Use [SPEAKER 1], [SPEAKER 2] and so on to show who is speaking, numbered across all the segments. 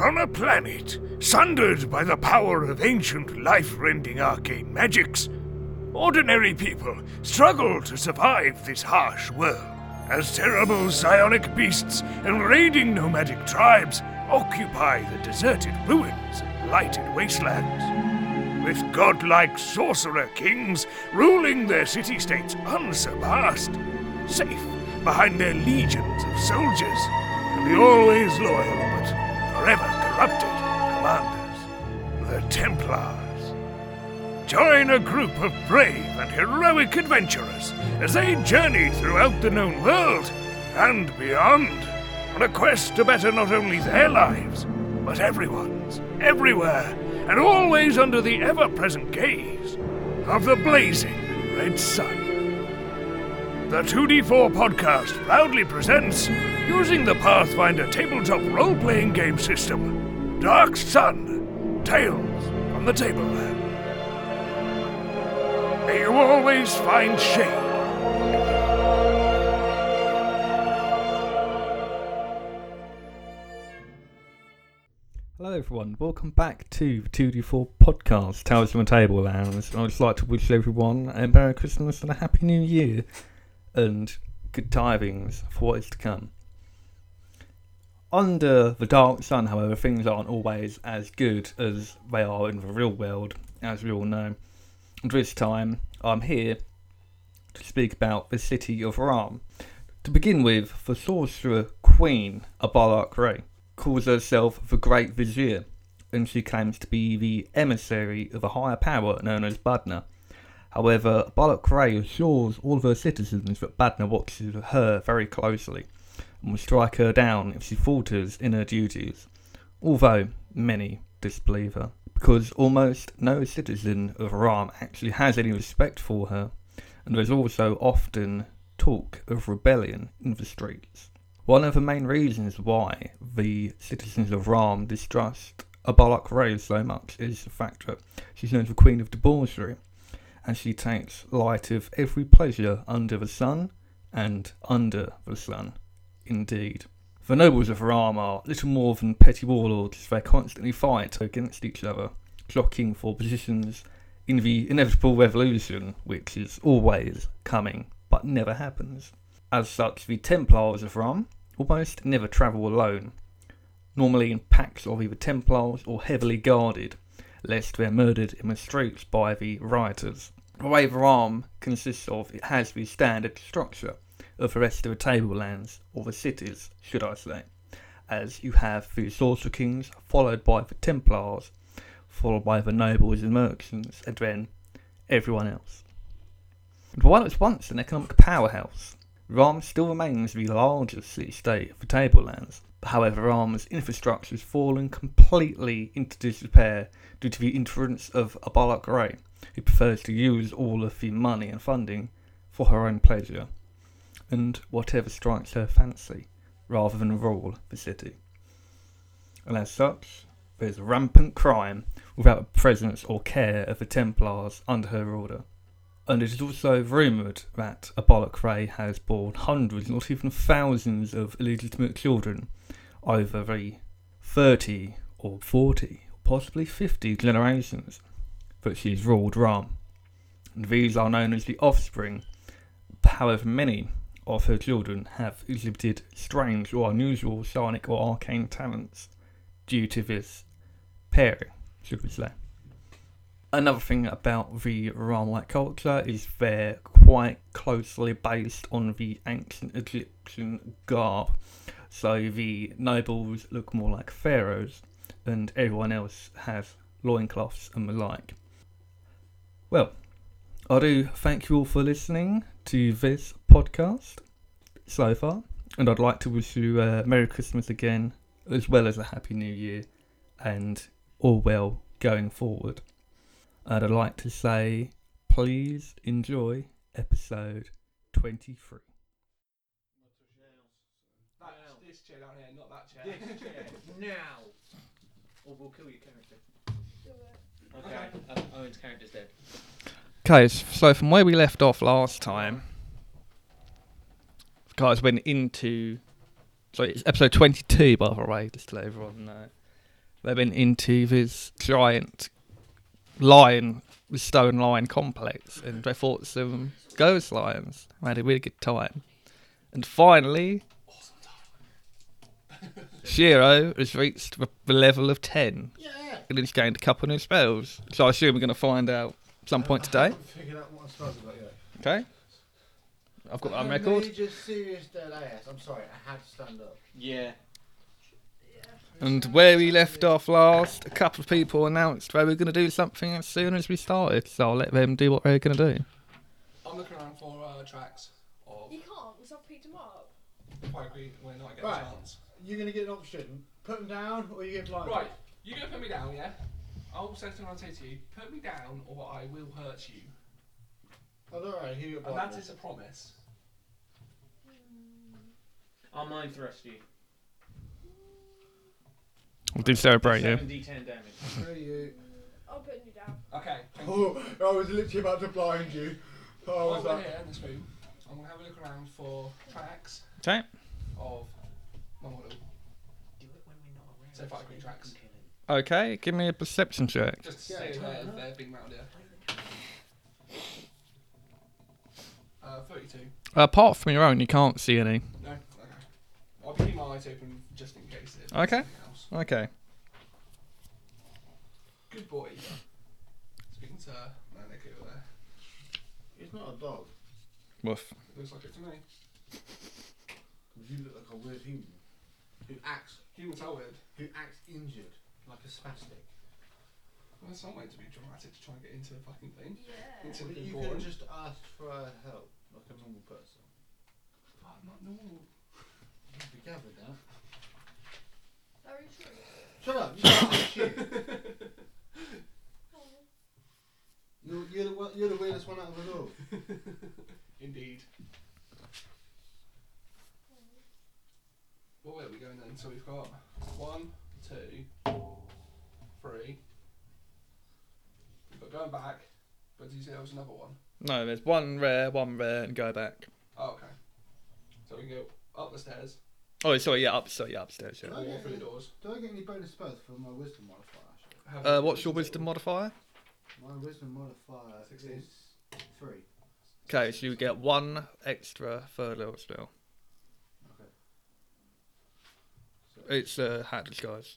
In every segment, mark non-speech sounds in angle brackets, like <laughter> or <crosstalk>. [SPEAKER 1] on a planet sundered by the power of ancient life rending arcane magics, ordinary people struggle to survive this harsh world, as terrible psionic beasts and raiding nomadic tribes occupy the deserted ruins and blighted wastelands. With godlike sorcerer kings ruling their city states unsurpassed, safe behind their legions of soldiers, and the always loyal but forever corrupted commanders, the Templars. Join a group of brave and heroic adventurers as they journey throughout the known world and beyond on a quest to better not only their lives, but everyone's, everywhere, and always under the ever present gaze of the blazing red sun. The 2D4 podcast proudly presents, using the Pathfinder tabletop role playing game system, Dark Sun Tales from the Tableland. May you always find shade.
[SPEAKER 2] Hello, everyone. Welcome back to 2D4 Podcast, Tales from the Table Lounge. I'd just like to wish everyone a Merry Christmas and a Happy New Year, and good tidings for what is to come. Under the dark sun, however, things aren't always as good as they are in the real world, as we all know. And this time, I'm here to speak about the city of Ram. To begin with, the sorcerer queen, Abarak Ray, calls herself the Great Vizier, and she claims to be the emissary of a higher power known as Badna. However, Abarak Ray assures all of her citizens that Badna watches her very closely and will strike her down if she falters in her duties, although many disbelieve her, because almost no citizen of Ram actually has any respect for her and there's also often talk of rebellion in the streets. One of the main reasons why the citizens of Ram distrust Abalak Ray so much is the fact that she's known as the Queen of Debauchery, and she takes light of every pleasure under the sun and under the sun, indeed. The nobles of Ram are little more than petty warlords. They constantly fight against each other, jockeying for positions in the inevitable revolution, which is always coming but never happens. As such, the Templars of Ram almost never travel alone, normally in packs of either Templars or heavily guarded, lest they're murdered in the streets by the rioters. The way of Ram consists of it has the standard structure of the rest of the tablelands, or the cities, should I say, as you have the Sorcerer Kings, followed by the Templars, followed by the nobles and merchants, and then everyone else. And while it's once an economic powerhouse, Ram still remains the largest city state of the Tablelands. However, Ram's infrastructure has fallen completely into disrepair due to the interference of Abalak Ray, who prefers to use all of the money and funding for her own pleasure and whatever strikes her fancy, rather than rule the city. And as such, there's rampant crime without the presence or care of the Templars under her order. And it is also rumoured that Abolak Ray has borne hundreds, not even thousands, of illegitimate children over the 30 or 40, possibly 50 generations that she has ruled Ram. And these are known as the offspring. However, many of her children have exhibited strange or unusual psionic or arcane talents due to this pairing, should we say. Another thing about the Ramite culture is they're quite closely based on the ancient Egyptian garb. So the nobles look more like pharaohs, and everyone else has loincloths and the like. Well, I do thank you all for listening to this podcast so far, and I'd like to wish you a Merry Christmas again, as well as a Happy New Year, and all well going forward. And I'd like to say, please enjoy episode 23.
[SPEAKER 3] That's this chair down here, not that chair.
[SPEAKER 4] This chair now, or we'll kill your character.
[SPEAKER 3] Okay.
[SPEAKER 4] Um, Owen's character's dead.
[SPEAKER 2] Okay, s- so from where we left off last time, guys went into. So it's episode 22, by the way, just to let everyone know. They went into this giant lion, the stone lion complex, and they fought some ghost lions. They had a really good time. And finally, Shiro has reached the, the level of 10
[SPEAKER 5] Yeah.
[SPEAKER 2] and he's gained a couple new spells. So I assume we're going to find out some point today.
[SPEAKER 5] Figured out what I started about yet.
[SPEAKER 2] Okay. I've got that on record.
[SPEAKER 5] Major serious dead ass. I'm sorry, I had to stand up.
[SPEAKER 4] Yeah.
[SPEAKER 2] And where we left off last, a couple of people announced they were going to do something as soon as we started. So I'll let them do what they're going to do.
[SPEAKER 3] I'm looking around for uh, tracks of
[SPEAKER 6] You can't because I've picked him up.
[SPEAKER 3] Fire Green when I get
[SPEAKER 5] Right.
[SPEAKER 3] a chance.
[SPEAKER 5] You're gonna get an option. Put them down, or you get blind.
[SPEAKER 3] Right, you gonna put me down, yeah? I'll say something I'll say to you, put me down or I will hurt you.
[SPEAKER 5] Oh, alright. Here you go.
[SPEAKER 3] And that is a promise.
[SPEAKER 4] I'll mind thrust you.
[SPEAKER 2] We'll do celebrate you.
[SPEAKER 4] 7d10 damage.
[SPEAKER 5] Screw you.
[SPEAKER 6] I'll put you down.
[SPEAKER 3] Okay, thank you.
[SPEAKER 5] <laughs> Oh, I was literally about to blind you. Oh, I
[SPEAKER 3] While
[SPEAKER 5] was
[SPEAKER 3] we're
[SPEAKER 5] like,
[SPEAKER 3] here in this room, I'm gonna have a look around for tracks
[SPEAKER 2] Okay.
[SPEAKER 3] of my model.
[SPEAKER 4] Do it when we're not around.
[SPEAKER 3] So fight green tracks.
[SPEAKER 2] Okay, give me a perception check.
[SPEAKER 3] Just to
[SPEAKER 5] Yeah,
[SPEAKER 3] see
[SPEAKER 5] turn
[SPEAKER 3] where
[SPEAKER 5] up.
[SPEAKER 3] they've been round here. Uh, 32.
[SPEAKER 2] Apart from your own, you can't see any.
[SPEAKER 3] No? Okay. I'll keep my eyes open just in case. if there's
[SPEAKER 2] Okay.
[SPEAKER 3] anything else.
[SPEAKER 2] Okay.
[SPEAKER 3] Good boy. Speaking to Manic over there.
[SPEAKER 5] it's not a dog.
[SPEAKER 2] Woof.
[SPEAKER 3] It looks like it to me.
[SPEAKER 5] You look like a weird human who acts
[SPEAKER 3] Humans are weird.
[SPEAKER 5] who acts injured, like a spastic.
[SPEAKER 3] There's some way to be dramatic to try and get into the fucking thing.
[SPEAKER 4] <laughs>
[SPEAKER 6] Yeah.
[SPEAKER 3] Into the
[SPEAKER 5] But
[SPEAKER 3] good
[SPEAKER 5] you
[SPEAKER 3] boy.
[SPEAKER 5] can just ask for uh, help, like a normal person.
[SPEAKER 3] But I'm not normal.
[SPEAKER 5] You'd be gathered now.
[SPEAKER 6] Very true.
[SPEAKER 5] Shut up! You
[SPEAKER 3] <laughs>
[SPEAKER 5] can't ask you. You're, you're, the, one- you're the weirdest one out of the all.
[SPEAKER 3] Indeed. Well, where are we going then? So we've got one, two, three. We've got going back, but did you say there was another one?
[SPEAKER 2] No, there's one rare, one rare, and go back.
[SPEAKER 3] Oh, okay. So we can go up the stairs,
[SPEAKER 2] Oh, sorry, yeah, up, sorry, yeah, upstairs. Yeah.
[SPEAKER 5] Oh, yeah,
[SPEAKER 3] walk through the
[SPEAKER 5] yeah.
[SPEAKER 3] doors.
[SPEAKER 5] Do I get any bonus spells for my wisdom modifier? Actually?
[SPEAKER 3] have
[SPEAKER 2] Uh,
[SPEAKER 3] a-
[SPEAKER 2] what's your wisdom modifier?
[SPEAKER 5] My wisdom modifier
[SPEAKER 3] Sixteen.
[SPEAKER 5] is three.
[SPEAKER 2] Okay, so you get one extra third level spell.
[SPEAKER 5] So,
[SPEAKER 2] It's a uh, hat disguise,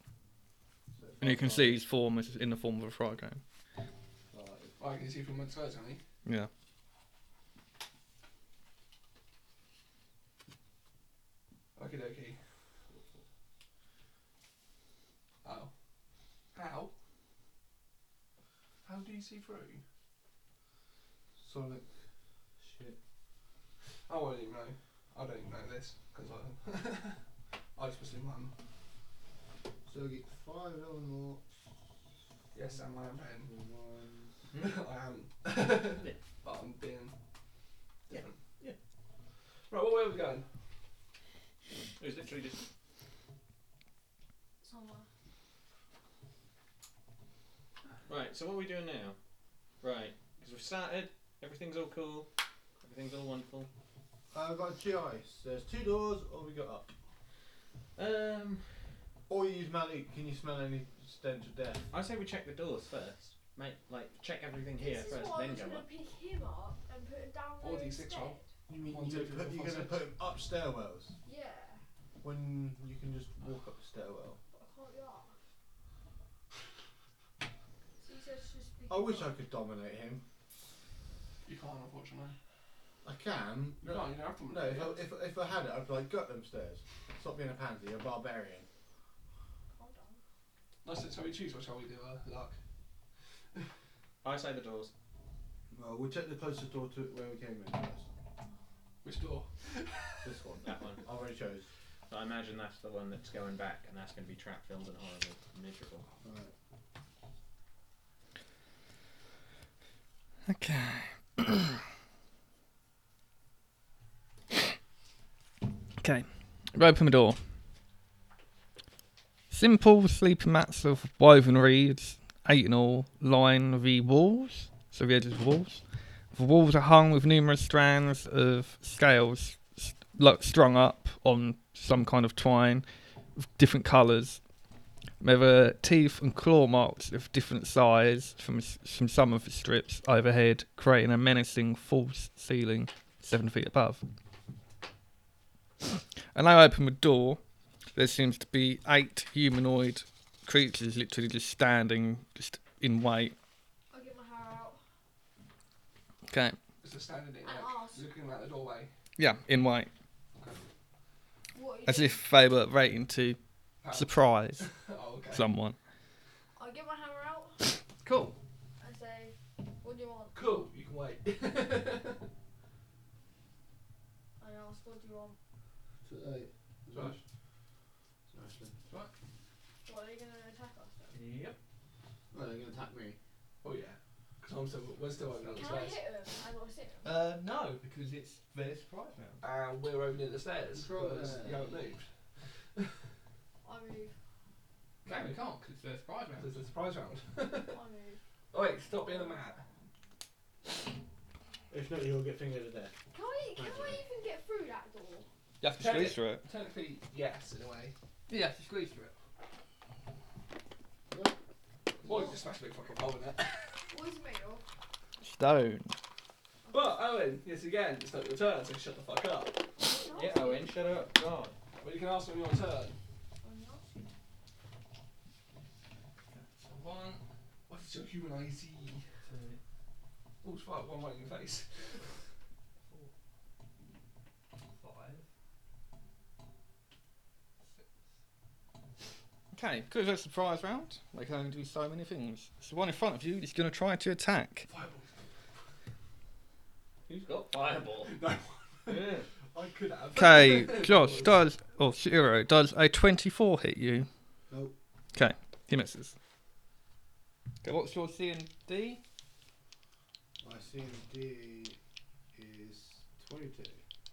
[SPEAKER 5] so if
[SPEAKER 2] and you
[SPEAKER 5] I
[SPEAKER 2] can
[SPEAKER 5] roll-
[SPEAKER 2] see his form is in the form of a frog. Game.
[SPEAKER 5] Right, if-
[SPEAKER 3] I can see from my disguise, honey.
[SPEAKER 2] Yeah.
[SPEAKER 3] Okie dokie. Oh. How? How do you see through?
[SPEAKER 5] Sonic shit.
[SPEAKER 3] Oh, I won't even know. I don't even know this because I, <laughs> I just assume I'm
[SPEAKER 5] So I get five level more.
[SPEAKER 3] yes, I'm my own
[SPEAKER 5] One.
[SPEAKER 3] pen. <laughs> I am,
[SPEAKER 4] Hmm? Yeah.
[SPEAKER 3] <laughs> but I'm being different.
[SPEAKER 4] Yeah.
[SPEAKER 3] Right, well, where are we going?
[SPEAKER 4] It was literally just.
[SPEAKER 6] Somewhere.
[SPEAKER 4] Right, so what are we doing now? Right, because we've started, everything's all cool, everything's all wonderful.
[SPEAKER 5] Uh, I've got GI. So there's two doors, or we go up.
[SPEAKER 4] Um,
[SPEAKER 5] Or you smell it. Can you smell any stench of death?
[SPEAKER 4] I say we check the doors first. Mate, like, check everything here
[SPEAKER 6] this
[SPEAKER 4] first,
[SPEAKER 6] is why I
[SPEAKER 4] then
[SPEAKER 6] was
[SPEAKER 4] go
[SPEAKER 6] going to
[SPEAKER 4] up.
[SPEAKER 6] pick him up and put him down
[SPEAKER 3] Or D6
[SPEAKER 6] there instead.
[SPEAKER 3] roll.
[SPEAKER 5] You mean
[SPEAKER 3] One,
[SPEAKER 5] you're
[SPEAKER 3] two,
[SPEAKER 5] gonna
[SPEAKER 3] three,
[SPEAKER 5] put,
[SPEAKER 3] four,
[SPEAKER 5] you're gonna
[SPEAKER 3] five,
[SPEAKER 5] put him up stairwells
[SPEAKER 6] Yeah.
[SPEAKER 5] when you can just walk up a stairwell?
[SPEAKER 6] But I can't be asked. So you said to just pick
[SPEAKER 5] I
[SPEAKER 6] him
[SPEAKER 5] wish I
[SPEAKER 6] up.
[SPEAKER 5] could dominate him.
[SPEAKER 3] You can't, unfortunately.
[SPEAKER 5] I can.
[SPEAKER 3] You can't. You don't have to.
[SPEAKER 5] No, if I, if, if I had it, I'd be like, gut them stairs. Stop being a pansy, you're a barbarian.
[SPEAKER 6] Calm down.
[SPEAKER 3] Nice. Shall we choose or shall we do uh, luck?
[SPEAKER 4] I say the doors.
[SPEAKER 5] Well, we'll check the closest door to where we came in first.
[SPEAKER 3] Which door?
[SPEAKER 5] This one.
[SPEAKER 4] That one.
[SPEAKER 5] I already chose.
[SPEAKER 4] So I imagine that's the one that's going back, and that's going to be trap filled and horrible, and miserable.
[SPEAKER 5] Right.
[SPEAKER 2] Okay. <coughs> okay. Open the door. Simple sleeping mats of woven reeds, eight in all, line the walls, so the edges of the walls. The walls are hung with numerous strands of scales s- like strung up on some kind of twine of different colours. There were teeth and claw marks of different size from, s- from some of the strips overhead, creating a menacing false ceiling seven feet above. And I open the door. There seems to be eight humanoid creatures literally just standing, just in wait.
[SPEAKER 6] I'll get my hair out.
[SPEAKER 2] Okay.
[SPEAKER 3] Just standing there,
[SPEAKER 6] And ask.
[SPEAKER 3] looking at the doorway.
[SPEAKER 2] Yeah, in wait.
[SPEAKER 6] What are you
[SPEAKER 2] As
[SPEAKER 6] doing?
[SPEAKER 2] if they were waiting to surprise
[SPEAKER 3] Oh, okay.
[SPEAKER 2] someone.
[SPEAKER 6] I'll get my hammer out
[SPEAKER 3] Cool.
[SPEAKER 6] and say, what do you want?
[SPEAKER 3] Cool. You can <laughs> wait.
[SPEAKER 6] I ask, what do you want?
[SPEAKER 3] Josh.
[SPEAKER 6] What, are they going to attack us then?
[SPEAKER 3] Yep.
[SPEAKER 5] Well, they're going to attack me.
[SPEAKER 3] Oh yeah. Because I'm still, we're still opening up the
[SPEAKER 6] Can I
[SPEAKER 3] stairs.
[SPEAKER 6] hit him? I got to hit him.
[SPEAKER 2] Uh, no, because it's their surprise now.
[SPEAKER 3] And we're opening the stairs.
[SPEAKER 5] Right.
[SPEAKER 3] Because you haven't moved.
[SPEAKER 6] I move.
[SPEAKER 5] No, we can't because it's their surprise round.
[SPEAKER 3] There's a surprise round.
[SPEAKER 6] I move.
[SPEAKER 3] Oh wait, stop being a man.
[SPEAKER 7] If not, you'll get fingered to death.
[SPEAKER 6] Can I, can I even get through that door?
[SPEAKER 2] You have to
[SPEAKER 3] Check
[SPEAKER 2] squeeze
[SPEAKER 3] it.
[SPEAKER 2] through it.
[SPEAKER 3] Technically, yes, in a way.
[SPEAKER 2] Yeah, you have to squeeze through it.
[SPEAKER 3] Well, you just smashed a big fucking hole in it.
[SPEAKER 6] What is it made of?
[SPEAKER 2] Stone.
[SPEAKER 3] But Owen, yes again, it's not your turn, so shut the fuck up.
[SPEAKER 4] Yeah, Owen, shut up. God.
[SPEAKER 3] Well, you can ask on your turn.
[SPEAKER 6] I'm not.
[SPEAKER 2] So one.
[SPEAKER 3] What is your human IZ? E? Oh, it's right, one right in your face.
[SPEAKER 2] Okay, because it's a surprise round, they can only do so many things. So one in front of you is going to try to attack.
[SPEAKER 4] Who's got fireball?
[SPEAKER 3] No,
[SPEAKER 4] yeah.
[SPEAKER 3] I could have.
[SPEAKER 2] Okay, Josh does, or Zero, does a 24 hit you?
[SPEAKER 5] Nope.
[SPEAKER 2] Okay, he misses. Okay, what's your C and D?
[SPEAKER 5] My CMD is 22.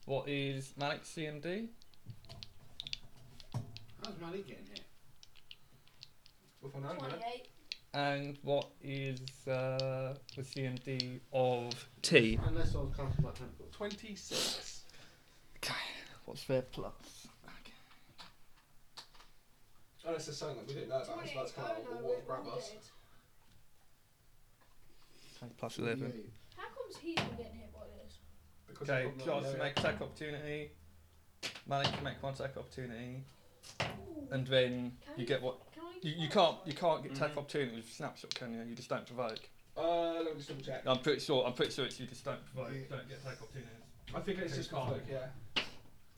[SPEAKER 2] What is Malik's C and D?
[SPEAKER 5] How's Malik getting here?
[SPEAKER 3] With one hand, man.
[SPEAKER 6] 28.
[SPEAKER 2] And what is uh, the C and D of T?
[SPEAKER 5] Unless I was casting my temple.
[SPEAKER 3] 26.
[SPEAKER 2] What's their plus?
[SPEAKER 3] Oh, this is something that we didn't know about,
[SPEAKER 6] 28.
[SPEAKER 3] so that's kind
[SPEAKER 6] Oh
[SPEAKER 3] of
[SPEAKER 6] no,
[SPEAKER 3] what
[SPEAKER 6] we're
[SPEAKER 3] will grab
[SPEAKER 6] all
[SPEAKER 3] us.
[SPEAKER 6] dead.
[SPEAKER 2] Okay, plus 11.
[SPEAKER 6] How comes he's not getting hit by this?
[SPEAKER 3] Because
[SPEAKER 2] Okay,
[SPEAKER 3] it's not
[SPEAKER 2] Josh
[SPEAKER 3] really-
[SPEAKER 2] make attack opportunity. Malik can make one attack opportunity, and then you get what
[SPEAKER 6] Can I
[SPEAKER 2] you, you can't you can't get attack
[SPEAKER 4] Mhm.
[SPEAKER 2] opportunity with snapshot, can you? You just don't provoke.
[SPEAKER 3] Uh, let me just double check.
[SPEAKER 2] I'm pretty sure. I'm pretty sure it's you just don't provoke.
[SPEAKER 5] Yeah.
[SPEAKER 2] Don't get attack opportunities.
[SPEAKER 3] I think it's just
[SPEAKER 2] Okay,
[SPEAKER 3] conflict, yeah.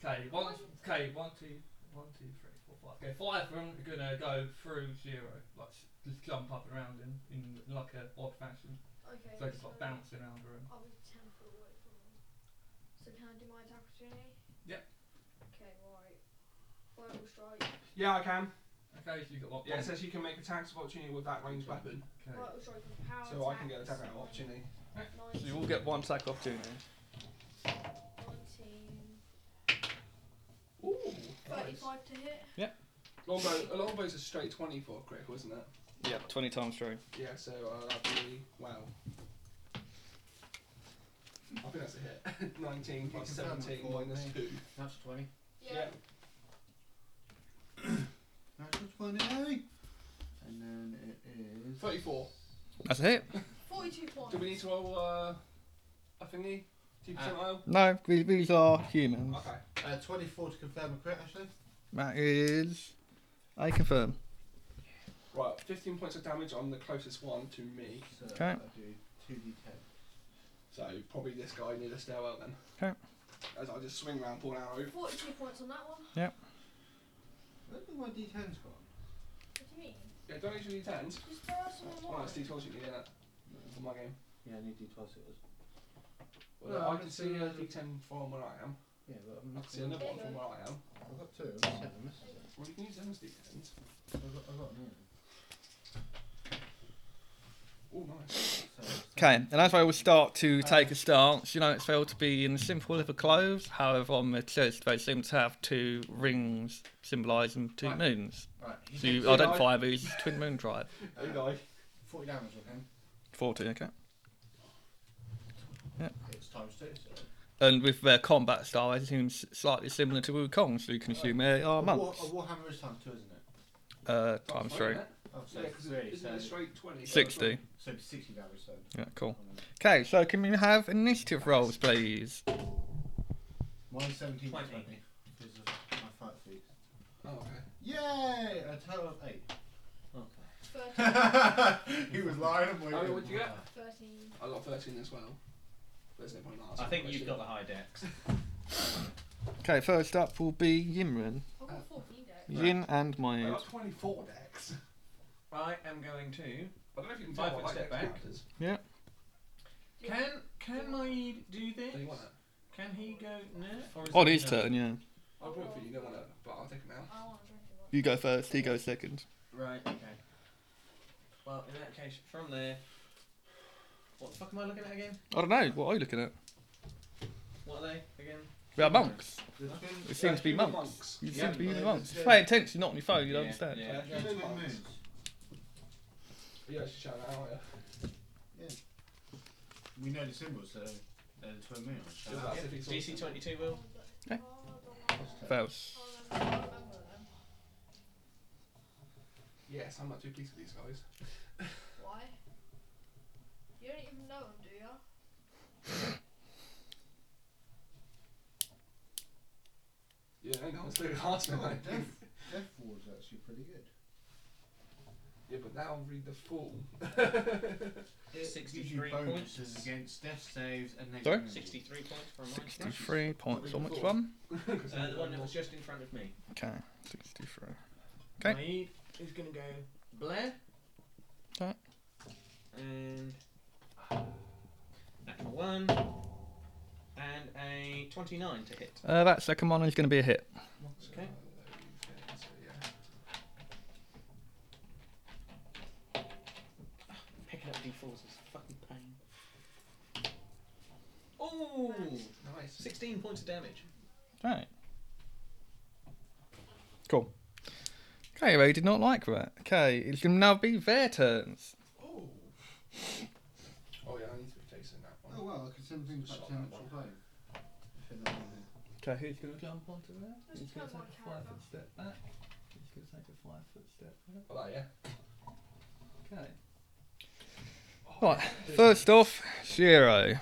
[SPEAKER 2] Okay, one. Okay, one, two, one, two, three, four, five. Okay, five of them are gonna go through zero, like s- just jump up and around in in like a odd fashion, so
[SPEAKER 6] Okay.
[SPEAKER 2] they just like bounce around the room.
[SPEAKER 6] I was 10 foot away from him. So can I do my attack opportunity?
[SPEAKER 2] Yep.
[SPEAKER 6] Okay, right. Fireball strike.
[SPEAKER 3] Yeah, I can.
[SPEAKER 2] Okay, so you got what?
[SPEAKER 3] Yeah, it says you can make attacks of opportunity with that ranged weapon,
[SPEAKER 2] Okay.
[SPEAKER 6] Fireball strike with power
[SPEAKER 3] so I can get attack
[SPEAKER 6] attacks.
[SPEAKER 3] of opportunity.
[SPEAKER 6] Nine-
[SPEAKER 2] So you all get one attack opportunity.
[SPEAKER 6] 19.
[SPEAKER 3] Ooh, nice.
[SPEAKER 6] 35 to hit.
[SPEAKER 3] Longbow, a longbow is a straight 20 for a critical, isn't it?
[SPEAKER 2] Yeah, twenty times through.
[SPEAKER 3] Yeah, so uh, that'd be, wow. I think that's a hit. <laughs> 19 plus
[SPEAKER 5] You can count
[SPEAKER 3] 17
[SPEAKER 5] my four,
[SPEAKER 3] minus
[SPEAKER 5] mate.
[SPEAKER 3] 2.
[SPEAKER 5] That's 20.
[SPEAKER 3] Yeah.
[SPEAKER 5] That's 20. And then it is.
[SPEAKER 3] 34.
[SPEAKER 2] That's it.
[SPEAKER 6] 42 points.
[SPEAKER 3] Do we need to roll uh, a thingy? 2% aisle?
[SPEAKER 2] No, these, these are humans.
[SPEAKER 3] Okay.
[SPEAKER 5] Uh, 24 to confirm a crit, actually.
[SPEAKER 2] That is. I confirm.
[SPEAKER 3] Right, 15 points of damage on the closest one to me.
[SPEAKER 5] So
[SPEAKER 2] Okay.
[SPEAKER 5] I do 2d10.
[SPEAKER 3] So probably this guy near the stairwell then.
[SPEAKER 2] Okay.
[SPEAKER 3] As I just swing round, pull an arrow.
[SPEAKER 6] 42 points on that one.
[SPEAKER 5] Where did my d10's gone?
[SPEAKER 6] What do you mean?
[SPEAKER 3] Yeah, don't use your d10s.
[SPEAKER 6] Just throw us on the
[SPEAKER 3] Oh,
[SPEAKER 6] line.
[SPEAKER 3] it's d12 you can do that. For my game.
[SPEAKER 5] Yeah, I need d12 it was.
[SPEAKER 3] Well,
[SPEAKER 5] No,
[SPEAKER 3] I
[SPEAKER 5] I'm
[SPEAKER 3] can
[SPEAKER 5] just
[SPEAKER 3] see uh, a
[SPEAKER 5] gonna-
[SPEAKER 3] d10 from where I am.
[SPEAKER 5] Yeah, but I'm
[SPEAKER 3] I
[SPEAKER 5] not
[SPEAKER 3] can see another one
[SPEAKER 6] There
[SPEAKER 3] from
[SPEAKER 6] you
[SPEAKER 3] where I am.
[SPEAKER 5] I've got two, I've got seven. This is it.
[SPEAKER 3] Well, you can use them as d10s.
[SPEAKER 5] I've got, I've got nine.
[SPEAKER 3] Oh, nice.
[SPEAKER 5] So it's
[SPEAKER 2] Okay, and as I will start to take a stance, you know, it's failed to be in simple leather clothes. However, on the chest, they seem to have two rings symbolising two
[SPEAKER 5] Right.
[SPEAKER 2] moons.
[SPEAKER 5] Right, he's
[SPEAKER 2] So you identify these as twin moon tribe.
[SPEAKER 3] There you go.
[SPEAKER 5] 40 damage on him.
[SPEAKER 2] 40, okay.
[SPEAKER 5] It's times two. So.
[SPEAKER 2] And with their combat style, Uh, it seems slightly similar to Wukong, so you can assume they are
[SPEAKER 5] a, war,
[SPEAKER 2] Oh,
[SPEAKER 5] uh,
[SPEAKER 2] monks.
[SPEAKER 5] a warhammer is times two, isn't it? Oh,
[SPEAKER 2] uh, times three.
[SPEAKER 3] Yeah, because
[SPEAKER 4] Three,
[SPEAKER 3] it's
[SPEAKER 4] so-
[SPEAKER 3] a straight 20.
[SPEAKER 2] Sixty.
[SPEAKER 5] So it'd be 60 damage, so.
[SPEAKER 2] Yeah, cool. Okay, so can we have initiative rolls, please?
[SPEAKER 5] Mine's 17 to
[SPEAKER 4] 20.
[SPEAKER 5] 20. Because of my fight feet.
[SPEAKER 3] Oh, okay.
[SPEAKER 5] Yay! A total of 8.
[SPEAKER 4] Okay.
[SPEAKER 5] <laughs>
[SPEAKER 6] 13.
[SPEAKER 5] he was lying and waiting.
[SPEAKER 3] Oh, what'd you get?
[SPEAKER 6] 13.
[SPEAKER 3] I got 13 as well. There's no point in asking.
[SPEAKER 4] I think you've
[SPEAKER 3] the
[SPEAKER 4] got
[SPEAKER 3] question.
[SPEAKER 4] the high <laughs> decks.
[SPEAKER 2] Okay, first up will be Yimrin.
[SPEAKER 6] I've got 14 deck.
[SPEAKER 2] Yin and
[SPEAKER 3] I
[SPEAKER 2] Maid.
[SPEAKER 3] got 24 decks.
[SPEAKER 4] I am going to.
[SPEAKER 3] I don't know if you can
[SPEAKER 4] Five
[SPEAKER 3] tell
[SPEAKER 4] foot
[SPEAKER 3] I like
[SPEAKER 4] step
[SPEAKER 3] deck
[SPEAKER 4] back.
[SPEAKER 3] characters.
[SPEAKER 6] Do you
[SPEAKER 4] Can can Maid do this?
[SPEAKER 3] Do you want it?
[SPEAKER 4] Can he go no? Or is
[SPEAKER 2] On
[SPEAKER 4] Oh, it
[SPEAKER 2] his
[SPEAKER 4] no?
[SPEAKER 2] Oh, turn, yeah.
[SPEAKER 3] I brought it for you, you don't want it, but I'll take it now.
[SPEAKER 6] I want to drink it.
[SPEAKER 2] You go first, he goes second.
[SPEAKER 4] Right. Okay. Well, in that case, from there. What the fuck am I looking at again?
[SPEAKER 2] I don't know, what are you looking at?
[SPEAKER 4] What are they again?
[SPEAKER 2] We are monks.
[SPEAKER 5] There's been,
[SPEAKER 2] It seems to be
[SPEAKER 3] You're the
[SPEAKER 2] monks. You
[SPEAKER 5] Yeah,
[SPEAKER 2] seem to be
[SPEAKER 5] but
[SPEAKER 2] the
[SPEAKER 5] it's,
[SPEAKER 2] monks.
[SPEAKER 5] uh,
[SPEAKER 2] Pay attention, not on your phone, you don't
[SPEAKER 4] Yeah,
[SPEAKER 2] understand.
[SPEAKER 4] yeah.
[SPEAKER 5] there's been moons.
[SPEAKER 3] You actually shout that out, yeah?
[SPEAKER 5] We know the symbols, so they're the twin moon.
[SPEAKER 3] <laughs>
[SPEAKER 5] So
[SPEAKER 3] Just
[SPEAKER 5] that's
[SPEAKER 3] as if he's all-
[SPEAKER 4] DC twenty two will.
[SPEAKER 2] Okay.
[SPEAKER 6] Oh,
[SPEAKER 2] Fails.
[SPEAKER 3] Yes, I'm not too pleased with these guys.
[SPEAKER 6] Why? You don't even know him, do you?
[SPEAKER 3] Yeah, no one's really asked me.
[SPEAKER 5] Oh,
[SPEAKER 3] like,
[SPEAKER 5] death, death ward's actually pretty good.
[SPEAKER 3] Yeah, but now read the full. <laughs>
[SPEAKER 5] It
[SPEAKER 4] 63
[SPEAKER 5] gives you
[SPEAKER 4] points.
[SPEAKER 5] bonuses against death saves and negative.
[SPEAKER 2] Sorry?
[SPEAKER 5] energy.
[SPEAKER 4] Sixty three points for a minus.
[SPEAKER 2] 63 points on which
[SPEAKER 3] Before.
[SPEAKER 2] one?
[SPEAKER 3] 'Cause
[SPEAKER 4] Uh,
[SPEAKER 3] I'm
[SPEAKER 4] the one that
[SPEAKER 3] more-
[SPEAKER 4] was just in front of me.
[SPEAKER 2] Okay, 63. Okay.
[SPEAKER 4] Maid is gonna go Blair.
[SPEAKER 2] Okay.
[SPEAKER 4] And natural one. And a twenty nine to hit.
[SPEAKER 2] Uh, that second one is going to be a hit.
[SPEAKER 4] Okay.
[SPEAKER 3] So, yeah.
[SPEAKER 4] Picking up D4s is fucking pain. Oh,
[SPEAKER 3] Nice.
[SPEAKER 4] 16 points of damage.
[SPEAKER 2] Right. Cool. Okay, Ray did not like that. Okay, it's going to now be their turns.
[SPEAKER 3] Oh. Oh yeah, I need to be tasting that one.
[SPEAKER 5] Oh well, I could send things back
[SPEAKER 3] Shot
[SPEAKER 5] to
[SPEAKER 3] that
[SPEAKER 5] natural
[SPEAKER 3] one.
[SPEAKER 5] play. If they're not in there.
[SPEAKER 2] Okay, who's going to jump onto there?
[SPEAKER 6] Let's Who's gonna turn take a my five-foot character.
[SPEAKER 2] step back? Who's going to take a five foot step back?
[SPEAKER 3] Oh, that, yeah.
[SPEAKER 2] Okay. Right, first off, Shiro.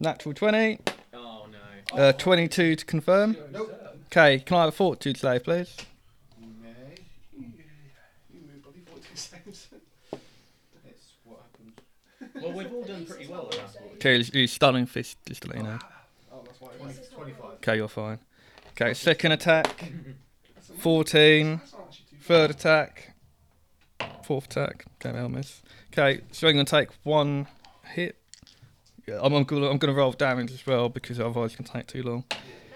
[SPEAKER 2] Natural 20,
[SPEAKER 4] Oh <laughs> no.
[SPEAKER 2] uh, 22 to confirm.
[SPEAKER 3] Zero's
[SPEAKER 5] Nope.
[SPEAKER 3] turn.
[SPEAKER 2] Okay, can I have a fortitude save, please?
[SPEAKER 5] You may.
[SPEAKER 3] Yeah. You move bloody 14 seconds.
[SPEAKER 5] That's what happened.
[SPEAKER 4] Well, we've all done pretty well the last week.
[SPEAKER 2] Okay, you stunning fist, just to let you know.
[SPEAKER 3] Oh, that's why. I
[SPEAKER 6] This
[SPEAKER 3] went.
[SPEAKER 6] is not
[SPEAKER 5] 25.
[SPEAKER 2] Okay, you're fine. Okay, second attack,
[SPEAKER 3] That's not-
[SPEAKER 2] 14.
[SPEAKER 3] That's not actually too
[SPEAKER 2] Third
[SPEAKER 3] bad.
[SPEAKER 2] attack, fourth attack. Okay, they'll miss. Okay, so I'm gonna take one hit. Yeah, I'm, I'm gonna I'm gonna roll damage as well because otherwise it's gonna take too long.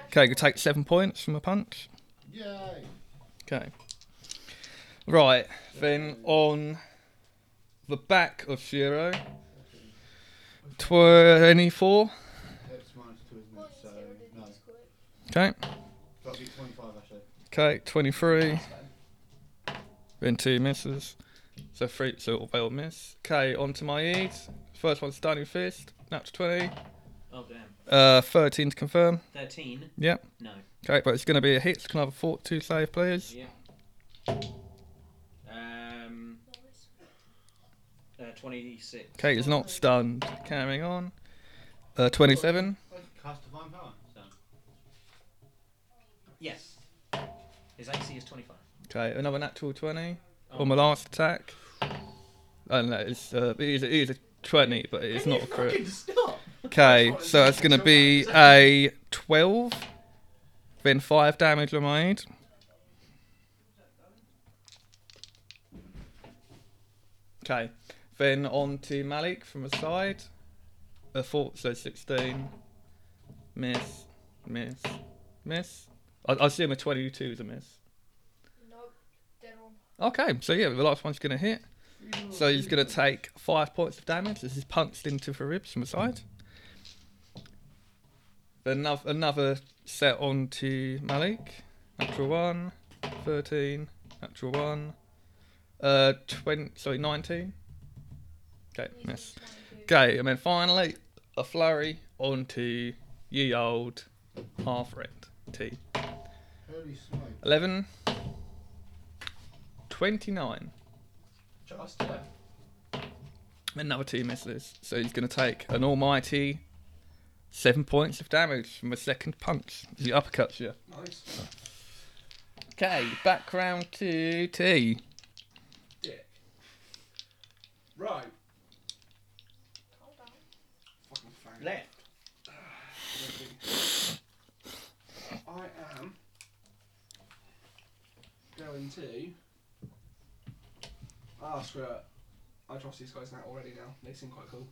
[SPEAKER 2] Okay, you take seven points from a punch.
[SPEAKER 5] Yay!
[SPEAKER 2] Okay. Right then on the back of Shiro, twenty-four.
[SPEAKER 5] That's minus 2, isn't
[SPEAKER 6] Well,
[SPEAKER 5] it?
[SPEAKER 6] you
[SPEAKER 5] So,
[SPEAKER 6] zeroed in
[SPEAKER 5] no.
[SPEAKER 6] these quick.
[SPEAKER 2] Okay,
[SPEAKER 5] Got to be 25 actually.
[SPEAKER 2] okay, twenty-three.
[SPEAKER 3] That's fine.
[SPEAKER 2] Then two misses. So three, so they all miss. Okay, onto my ease. First one, stunning fist, natural twenty.
[SPEAKER 4] Oh damn.
[SPEAKER 2] Uh, 13 to confirm.
[SPEAKER 4] 13?
[SPEAKER 2] Yep.
[SPEAKER 4] No.
[SPEAKER 2] Okay, but it's going to be a hit. Can I have a fort two save, please?
[SPEAKER 4] Yeah. Um,
[SPEAKER 6] Nice.
[SPEAKER 4] uh, 26.
[SPEAKER 2] Okay, it's not stunned. Carrying on. Uh, 27.
[SPEAKER 5] I could cast Divine Power, so.
[SPEAKER 4] Yes. His AC is 25.
[SPEAKER 2] Okay, another natural 20
[SPEAKER 4] Oh.
[SPEAKER 2] on my last attack. Oh no, it's uh, it is, it is a 20, but it's
[SPEAKER 4] Can
[SPEAKER 2] not
[SPEAKER 4] you
[SPEAKER 2] a crit.
[SPEAKER 4] fucking Stop!
[SPEAKER 2] Okay, so it's going to be a 12. Then 5 damage remained. Okay, then on to Malik from the side. A four, so 16. Miss, miss, miss. I, I assume a 22 is a miss.
[SPEAKER 6] Nope. Dead on.
[SPEAKER 2] Okay, so yeah, the last one's going to hit. So he's going to take 5 points of damage as he's punched into the ribs from the side. Another, another set on to Malik. Natural 1, 13, natural 1, uh, 20, sorry, 19. Okay,
[SPEAKER 6] He's
[SPEAKER 2] miss.
[SPEAKER 6] just trying to-
[SPEAKER 2] Okay, and then finally, a flurry onto ye old half rent T.
[SPEAKER 5] Who? slowly slide.
[SPEAKER 2] 11. 29.
[SPEAKER 3] Just yeah.
[SPEAKER 2] Another two misses. So he's going to take an almighty seven points of damage from a second punch. as He uppercuts you.
[SPEAKER 3] Nice.
[SPEAKER 2] Okay, back round to T.
[SPEAKER 3] Dick. Right.
[SPEAKER 6] Calm down.
[SPEAKER 3] Fucking fang.
[SPEAKER 4] Left.
[SPEAKER 3] I am going to. Ah, screw it. I trust these guys now already. Now they seem quite cool.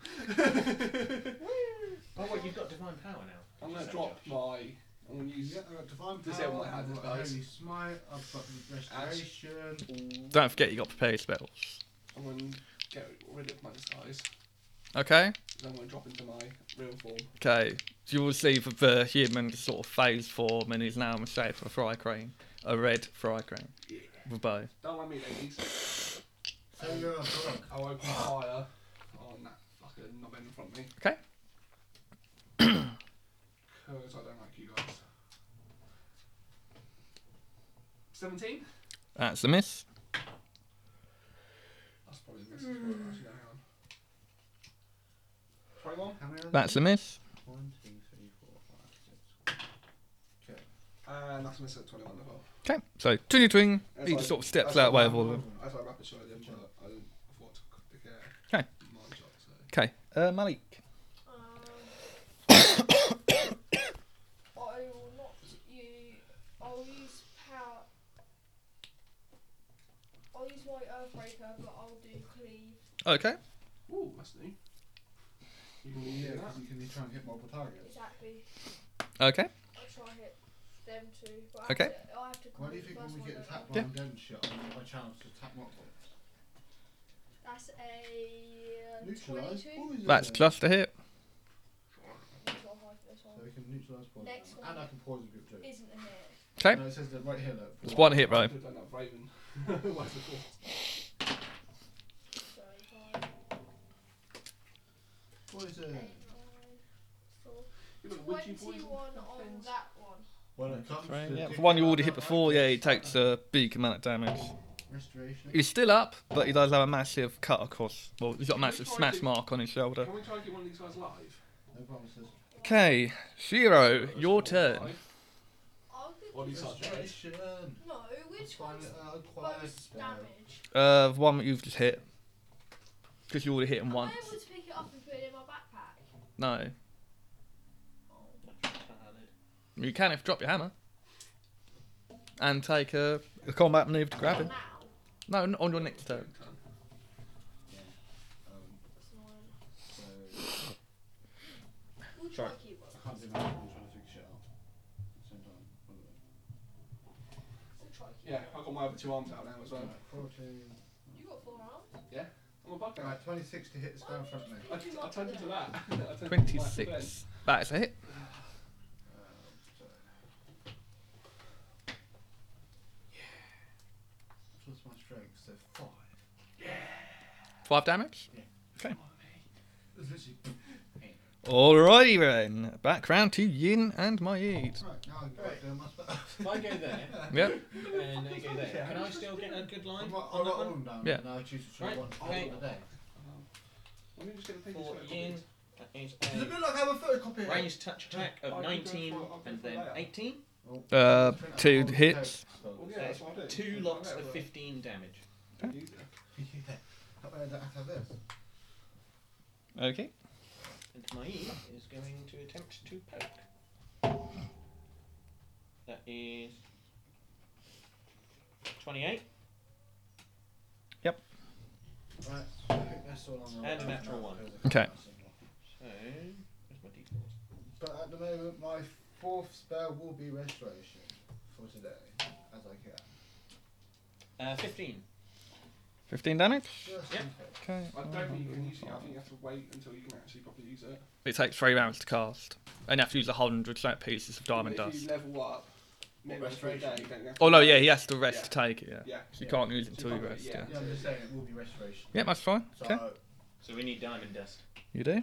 [SPEAKER 4] Oh, wait, you've got divine power now.
[SPEAKER 3] I'm gonna
[SPEAKER 4] Just say,
[SPEAKER 3] drop
[SPEAKER 4] Josh.
[SPEAKER 3] my. I'm gonna use.
[SPEAKER 5] Yeah, I got divine
[SPEAKER 3] Does everyone
[SPEAKER 5] power,
[SPEAKER 3] have
[SPEAKER 5] I've
[SPEAKER 3] this
[SPEAKER 5] got
[SPEAKER 3] dice?
[SPEAKER 5] holy smite, I've got restoration.
[SPEAKER 2] Don't forget you got prepared spells.
[SPEAKER 3] I'm gonna get rid of my disguise.
[SPEAKER 2] Okay?
[SPEAKER 3] Then I'm gonna drop into my real form.
[SPEAKER 2] Okay. You will see that the human sort of phase form and is now in the shape of a fry crane. A red fry crane. With a bow.
[SPEAKER 3] Don't mind me, ladies.
[SPEAKER 5] So you're a book.
[SPEAKER 3] I'll open fire on that fucking knob in front of me.
[SPEAKER 2] Okay.
[SPEAKER 3] Because I don't like you guys. 17?
[SPEAKER 2] That's a miss.
[SPEAKER 3] That's probably the message for it, actually, no, hang on.
[SPEAKER 5] How
[SPEAKER 3] 21?
[SPEAKER 5] many are there?
[SPEAKER 2] That's a miss.
[SPEAKER 5] One, two, three, four, five, six.
[SPEAKER 3] And that's a miss at 21 as well.
[SPEAKER 2] Okay. So, twing twing.
[SPEAKER 3] That's
[SPEAKER 2] He
[SPEAKER 3] fine.
[SPEAKER 2] sort of steps
[SPEAKER 3] That's
[SPEAKER 2] out way
[SPEAKER 3] fine.
[SPEAKER 2] of all of them.
[SPEAKER 3] That's why I rapid shot them, but I didn't afford to pick a
[SPEAKER 2] Okay.
[SPEAKER 3] my shot, so.
[SPEAKER 2] Okay. Uh, Malik.
[SPEAKER 6] Um, <coughs> I will not you. I'll use power. I'll use my Earthbreaker, but I'll do cleave.
[SPEAKER 2] Okay.
[SPEAKER 3] Ooh, that's new. You can
[SPEAKER 5] Yeah,
[SPEAKER 3] do that.
[SPEAKER 5] because you can try and hit multiple targets.
[SPEAKER 6] Exactly.
[SPEAKER 2] Okay.
[SPEAKER 6] I'll try and hit them two. But I
[SPEAKER 2] Okay.
[SPEAKER 6] Have to, I have to
[SPEAKER 5] Why do you
[SPEAKER 6] complete
[SPEAKER 5] think
[SPEAKER 6] the
[SPEAKER 5] when
[SPEAKER 6] first
[SPEAKER 5] we
[SPEAKER 6] one.
[SPEAKER 5] get
[SPEAKER 6] don't I?
[SPEAKER 5] attacked by yeah. gun shot, we have a chance to attack multiple?
[SPEAKER 6] That's a
[SPEAKER 5] Neutralise.
[SPEAKER 6] twenty-two.
[SPEAKER 5] all these
[SPEAKER 2] That's
[SPEAKER 5] other-
[SPEAKER 2] just a hit.
[SPEAKER 6] That's not high for this
[SPEAKER 5] So
[SPEAKER 6] one.
[SPEAKER 5] we can neutralise poison.
[SPEAKER 6] Next
[SPEAKER 5] and
[SPEAKER 6] one.
[SPEAKER 5] I can poison group two.
[SPEAKER 6] Isn't a hit.
[SPEAKER 2] Okay.
[SPEAKER 5] No, it says that right here, look.
[SPEAKER 2] It's one hit,
[SPEAKER 3] I
[SPEAKER 2] row.
[SPEAKER 3] could have done that Raven. <laughs> Where's the fourth?
[SPEAKER 6] So five,
[SPEAKER 5] Poison.
[SPEAKER 6] eight, nine, four.
[SPEAKER 3] Yeah, but would you poison
[SPEAKER 6] Twenty-one on
[SPEAKER 3] things?
[SPEAKER 6] that one.
[SPEAKER 5] When it comes
[SPEAKER 2] Right,
[SPEAKER 5] to
[SPEAKER 2] yeah.
[SPEAKER 5] dick
[SPEAKER 2] The one you
[SPEAKER 5] and
[SPEAKER 2] already
[SPEAKER 5] that,
[SPEAKER 2] hit
[SPEAKER 5] I
[SPEAKER 2] before,
[SPEAKER 5] can
[SPEAKER 2] yeah, he
[SPEAKER 5] start
[SPEAKER 2] takes a big amount of damage.
[SPEAKER 5] Restoration.
[SPEAKER 2] He's still up, but he does have a massive cut across. Well, he's got a
[SPEAKER 3] Can we
[SPEAKER 2] massive
[SPEAKER 3] try
[SPEAKER 2] smash
[SPEAKER 3] to-
[SPEAKER 2] mark on his shoulder.
[SPEAKER 3] Can we try and get one of these guys live?
[SPEAKER 5] No promises.
[SPEAKER 2] Okay, Shiro, your turn.
[SPEAKER 3] Live?
[SPEAKER 6] I'll give
[SPEAKER 3] Or these are dead.
[SPEAKER 5] Restoration.
[SPEAKER 6] No, which
[SPEAKER 5] Find
[SPEAKER 6] one's
[SPEAKER 5] it out, acquire
[SPEAKER 6] most
[SPEAKER 5] spell.
[SPEAKER 6] damage?
[SPEAKER 2] Uh, the one that you've just hit. Because you already hit him
[SPEAKER 6] Am
[SPEAKER 2] once.
[SPEAKER 6] I able to pick it up and put it in my backpack?
[SPEAKER 2] No.
[SPEAKER 6] Oh,
[SPEAKER 2] You can if you drop your hammer. And take a, a combat move to grab him.
[SPEAKER 6] now.
[SPEAKER 2] No, n- on your next turn.
[SPEAKER 5] Um,
[SPEAKER 6] That's annoying.
[SPEAKER 5] so
[SPEAKER 6] We'll try and keep one.
[SPEAKER 5] I can't do that. I'm trying to figure shit out. At the same time. One of them.
[SPEAKER 6] We'll try and keep
[SPEAKER 3] Yeah, I've got my other two arms out now as well.
[SPEAKER 5] Alright, 14.
[SPEAKER 6] one. You got four arms.
[SPEAKER 3] I'm a bug now.
[SPEAKER 5] Alright, 26 to hit this guy in front of me.
[SPEAKER 3] I, I turned into that. <laughs> I turned into Black
[SPEAKER 2] 26. That is a hit.
[SPEAKER 5] Um, so. Oh, Plus my strength, so 5.
[SPEAKER 2] Five damage.
[SPEAKER 5] It's literally.
[SPEAKER 2] Alrighty then. Back round to Yin and Maid.
[SPEAKER 5] Right, now I can
[SPEAKER 4] Right.
[SPEAKER 5] right. doing my spell.
[SPEAKER 4] If I
[SPEAKER 5] <laughs>
[SPEAKER 4] go there
[SPEAKER 2] Yep.
[SPEAKER 4] and they go there, can I still get a good line
[SPEAKER 5] I'm not-
[SPEAKER 4] on
[SPEAKER 5] I'm not
[SPEAKER 4] that
[SPEAKER 5] all
[SPEAKER 4] one?
[SPEAKER 5] of them down,
[SPEAKER 2] Yeah.
[SPEAKER 5] and I choose between
[SPEAKER 4] Right,
[SPEAKER 5] one
[SPEAKER 4] okay.
[SPEAKER 5] all of them a day.
[SPEAKER 3] Let me just get the
[SPEAKER 4] For
[SPEAKER 3] picture.
[SPEAKER 4] Yin, that is
[SPEAKER 5] Does it look like I have a photocopy
[SPEAKER 4] a
[SPEAKER 5] here?
[SPEAKER 4] range touch attack of 19 and then 18.
[SPEAKER 5] Oh,
[SPEAKER 2] Uh,
[SPEAKER 5] I'm trying to
[SPEAKER 2] two
[SPEAKER 5] hold the <laughs>
[SPEAKER 2] hits.
[SPEAKER 5] tape.
[SPEAKER 3] Well, yeah, that's what I do.
[SPEAKER 4] Two lots of 15 damage.
[SPEAKER 5] Yeah. How about I don't have to have this?
[SPEAKER 2] Okay.
[SPEAKER 4] And Maid is going to attempt to poke. That is 28
[SPEAKER 5] Right, so I think that's all on the
[SPEAKER 4] And a
[SPEAKER 5] right
[SPEAKER 4] natural
[SPEAKER 5] now,
[SPEAKER 4] one.
[SPEAKER 5] because I
[SPEAKER 2] Okay.
[SPEAKER 5] can't see more.
[SPEAKER 4] So, where's my d4s?
[SPEAKER 5] But at the moment, my fourth spell will be restoration for today, as I can.
[SPEAKER 4] Uh, 15.
[SPEAKER 2] 15 damage.
[SPEAKER 5] Just
[SPEAKER 4] Yep.
[SPEAKER 5] in case.
[SPEAKER 2] Okay.
[SPEAKER 3] I don't think you can use it. I think you have to wait until you can actually properly use it.
[SPEAKER 2] It takes three rounds to cast. And you have to use a hundred set pieces of diamond
[SPEAKER 3] Even if
[SPEAKER 2] dust.
[SPEAKER 3] you level up, maybe
[SPEAKER 5] What,
[SPEAKER 3] for a day,
[SPEAKER 5] restoration?
[SPEAKER 3] don't you have to
[SPEAKER 2] Oh no, yeah, he has to rest
[SPEAKER 3] Yeah.
[SPEAKER 2] to take it, yeah.
[SPEAKER 3] Yeah.
[SPEAKER 2] So you
[SPEAKER 5] Yeah.
[SPEAKER 2] can't use it
[SPEAKER 3] So
[SPEAKER 2] until
[SPEAKER 3] you
[SPEAKER 2] you
[SPEAKER 3] can't-
[SPEAKER 2] rest, yeah.
[SPEAKER 5] Yeah, I'm just saying it will be restoration.
[SPEAKER 2] Yeah, that's fine.
[SPEAKER 5] So
[SPEAKER 2] Okay.
[SPEAKER 4] So we need diamond dust.
[SPEAKER 2] You do?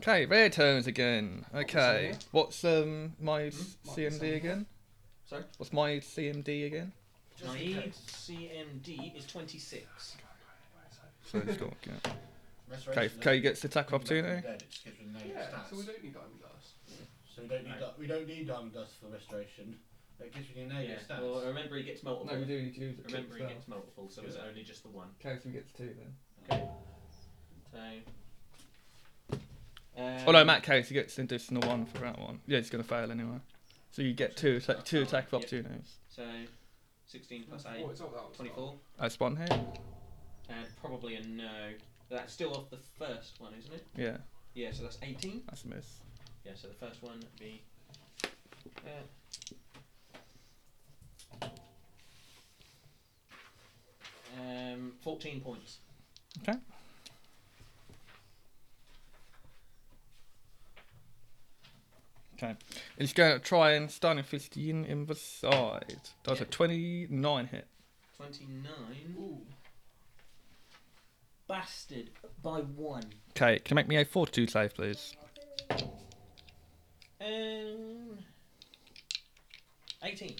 [SPEAKER 2] Okay, rare turns again. Okay. What's um my
[SPEAKER 3] Might be
[SPEAKER 2] CMD
[SPEAKER 3] somewhere.
[SPEAKER 2] again?
[SPEAKER 4] Sorry?
[SPEAKER 2] What's my CMD again?
[SPEAKER 5] Just
[SPEAKER 4] My E
[SPEAKER 5] in case.
[SPEAKER 4] CMD is 26.
[SPEAKER 2] So it's got, <laughs> yeah. K,
[SPEAKER 5] Restoration
[SPEAKER 2] K gets the attack of
[SPEAKER 5] doesn't come
[SPEAKER 2] opportunity.
[SPEAKER 5] back from the dead, it just gives them no
[SPEAKER 3] Yeah,
[SPEAKER 5] stats.
[SPEAKER 3] so we don't need diamond dust.
[SPEAKER 5] So we don't need
[SPEAKER 4] Right.
[SPEAKER 5] di- we don't need diamond dust for restoration. That gives you your
[SPEAKER 4] Yeah.
[SPEAKER 5] negative stats.
[SPEAKER 4] Well, remember he gets multiple.
[SPEAKER 2] do need to use
[SPEAKER 4] remember he gets multiple, so is it only just the one?
[SPEAKER 2] Okay, so he gets two then.
[SPEAKER 4] So. Um,
[SPEAKER 2] Oh no, Matt Case, he gets the additional one for that one. Yeah, he's going to fail anyway. So you get two atta- two attack of
[SPEAKER 4] Yeah.
[SPEAKER 2] opportunities.
[SPEAKER 4] So, 16 plus 8,
[SPEAKER 3] Oh, it's not that one's
[SPEAKER 4] 24.
[SPEAKER 2] That's one hit.
[SPEAKER 4] And uh, probably a no. That's still off the first one, isn't it?
[SPEAKER 2] Yeah,
[SPEAKER 4] Yeah, so that's 18.
[SPEAKER 2] that's a miss.
[SPEAKER 4] Yeah, so the first one would be. Uh, um, 14 points.
[SPEAKER 2] Okay. Okay. He's going to try and stun and fist Yin in the side. That's a
[SPEAKER 4] Yeah.
[SPEAKER 2] 29 hit.
[SPEAKER 4] 29.
[SPEAKER 3] Ooh.
[SPEAKER 4] Bastard by one.
[SPEAKER 2] Okay, can you make me a fortitude save, please?
[SPEAKER 4] Um, 18.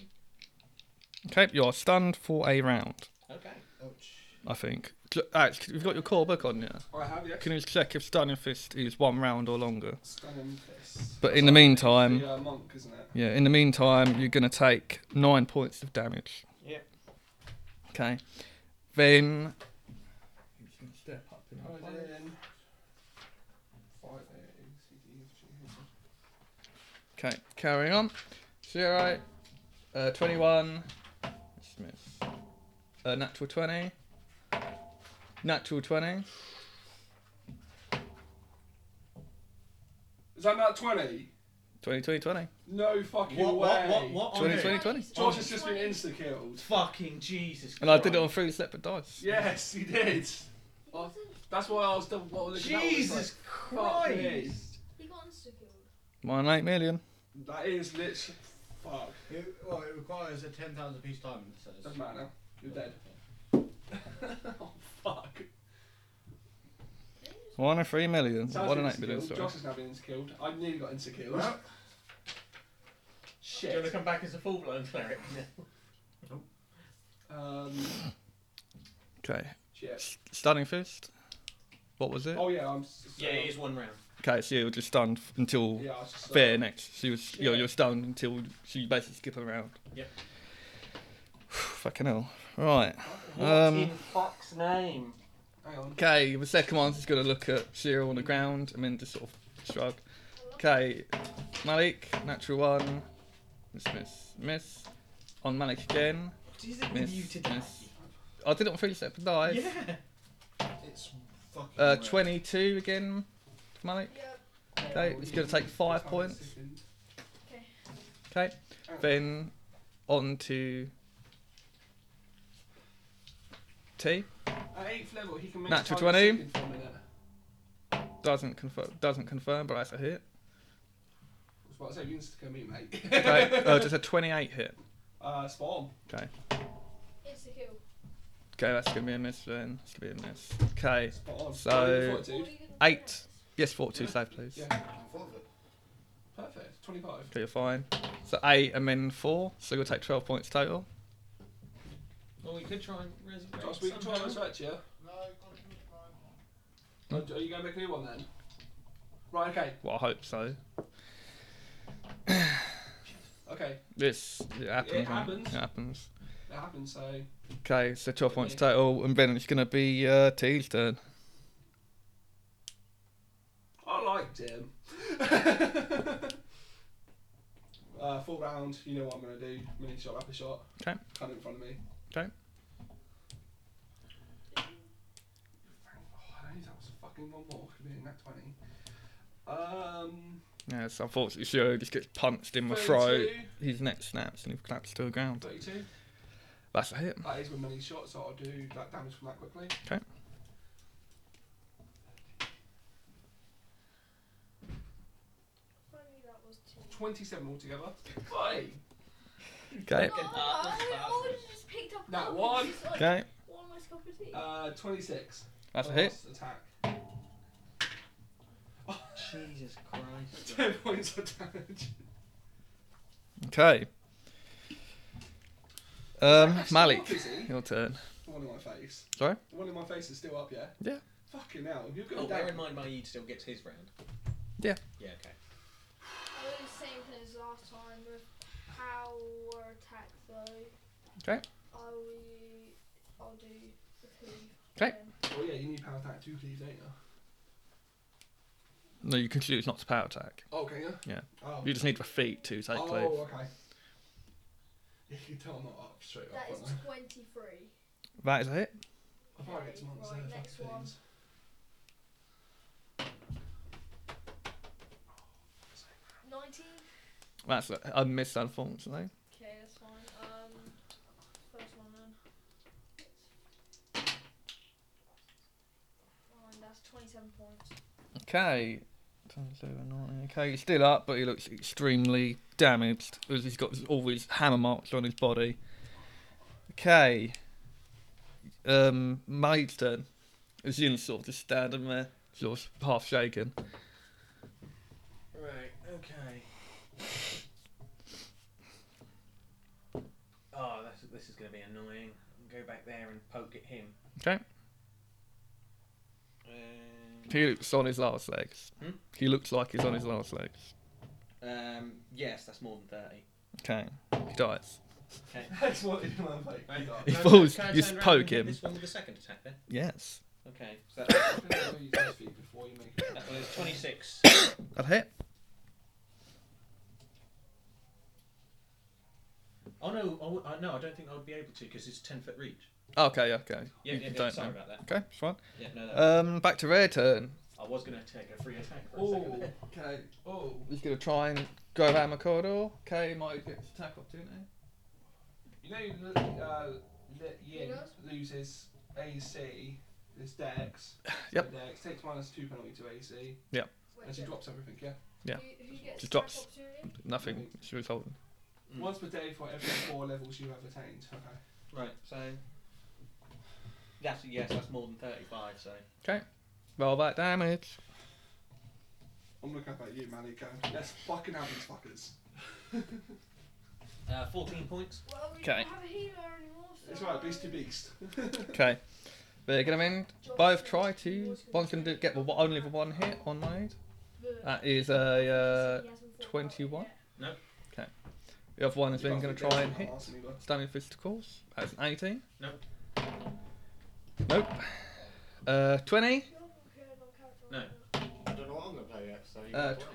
[SPEAKER 2] Okay, you're stunned for a round,
[SPEAKER 4] Okay.
[SPEAKER 3] uh,
[SPEAKER 5] Ouch.
[SPEAKER 2] I think. ah, Cl- Alex, you've got your core book on you.
[SPEAKER 3] I have the
[SPEAKER 2] Can you check if stun and fist is one round or longer?
[SPEAKER 3] stunning fist.
[SPEAKER 2] But in the meantime,
[SPEAKER 3] the uh, monk, isn't it?
[SPEAKER 2] Yeah, in the meantime, you're going to take nine points of damage.
[SPEAKER 4] Yep.
[SPEAKER 2] Okay. Then. step up
[SPEAKER 3] Oh, then. Five, eight, eight, C, D, F, G, H, I-
[SPEAKER 2] Okay, carrying on. Zero, uh, 21. Let's miss. Uh, natural 20. Natural 20.
[SPEAKER 3] Is that not 20?
[SPEAKER 2] 20, 20, 20.
[SPEAKER 3] No fucking
[SPEAKER 4] What,
[SPEAKER 3] way.
[SPEAKER 4] what, what, what? on
[SPEAKER 2] 20,
[SPEAKER 4] earth?
[SPEAKER 2] 20, 20.
[SPEAKER 3] Josh has just been insta killed.
[SPEAKER 4] Fucking Jesus Christ.
[SPEAKER 2] And I did it on three separate dice.
[SPEAKER 3] Yes, he did. Oh, that's why I was double what I was looking at, I was
[SPEAKER 4] Jesus
[SPEAKER 3] like, fuck me.
[SPEAKER 4] Christ.
[SPEAKER 6] He got insta-killed.
[SPEAKER 2] Mine 8 million.
[SPEAKER 3] That is literally. Fuck.
[SPEAKER 5] It, well, it requires a ten thousand piece diamond. So it's-
[SPEAKER 3] Doesn't matter.
[SPEAKER 5] <laughs>
[SPEAKER 3] You're dead. oh, fuck.
[SPEAKER 2] One and 3 million.
[SPEAKER 3] Sounds
[SPEAKER 2] One and
[SPEAKER 3] like
[SPEAKER 2] 8 million,
[SPEAKER 3] insta-killed.
[SPEAKER 2] sorry.
[SPEAKER 3] Josh has now been insta killed. I nearly got insta killed.
[SPEAKER 5] Well.
[SPEAKER 4] Do you want to
[SPEAKER 3] Shit.
[SPEAKER 4] come back as a full blown cleric?
[SPEAKER 3] Um,
[SPEAKER 2] Okay.
[SPEAKER 3] shit.
[SPEAKER 2] Stunning Fist. What was it?
[SPEAKER 3] Oh, yeah, I'm. s-
[SPEAKER 4] yeah, it is one round.
[SPEAKER 2] Okay, so you were just stunned f- until
[SPEAKER 3] Yeah, I was just.
[SPEAKER 2] fair next. So you was, you're,
[SPEAKER 3] Yeah.
[SPEAKER 2] you're stunned until so you basically skip around.
[SPEAKER 4] Yep.
[SPEAKER 2] <sighs> Fucking hell. Right.
[SPEAKER 4] What
[SPEAKER 2] Um,
[SPEAKER 4] in fuck's name?
[SPEAKER 3] Hang on.
[SPEAKER 2] Okay, the second one's just going to look at Shira on the ground and then just sort of shrug. Okay, Malik, natural one. Miss, miss, miss. On Malik again.
[SPEAKER 4] What is it with
[SPEAKER 2] Miss,
[SPEAKER 4] you today?
[SPEAKER 2] miss. I did it on three separate dice.
[SPEAKER 4] Yeah.
[SPEAKER 5] It's fucking.
[SPEAKER 2] Uh,
[SPEAKER 5] rare.
[SPEAKER 2] 22 again, for Malik.
[SPEAKER 6] Yep.
[SPEAKER 2] Okay, it's going to take five
[SPEAKER 3] Just
[SPEAKER 2] points.
[SPEAKER 3] second.
[SPEAKER 2] Okay,
[SPEAKER 3] Hang on.
[SPEAKER 2] then on to T.
[SPEAKER 3] At eighth level, he can make
[SPEAKER 2] Natural
[SPEAKER 3] time
[SPEAKER 2] 20.
[SPEAKER 3] second for a minute.
[SPEAKER 2] Doesn't confirm. Doesn't confirm, but that's a hit.
[SPEAKER 3] That's what I said. You insta kill me, mate.
[SPEAKER 2] Okay, uh, just a 28 hit.
[SPEAKER 3] <laughs> Uh, spawn.
[SPEAKER 2] Okay.
[SPEAKER 6] Insta-kill.
[SPEAKER 2] Okay, that's gonna be a miss then. That's gonna be a miss. Okay.
[SPEAKER 3] Spot on.
[SPEAKER 2] So-
[SPEAKER 3] Oh, you're 42.
[SPEAKER 6] Forty good
[SPEAKER 2] Eight.
[SPEAKER 6] attacks.
[SPEAKER 2] Yes, 42 save, please.
[SPEAKER 3] Yeah.
[SPEAKER 5] I'm full of it.
[SPEAKER 3] Perfect. 25.
[SPEAKER 2] Okay, you're fine. So eight and then four. So you'll take 12 points total.
[SPEAKER 4] Well, we could try and resurrect.
[SPEAKER 3] Josh, we can try and
[SPEAKER 4] somehow.
[SPEAKER 3] resurrect you.
[SPEAKER 5] No, I
[SPEAKER 3] Are Oh, are you going to make a new one then? Right, okay.
[SPEAKER 2] Well, I hope so.
[SPEAKER 3] Okay.
[SPEAKER 2] This it happens.
[SPEAKER 3] It
[SPEAKER 2] right?
[SPEAKER 3] happens.
[SPEAKER 2] It happens.
[SPEAKER 3] It happened, so.
[SPEAKER 2] Okay, so 12 points
[SPEAKER 3] Yeah.
[SPEAKER 2] total, and then it's gonna be uh, T's turn.
[SPEAKER 3] I liked him. <laughs> uh, full round, you know what I'm going to do. Mini shot, upper shot.
[SPEAKER 2] Okay.
[SPEAKER 3] Cut in front of me.
[SPEAKER 2] Okay.
[SPEAKER 3] Oh, I knew that was fucking one more. Could be in that 20. Um,
[SPEAKER 2] Yes, unfortunately, Shiro just gets punched in the
[SPEAKER 3] 32,
[SPEAKER 2] throat. His neck snaps and he collapses to the ground.
[SPEAKER 3] 32.
[SPEAKER 2] That's a hit.
[SPEAKER 3] That is with many shots, so I'll do that damage from that quickly.
[SPEAKER 2] 'Kay.
[SPEAKER 6] If I knew that was two.
[SPEAKER 3] 27 altogether.
[SPEAKER 2] <laughs>
[SPEAKER 3] Hey!
[SPEAKER 2] Okay.
[SPEAKER 6] Oh, I would have just picked up
[SPEAKER 3] That
[SPEAKER 6] one,
[SPEAKER 3] one.
[SPEAKER 6] it's like
[SPEAKER 2] Okay,
[SPEAKER 6] All my cup of tea.
[SPEAKER 3] Uh, 26.
[SPEAKER 2] that's a
[SPEAKER 3] Plus
[SPEAKER 2] hit.
[SPEAKER 3] Attack.
[SPEAKER 4] Jesus Christ. <laughs>
[SPEAKER 3] 10 points of damage.
[SPEAKER 2] Okay. Um,
[SPEAKER 3] That's
[SPEAKER 2] Malik,
[SPEAKER 3] not busy.
[SPEAKER 2] your turn.
[SPEAKER 3] The one in my face.
[SPEAKER 2] Sorry?
[SPEAKER 3] The one in my face is still up, yeah?
[SPEAKER 2] Yeah.
[SPEAKER 3] Fucking hell, you're going
[SPEAKER 4] Oh,
[SPEAKER 3] down.
[SPEAKER 4] bear in mind Maid still gets his round.
[SPEAKER 2] Yeah.
[SPEAKER 4] Yeah, okay.
[SPEAKER 6] I will do the same thing as last time with power attack though.
[SPEAKER 2] Okay.
[SPEAKER 6] I will. I'll do the Um, cleave.
[SPEAKER 2] Okay.
[SPEAKER 6] then.
[SPEAKER 3] Oh, yeah, you need power attack two cleaves, don't you?
[SPEAKER 2] No, you can choose not to power attack.
[SPEAKER 3] Oh, can you?
[SPEAKER 2] Yeah.
[SPEAKER 3] Oh,
[SPEAKER 2] You just need a feat to take
[SPEAKER 3] oh,
[SPEAKER 2] cleave.
[SPEAKER 3] okay. You can tell I'm not up straight
[SPEAKER 6] That
[SPEAKER 3] up,
[SPEAKER 6] is
[SPEAKER 3] aren't
[SPEAKER 6] twenty-three.
[SPEAKER 2] That is it.
[SPEAKER 3] I? I might get some answers
[SPEAKER 6] Right,
[SPEAKER 3] there,
[SPEAKER 6] next
[SPEAKER 3] fuck
[SPEAKER 6] one.
[SPEAKER 3] things.
[SPEAKER 6] Nineteen.
[SPEAKER 2] That's it. I missed unfortunately.
[SPEAKER 6] Okay, that's fine. Um, first one then. Fine, that's 27 points.
[SPEAKER 2] Okay. Times over nine. Okay, he's still up, but he looks extremely damaged as he's got all these hammer marks on his body. Okay. Um, Maid's turn. As you sort of just standing there, sort of half shaken.
[SPEAKER 4] Right, okay. Oh, that's, this is going to be annoying. Go back there and poke at him.
[SPEAKER 2] Okay.
[SPEAKER 4] Um,
[SPEAKER 2] He looks on his last legs.
[SPEAKER 4] Hmm?
[SPEAKER 2] He looks like he's on his last legs.
[SPEAKER 4] um, yes, that's more than 30.
[SPEAKER 2] Okay. He dies.
[SPEAKER 3] That's what you want to
[SPEAKER 4] Right.
[SPEAKER 3] play.
[SPEAKER 2] He
[SPEAKER 4] Can I-
[SPEAKER 2] falls,
[SPEAKER 4] can I
[SPEAKER 2] you
[SPEAKER 4] turn
[SPEAKER 2] just
[SPEAKER 4] round and
[SPEAKER 2] poke
[SPEAKER 4] hit
[SPEAKER 2] him.
[SPEAKER 4] This one with the second attack then?
[SPEAKER 2] Yes.
[SPEAKER 4] Okay, so that's,
[SPEAKER 3] use those feet before you make it.
[SPEAKER 4] that
[SPEAKER 2] <coughs>
[SPEAKER 4] was 26.
[SPEAKER 2] That hit.
[SPEAKER 4] Oh no, I w- I- no, I don't think I would be able to because it's 10 foot reach.
[SPEAKER 2] Okay, okay.
[SPEAKER 4] Yeah,
[SPEAKER 2] You
[SPEAKER 4] yeah, yeah,
[SPEAKER 2] don't
[SPEAKER 4] sorry
[SPEAKER 2] know.
[SPEAKER 4] about that.
[SPEAKER 2] Okay, it's fine.
[SPEAKER 4] Yeah, no, that,
[SPEAKER 2] Um, back to their turn.
[SPEAKER 4] I was going to take a free attack for a second.
[SPEAKER 3] Oh,
[SPEAKER 4] there.
[SPEAKER 3] okay. Oh.
[SPEAKER 2] He's gonna try and go around the corridor. Okay, might get his attack opportunity.
[SPEAKER 3] You know, Li- uh, Li- Yin
[SPEAKER 6] Who does?
[SPEAKER 3] loses AC, this Dex.
[SPEAKER 2] <laughs> Yep.
[SPEAKER 3] Dex takes minus two penalty to AC,
[SPEAKER 6] Wait,
[SPEAKER 3] and she
[SPEAKER 6] who-
[SPEAKER 3] drops everything, yeah?
[SPEAKER 2] Yeah.
[SPEAKER 6] Who, who gets
[SPEAKER 2] Just
[SPEAKER 6] Just
[SPEAKER 2] drops.
[SPEAKER 6] drops. Opportunity?
[SPEAKER 2] Nothing. She was holding. Hmm.
[SPEAKER 4] Mm.
[SPEAKER 3] Once per day for every four levels you have attained. Okay.
[SPEAKER 4] <laughs> Right, so. That's, yes, that's more than 35, so.
[SPEAKER 2] Roll that damage.
[SPEAKER 3] I'm looking up at you, Malika. Let's fucking have these fuckers.
[SPEAKER 4] Uh, 14 points.
[SPEAKER 6] Well, we
[SPEAKER 2] Okay.
[SPEAKER 6] don't have a healer anymore. So
[SPEAKER 3] It's right, beast to beast.
[SPEAKER 2] Okay. They're gonna win. Both try to. One's gonna do, get the, one- only the one hit on Maid. That is a. Uh, 21. the other one has been gonna try and hit. Stunning fist, of course. That's an 18.
[SPEAKER 4] Nope.
[SPEAKER 2] Nope. Uh, 20.
[SPEAKER 4] No.
[SPEAKER 7] I don't know what I'm going to play yet, so you
[SPEAKER 2] Uh,
[SPEAKER 7] can play.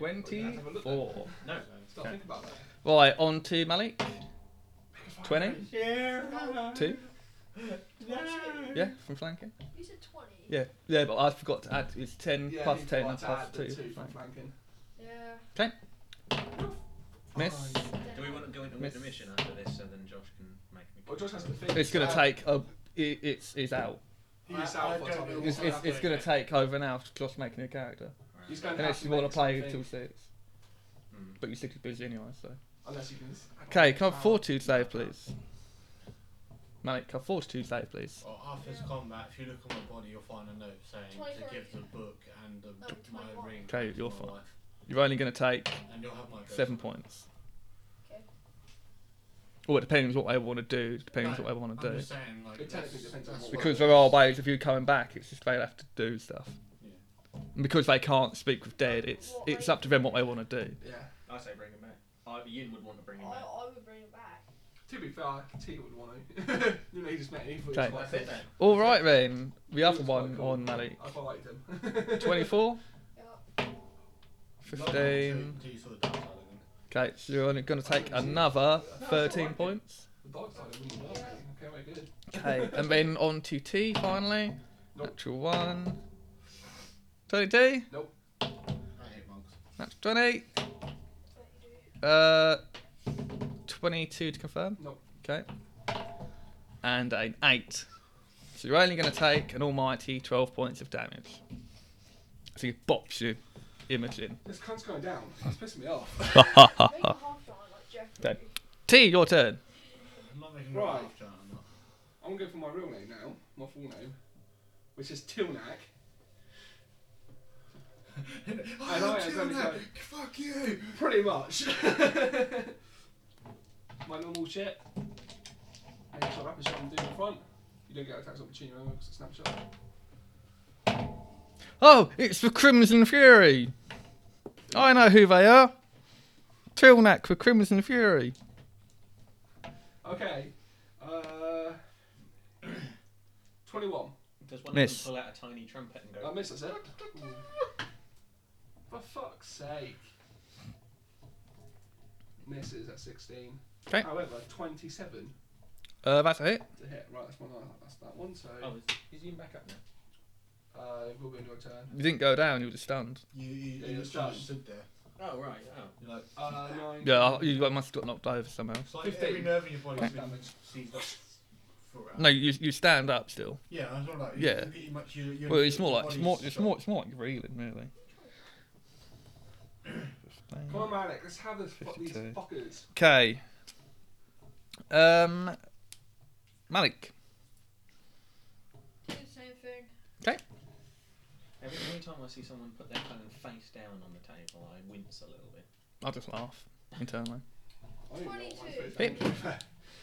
[SPEAKER 2] twenty-four.
[SPEAKER 4] No.
[SPEAKER 3] Stop
[SPEAKER 2] Okay.
[SPEAKER 3] thinking about that.
[SPEAKER 2] Right, on to Malik. Twenty.
[SPEAKER 4] Yeah.
[SPEAKER 2] Two.
[SPEAKER 6] No.
[SPEAKER 2] Yeah, from flanking.
[SPEAKER 6] You said 20.
[SPEAKER 2] Yeah, yeah, but I forgot to add. It's ten
[SPEAKER 3] Yeah,
[SPEAKER 2] Hmm, plus
[SPEAKER 3] you've
[SPEAKER 2] ten
[SPEAKER 3] got
[SPEAKER 2] and
[SPEAKER 3] to
[SPEAKER 2] plus
[SPEAKER 3] add the
[SPEAKER 2] two.
[SPEAKER 3] two from
[SPEAKER 2] flank.
[SPEAKER 3] flanking.
[SPEAKER 6] Yeah.
[SPEAKER 2] Miss.
[SPEAKER 3] Oh, yeah.
[SPEAKER 4] Do we want to go into
[SPEAKER 2] Miss.
[SPEAKER 4] intermission after this so then Josh can make me.
[SPEAKER 3] Well, Josh has to think.
[SPEAKER 2] It's gonna
[SPEAKER 3] Uh,
[SPEAKER 2] take a. It, it's it's out.
[SPEAKER 3] He
[SPEAKER 7] I-
[SPEAKER 3] is
[SPEAKER 7] I
[SPEAKER 3] out for
[SPEAKER 7] don't
[SPEAKER 3] time.
[SPEAKER 7] know
[SPEAKER 2] It's, it's, it's gonna take over an hour just making a character.
[SPEAKER 4] Alright.
[SPEAKER 3] He's going to have
[SPEAKER 2] Unless
[SPEAKER 3] to
[SPEAKER 2] you want
[SPEAKER 3] make
[SPEAKER 2] to play
[SPEAKER 3] something. Hmm.
[SPEAKER 2] till six,
[SPEAKER 4] Mm.
[SPEAKER 2] but you stick to busy anyway. So.
[SPEAKER 3] Unless you can.
[SPEAKER 2] Okay, come fortitude save, please. Malik, come fortitude save, please.
[SPEAKER 7] Well, after this combat, if you look on my body, you'll find a note saying to
[SPEAKER 6] 24.
[SPEAKER 7] give the book and the,
[SPEAKER 6] No,
[SPEAKER 7] my
[SPEAKER 6] 21.
[SPEAKER 7] ring.
[SPEAKER 2] Okay,
[SPEAKER 7] to
[SPEAKER 2] you're
[SPEAKER 7] my
[SPEAKER 2] fine.
[SPEAKER 7] wife,
[SPEAKER 2] You're only gonna take
[SPEAKER 7] And you'll have my address.
[SPEAKER 2] seven points.
[SPEAKER 6] Okay.
[SPEAKER 2] Well, it depends what they want to do. Depends
[SPEAKER 7] No,
[SPEAKER 2] what they want
[SPEAKER 7] I'm
[SPEAKER 2] to do.
[SPEAKER 7] just saying, like,
[SPEAKER 3] It technically
[SPEAKER 7] that's-
[SPEAKER 3] depends on
[SPEAKER 7] that's
[SPEAKER 3] what
[SPEAKER 2] Because
[SPEAKER 7] what-
[SPEAKER 2] there are ways of oh, you coming back. It's just they have to do stuff.
[SPEAKER 7] Yeah.
[SPEAKER 2] And because they can't speak with dead, it's
[SPEAKER 6] What
[SPEAKER 2] it's
[SPEAKER 6] way-
[SPEAKER 2] up to them what they want to do.
[SPEAKER 3] Yeah.
[SPEAKER 4] I say bring him back. I, Yin would want to bring
[SPEAKER 6] I,
[SPEAKER 4] him back.
[SPEAKER 6] I would bring it back.
[SPEAKER 3] To be fair, T would want to. <laughs> you know, he just met him. He thought he
[SPEAKER 2] Okay.
[SPEAKER 3] was quite
[SPEAKER 4] That's it
[SPEAKER 3] cool.
[SPEAKER 4] then.
[SPEAKER 2] All right then, the
[SPEAKER 3] He
[SPEAKER 2] other
[SPEAKER 3] was quite
[SPEAKER 2] one
[SPEAKER 3] cool.
[SPEAKER 2] on Malik.
[SPEAKER 3] I quite liked him.
[SPEAKER 2] <laughs> 24,
[SPEAKER 6] Yeah.
[SPEAKER 2] 15.
[SPEAKER 7] Do you saw the dark side of him?
[SPEAKER 2] Okay, so you're only going to take another 13 points.
[SPEAKER 3] The dark side of him. Okay, very good. <laughs>
[SPEAKER 2] Okay, and then on to T finally.
[SPEAKER 3] Nope.
[SPEAKER 2] Natural 1. 20D.
[SPEAKER 7] I hate monks.
[SPEAKER 2] That's 20.
[SPEAKER 6] That's what you do.
[SPEAKER 2] Uh, 22 to confirm.
[SPEAKER 3] Nope.
[SPEAKER 2] Okay. And an 8. So you're only going to take an almighty 12 points of damage. So he bops you, Imogen.
[SPEAKER 3] This cunt's going down. It's pissing me off.
[SPEAKER 6] Make a half die like Jeffrey.
[SPEAKER 2] Uh, Okay. T, your turn.
[SPEAKER 7] Mm, I'm not making
[SPEAKER 3] Right.
[SPEAKER 7] a laugh chart, I'm not.
[SPEAKER 3] I'm going to go for my real name now, my full name, which
[SPEAKER 7] <laughs>
[SPEAKER 3] is Tilnak. I know, it's only like-
[SPEAKER 7] Fuck you!
[SPEAKER 3] <laughs> Pretty much. my normal shit. And the shot and do the front. You don't get attack opportunity because it's snapshot.
[SPEAKER 2] Oh, it's the Crimson Fury. I know who they are. Tilnak for Crimson Fury.
[SPEAKER 3] Okay. Uh, <clears throat> 21.
[SPEAKER 4] Does one
[SPEAKER 2] Miss.
[SPEAKER 4] of them pull out a tiny trumpet and
[SPEAKER 3] I
[SPEAKER 4] go?
[SPEAKER 3] miss, that's it. For fuck's sake. Misses at 16.
[SPEAKER 2] 'Kay.
[SPEAKER 3] However, 27
[SPEAKER 2] Uh, that's it.
[SPEAKER 3] to hit. Right, that's one. eye- That's that one. So
[SPEAKER 4] Oh, is, is he back up now?
[SPEAKER 3] uh, we'll go into a turn.
[SPEAKER 2] You didn't go down. You were just stunned.
[SPEAKER 5] You, you,
[SPEAKER 3] Yeah,
[SPEAKER 5] you
[SPEAKER 3] you're
[SPEAKER 5] just sort of
[SPEAKER 3] stunned.
[SPEAKER 5] stood there.
[SPEAKER 4] Oh right. Oh.
[SPEAKER 5] You're like,
[SPEAKER 3] Uh,
[SPEAKER 4] <laughs>
[SPEAKER 3] nine.
[SPEAKER 2] Yeah, I- you must have got knocked over somehow.
[SPEAKER 5] it's like
[SPEAKER 3] 15.
[SPEAKER 5] every nerve in your body's been
[SPEAKER 3] Damage.
[SPEAKER 5] seized up for
[SPEAKER 2] No, you you stand up still.
[SPEAKER 5] Yeah, I was like,
[SPEAKER 2] Yeah.
[SPEAKER 5] Pretty much you, you,
[SPEAKER 2] Well, it's
[SPEAKER 5] your
[SPEAKER 2] more like it's
[SPEAKER 5] body's
[SPEAKER 2] more it's
[SPEAKER 5] shot.
[SPEAKER 2] more it's more like reeling, really.
[SPEAKER 3] Come on, Malik. Let's have this, fuck these
[SPEAKER 2] 52.
[SPEAKER 3] fuckers.
[SPEAKER 2] Okay. Um, Malik.
[SPEAKER 6] Do the same thing.
[SPEAKER 4] Every, every time I see someone put their phone face down on the table, I wince a little bit.
[SPEAKER 2] I'll just laugh internally.
[SPEAKER 3] I don't even know what my
[SPEAKER 6] 22.
[SPEAKER 3] face down.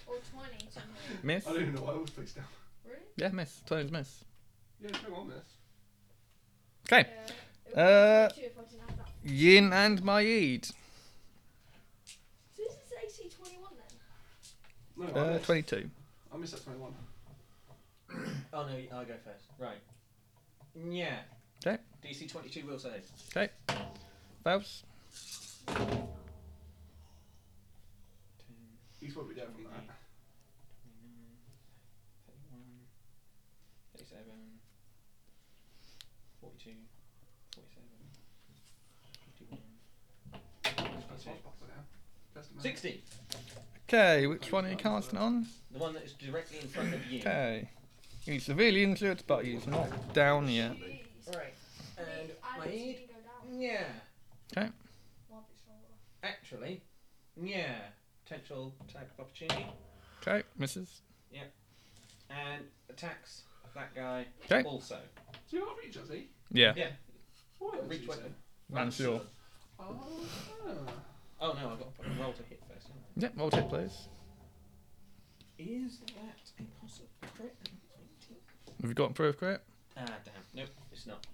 [SPEAKER 6] Or 20 to me.
[SPEAKER 2] Miss.
[SPEAKER 3] <laughs> I don't even know why I was face down.
[SPEAKER 6] Really?
[SPEAKER 2] Yeah, miss. Turns miss.
[SPEAKER 3] Yeah, hang on, miss.
[SPEAKER 2] Okay.
[SPEAKER 6] Yeah. it would be
[SPEAKER 2] Uh,
[SPEAKER 6] 22 if I didn't have that.
[SPEAKER 2] Yin and Maid.
[SPEAKER 6] So this is AC 21 then?
[SPEAKER 3] No, I,
[SPEAKER 2] Uh,
[SPEAKER 3] missed.
[SPEAKER 2] Twenty-two.
[SPEAKER 3] I missed at 21.
[SPEAKER 4] Oh no, I'll go first. Right. Yeah.
[SPEAKER 2] 'Kay.
[SPEAKER 4] DC 22 will save.
[SPEAKER 2] Fails.
[SPEAKER 3] He's probably down from that.
[SPEAKER 4] 37, 42, 47,
[SPEAKER 3] Six.
[SPEAKER 4] 60!
[SPEAKER 2] Okay. Which one are you casting on?
[SPEAKER 4] The one that is directly in front of you.
[SPEAKER 2] Okay. He's severely injured, but he's not down yet.
[SPEAKER 6] Jeez.
[SPEAKER 4] Right. And
[SPEAKER 6] Me, I
[SPEAKER 4] my
[SPEAKER 6] didn't
[SPEAKER 4] aid?
[SPEAKER 6] even go down.
[SPEAKER 4] Yeah.
[SPEAKER 6] Might be stronger.
[SPEAKER 4] Actually, yeah. Potential attack of opportunity.
[SPEAKER 2] Okay. Misses.
[SPEAKER 4] And attacks that guy
[SPEAKER 2] 'Kay.
[SPEAKER 4] also.
[SPEAKER 3] Do you not reach, does he?
[SPEAKER 2] Yeah.
[SPEAKER 4] Yeah.
[SPEAKER 3] Why does
[SPEAKER 4] Reach
[SPEAKER 3] he
[SPEAKER 4] weapon.
[SPEAKER 3] say?
[SPEAKER 2] Man, sure.
[SPEAKER 3] Oh,
[SPEAKER 4] Oh no, I've got to put a roll to hit first. haven't
[SPEAKER 2] Yep. Roll tip, please.
[SPEAKER 4] I? Is that a possible crit?
[SPEAKER 2] Have you got improved crit?
[SPEAKER 4] Ah, damn. Nope, it's not.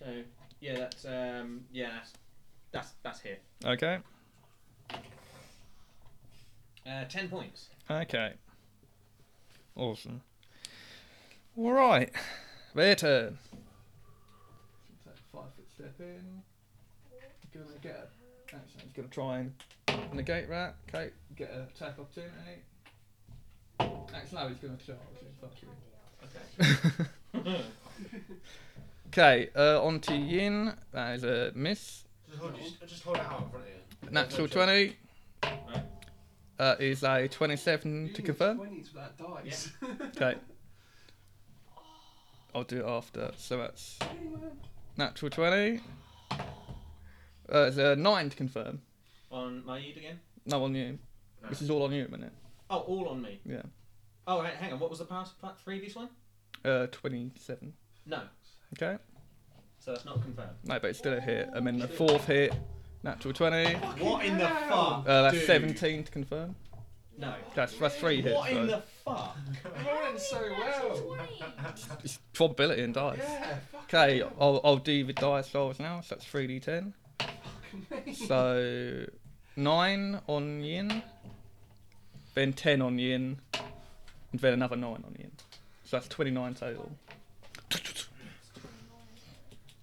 [SPEAKER 4] So, yeah, that's um, yeah, that's that's that's hit.
[SPEAKER 2] Okay.
[SPEAKER 4] Uh, ten points.
[SPEAKER 2] Okay. Awesome. All right. Their turn.
[SPEAKER 3] take a five foot step in. Gonna get
[SPEAKER 2] Actually, I'm gonna try and negate that. Okay. Get a attack opportunity. Actually, no, he's gonna charge. Fuck
[SPEAKER 4] Okay.
[SPEAKER 2] <laughs> Okay. Uh, on to Yin. That is a miss.
[SPEAKER 7] Just hold, just, just hold it out in front of you.
[SPEAKER 2] Natural
[SPEAKER 7] There's no choice.
[SPEAKER 2] twenty. Uh, is a
[SPEAKER 3] a.
[SPEAKER 2] twenty-seven to confirm.
[SPEAKER 3] Twenties for that dice. <laughs>
[SPEAKER 2] Okay. I'll do it after. So that's natural twenty. Uh, it's a nine to confirm.
[SPEAKER 4] on my aid again.
[SPEAKER 2] No on you. This is all on you at the minute.
[SPEAKER 4] Oh, all on me.
[SPEAKER 2] Yeah.
[SPEAKER 4] Oh, ha- hang on. What was the past pa- previous one?
[SPEAKER 2] Uh, twenty-seven.
[SPEAKER 4] No,
[SPEAKER 2] Okay.
[SPEAKER 4] so that's not confirmed.
[SPEAKER 2] No, but it's still a hit. And then the fourth hit, natural 20. Uh,
[SPEAKER 4] what in the
[SPEAKER 3] hell.
[SPEAKER 4] fuck?
[SPEAKER 2] that's
[SPEAKER 4] dude?
[SPEAKER 2] 17 to confirm.
[SPEAKER 4] No.
[SPEAKER 2] That's, that's three hits.
[SPEAKER 4] What in
[SPEAKER 2] So.
[SPEAKER 4] the fuck?
[SPEAKER 3] Rolling so well.
[SPEAKER 2] It's probability and dice.
[SPEAKER 3] Yeah, fuck
[SPEAKER 2] Okay, I'll, I'll do the dice rolls now. So that's 3d10.
[SPEAKER 3] me.
[SPEAKER 2] So 9 on yin, then 10 on yin, and then another 9 on yin. So that's 29 total.
[SPEAKER 3] <laughs>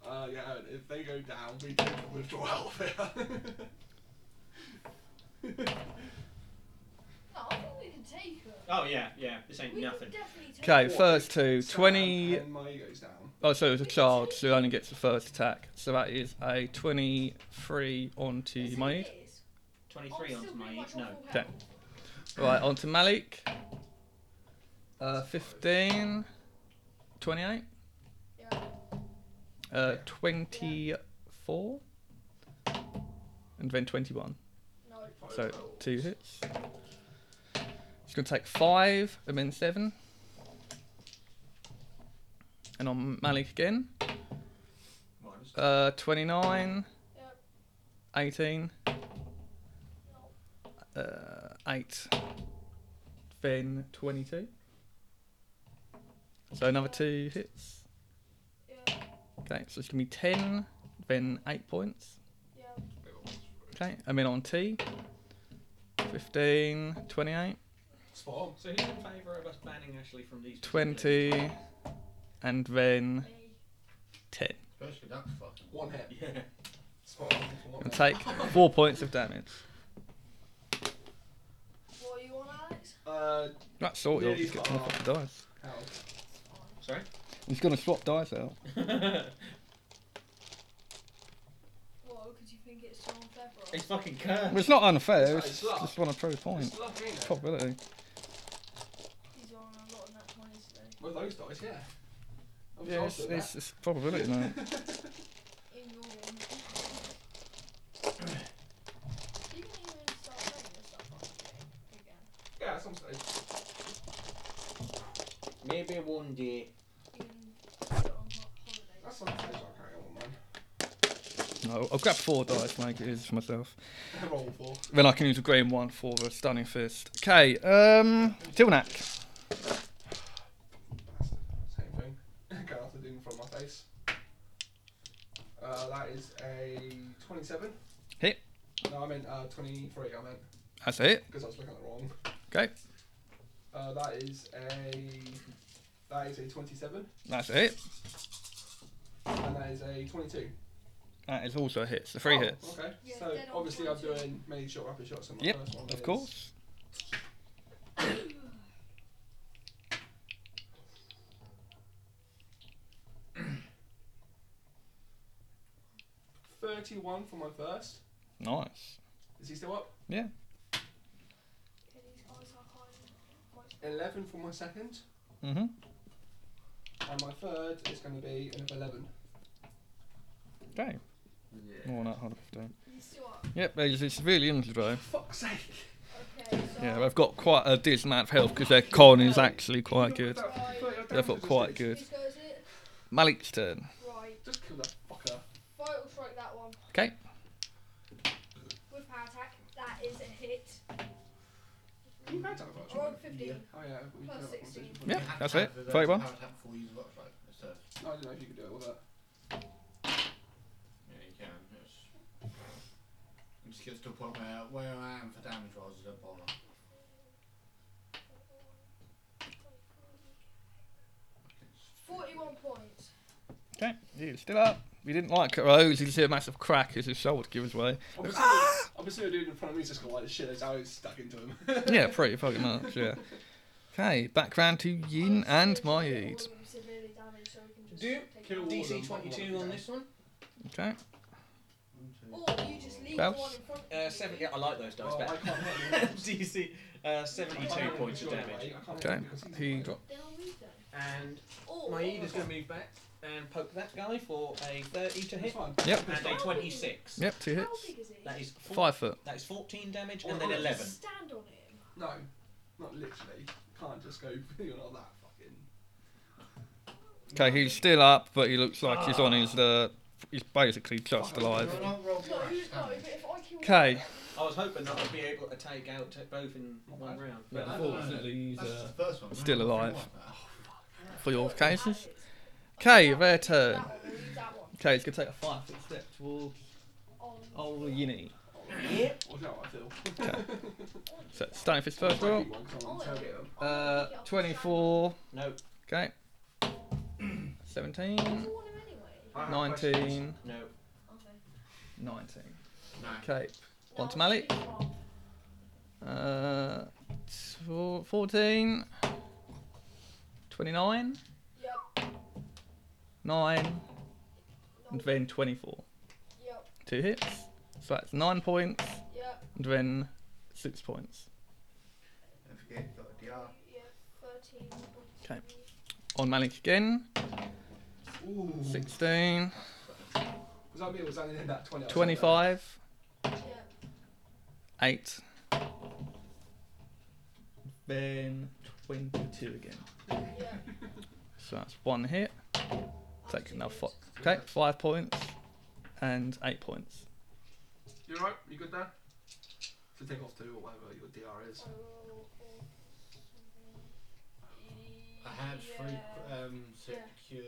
[SPEAKER 3] Uh, yeah, and if they go down, we can withdraw health here.
[SPEAKER 6] No,
[SPEAKER 4] <laughs>
[SPEAKER 6] I think we can take her.
[SPEAKER 4] Oh yeah, yeah. This ain't
[SPEAKER 6] We can
[SPEAKER 4] nothing.
[SPEAKER 6] definitely take
[SPEAKER 2] <laughs> Okay,
[SPEAKER 6] her.
[SPEAKER 2] first two. 20.
[SPEAKER 3] And my ego's down.
[SPEAKER 2] Oh, so it was a charge, so it only gets the first attack. So that is a 23
[SPEAKER 6] Yes,
[SPEAKER 2] onto
[SPEAKER 6] it
[SPEAKER 2] Maid.
[SPEAKER 6] is.
[SPEAKER 4] Twenty-three
[SPEAKER 6] I'm
[SPEAKER 4] onto
[SPEAKER 6] still
[SPEAKER 4] my
[SPEAKER 6] pretty
[SPEAKER 4] aid.
[SPEAKER 6] much on
[SPEAKER 4] No.
[SPEAKER 6] full
[SPEAKER 2] Okay.
[SPEAKER 6] health.
[SPEAKER 2] Right, on to Malik. Uh, 15, 28,
[SPEAKER 6] Yeah.
[SPEAKER 2] uh, 24, and then 21.
[SPEAKER 6] No.
[SPEAKER 2] So two hits. It's going to take five and then seven. And on Malik again.
[SPEAKER 7] Minus two.
[SPEAKER 2] Uh, 29,
[SPEAKER 6] Yep.
[SPEAKER 2] 18,
[SPEAKER 6] No.
[SPEAKER 2] uh, 8, then 22. So another two hits.
[SPEAKER 6] Yeah,
[SPEAKER 2] Okay, so it's gonna be ten, then eight points.
[SPEAKER 6] yeah.
[SPEAKER 2] Okay, and then on T. 15, 28,
[SPEAKER 3] Spot on.
[SPEAKER 4] So who's in favour of us banning Ashley from these?
[SPEAKER 2] 20, and then
[SPEAKER 6] Me.
[SPEAKER 2] 10.
[SPEAKER 7] Especially that fucking.
[SPEAKER 3] One hit.
[SPEAKER 4] Yeah.
[SPEAKER 3] Spot on. One
[SPEAKER 2] And
[SPEAKER 3] hit.
[SPEAKER 2] take four points of damage.
[SPEAKER 6] What do you want, Alex?
[SPEAKER 3] Uh,
[SPEAKER 2] That's sort of
[SPEAKER 3] Nearly
[SPEAKER 2] just get some
[SPEAKER 3] half.
[SPEAKER 2] fucking dice.
[SPEAKER 3] how?
[SPEAKER 4] Sorry.
[SPEAKER 2] He's gonna swap dice out.
[SPEAKER 6] What? Because you think it's John February?
[SPEAKER 4] <laughs> it's fucking cursed.
[SPEAKER 2] Well, it's not unfair.
[SPEAKER 3] It's
[SPEAKER 2] It's
[SPEAKER 3] like luck.
[SPEAKER 2] just want to prove a point.
[SPEAKER 3] It's lucky, innit?
[SPEAKER 2] Probability.
[SPEAKER 6] He's on a lot of that twenty today.
[SPEAKER 3] With those dice, yeah. I'm
[SPEAKER 2] Yeah, it's,
[SPEAKER 3] shocked at
[SPEAKER 2] it's, it's probability now.
[SPEAKER 3] <laughs>
[SPEAKER 6] In
[SPEAKER 4] <clears throat>
[SPEAKER 6] your one. you can even start playing this stuff on the game again.
[SPEAKER 3] that. Yeah, at some stage.
[SPEAKER 4] Maybe one day.
[SPEAKER 6] You can put it on ho-
[SPEAKER 3] At
[SPEAKER 6] holidays.
[SPEAKER 3] some stage, I'll carry on, man.
[SPEAKER 2] No,
[SPEAKER 3] <laughs>
[SPEAKER 2] I'll grab four dice, make it easy for myself.
[SPEAKER 3] Roll four.
[SPEAKER 2] Then I can use a green one for the stunning fist. Okay, um, Tilnak.
[SPEAKER 3] Bastard. Same thing. <laughs> Go after doing from my face. Uh, that is a 27.
[SPEAKER 2] Hit.
[SPEAKER 3] No, I meant uh, 23, I meant.
[SPEAKER 2] That's it.
[SPEAKER 3] Because I was looking at it wrong.
[SPEAKER 2] Okay,
[SPEAKER 3] Uh, that is a. That is a 27.
[SPEAKER 2] that's it.
[SPEAKER 3] And that is a 22.
[SPEAKER 2] That is also a hit. So three
[SPEAKER 3] Oh,
[SPEAKER 2] hits.
[SPEAKER 3] Okay.
[SPEAKER 6] Yeah,
[SPEAKER 3] so
[SPEAKER 6] dead on
[SPEAKER 3] obviously I'm
[SPEAKER 6] 22.
[SPEAKER 3] doing many short rapid shots on my
[SPEAKER 2] Yep,
[SPEAKER 3] first one.
[SPEAKER 2] of
[SPEAKER 3] is
[SPEAKER 2] course.
[SPEAKER 3] Thirty-one for my first.
[SPEAKER 2] Nice.
[SPEAKER 3] Is he still up?
[SPEAKER 2] Yeah.
[SPEAKER 6] Yeah, these guys are hiding. Quite
[SPEAKER 3] Eleven for my second,
[SPEAKER 2] Mhm.
[SPEAKER 3] and my third is going to be an eleven.
[SPEAKER 2] Okay. More than that, 115.
[SPEAKER 6] You still up?
[SPEAKER 2] Yep, they're just severely injured though.
[SPEAKER 3] Fuck's sake!
[SPEAKER 6] Okay, so
[SPEAKER 2] Yeah, they've got quite a decent amount of health because their con is actually quite
[SPEAKER 3] Look at
[SPEAKER 2] good.
[SPEAKER 3] that,
[SPEAKER 6] Right.
[SPEAKER 3] thirty of
[SPEAKER 2] They've
[SPEAKER 3] damage
[SPEAKER 2] got
[SPEAKER 3] I
[SPEAKER 2] quite
[SPEAKER 3] did.
[SPEAKER 2] good.
[SPEAKER 6] Whose go is it?
[SPEAKER 2] Malik's turn.
[SPEAKER 6] Right.
[SPEAKER 3] Just kill that fucker.
[SPEAKER 6] Vital strike that one.
[SPEAKER 2] Okay.
[SPEAKER 6] With power attack, that is a hit.
[SPEAKER 3] You had that
[SPEAKER 6] I rolled
[SPEAKER 3] right?
[SPEAKER 6] 15.
[SPEAKER 3] Oh yeah. We
[SPEAKER 6] Plus
[SPEAKER 3] had that
[SPEAKER 6] 16.
[SPEAKER 3] conversation before.
[SPEAKER 2] Yeah, that's it.
[SPEAKER 7] Have- have-
[SPEAKER 2] 31.
[SPEAKER 7] have attack before you got right, it's a-
[SPEAKER 3] I don't know if you could do it with that.
[SPEAKER 7] Yeah, you can. It's, it just gets to a point where where I am for damage rolls is a bother.
[SPEAKER 6] Forty-one points.
[SPEAKER 2] Okay, you still up. We didn't like Rose. You can see a massive crack as his shoulder gives way.
[SPEAKER 3] Obviously, obviously, the dude in front of me is just got like the shit that's how it's stuck into him.
[SPEAKER 2] yeah, pretty fucking much, yeah. Okay, back round to Yin and Maid.
[SPEAKER 6] Severely damaged, so we can just
[SPEAKER 4] Do
[SPEAKER 6] take
[SPEAKER 3] kill
[SPEAKER 6] it.
[SPEAKER 3] all
[SPEAKER 4] DC
[SPEAKER 3] of them.
[SPEAKER 4] 22 on this one.
[SPEAKER 2] Okay,
[SPEAKER 6] Or you just leave
[SPEAKER 2] Bounce.
[SPEAKER 6] the one in front of
[SPEAKER 4] Uh,
[SPEAKER 6] you.
[SPEAKER 4] seven, yeah, I like those dice
[SPEAKER 3] Oh, I
[SPEAKER 4] better. <laughs>
[SPEAKER 3] can't hit him.
[SPEAKER 4] DC uh, 72 points of damage.
[SPEAKER 2] okay. He
[SPEAKER 6] Then I'll move them.
[SPEAKER 4] And
[SPEAKER 6] Or
[SPEAKER 4] Maid is going to move back and poke that guy for a 30 to hit
[SPEAKER 2] Yep.
[SPEAKER 4] and a 26.
[SPEAKER 2] Yep, two
[SPEAKER 6] How
[SPEAKER 2] hits.
[SPEAKER 6] big is it?
[SPEAKER 4] That is four,
[SPEAKER 2] Five foot.
[SPEAKER 4] That is 14 damage
[SPEAKER 3] Oh,
[SPEAKER 4] and then
[SPEAKER 3] oh,
[SPEAKER 4] 11.
[SPEAKER 6] Stand on him.
[SPEAKER 3] No, not literally. Can't just go. You're not that fucking.
[SPEAKER 2] Okay, he's still up, but he looks like he's on his. Uh, he's basically just alive.
[SPEAKER 7] You're not rolling
[SPEAKER 6] No,
[SPEAKER 7] your
[SPEAKER 6] you-
[SPEAKER 7] axe
[SPEAKER 6] no,
[SPEAKER 7] damage.
[SPEAKER 6] but if I kill
[SPEAKER 2] Okay.
[SPEAKER 4] I was hoping that I'd be able to take out t- both in one round. But
[SPEAKER 7] Yeah. unfortunately,
[SPEAKER 2] he's uh,
[SPEAKER 7] That's
[SPEAKER 5] uh,
[SPEAKER 7] just the first one.
[SPEAKER 2] still
[SPEAKER 7] Round
[SPEAKER 2] alive.
[SPEAKER 7] three, what?
[SPEAKER 2] for your cases.
[SPEAKER 6] Alex,
[SPEAKER 2] Okay,
[SPEAKER 6] that
[SPEAKER 2] their
[SPEAKER 6] one,
[SPEAKER 2] turn.
[SPEAKER 6] That one, we'll leave that one.
[SPEAKER 2] Okay, he's gonna take a five foot step towards
[SPEAKER 4] Oh.
[SPEAKER 6] On-
[SPEAKER 2] old Yinny.
[SPEAKER 4] Yep.
[SPEAKER 3] Well, no, I feel.
[SPEAKER 2] So, starting with his first roll. Uh, 24.
[SPEAKER 4] No,
[SPEAKER 2] Okay. 17,
[SPEAKER 6] You want him
[SPEAKER 4] Oh.
[SPEAKER 6] anyway?
[SPEAKER 2] 19,
[SPEAKER 4] no.
[SPEAKER 6] Okay.
[SPEAKER 2] 19.
[SPEAKER 7] No.
[SPEAKER 2] Okay,
[SPEAKER 6] No,
[SPEAKER 2] On to Malik.
[SPEAKER 6] I'll leave one.
[SPEAKER 2] Uh, tw- 14, 29,
[SPEAKER 6] Yep.
[SPEAKER 2] 9, and
[SPEAKER 6] no,
[SPEAKER 2] then 24.
[SPEAKER 6] Yep.
[SPEAKER 2] Two hits. So that's 9 points,
[SPEAKER 6] Yep.
[SPEAKER 2] and then 6 points.
[SPEAKER 7] Don't forget, you've got a DR.
[SPEAKER 6] Yep. Thirteen.
[SPEAKER 2] Okay. On Malik again,
[SPEAKER 3] Ooh.
[SPEAKER 2] 16,
[SPEAKER 3] Was that me? or Was that in that 20?
[SPEAKER 2] 25,
[SPEAKER 6] Yep.
[SPEAKER 2] 8, then 22 again.
[SPEAKER 6] Yep.
[SPEAKER 2] So that's one hit. Take another
[SPEAKER 6] foot.
[SPEAKER 2] five. Okay, five points and eight points.
[SPEAKER 3] You alright? You good there? To take off two or whatever your DR is.
[SPEAKER 7] I
[SPEAKER 5] had free
[SPEAKER 3] uh,
[SPEAKER 6] Yeah.
[SPEAKER 5] um, sick cure.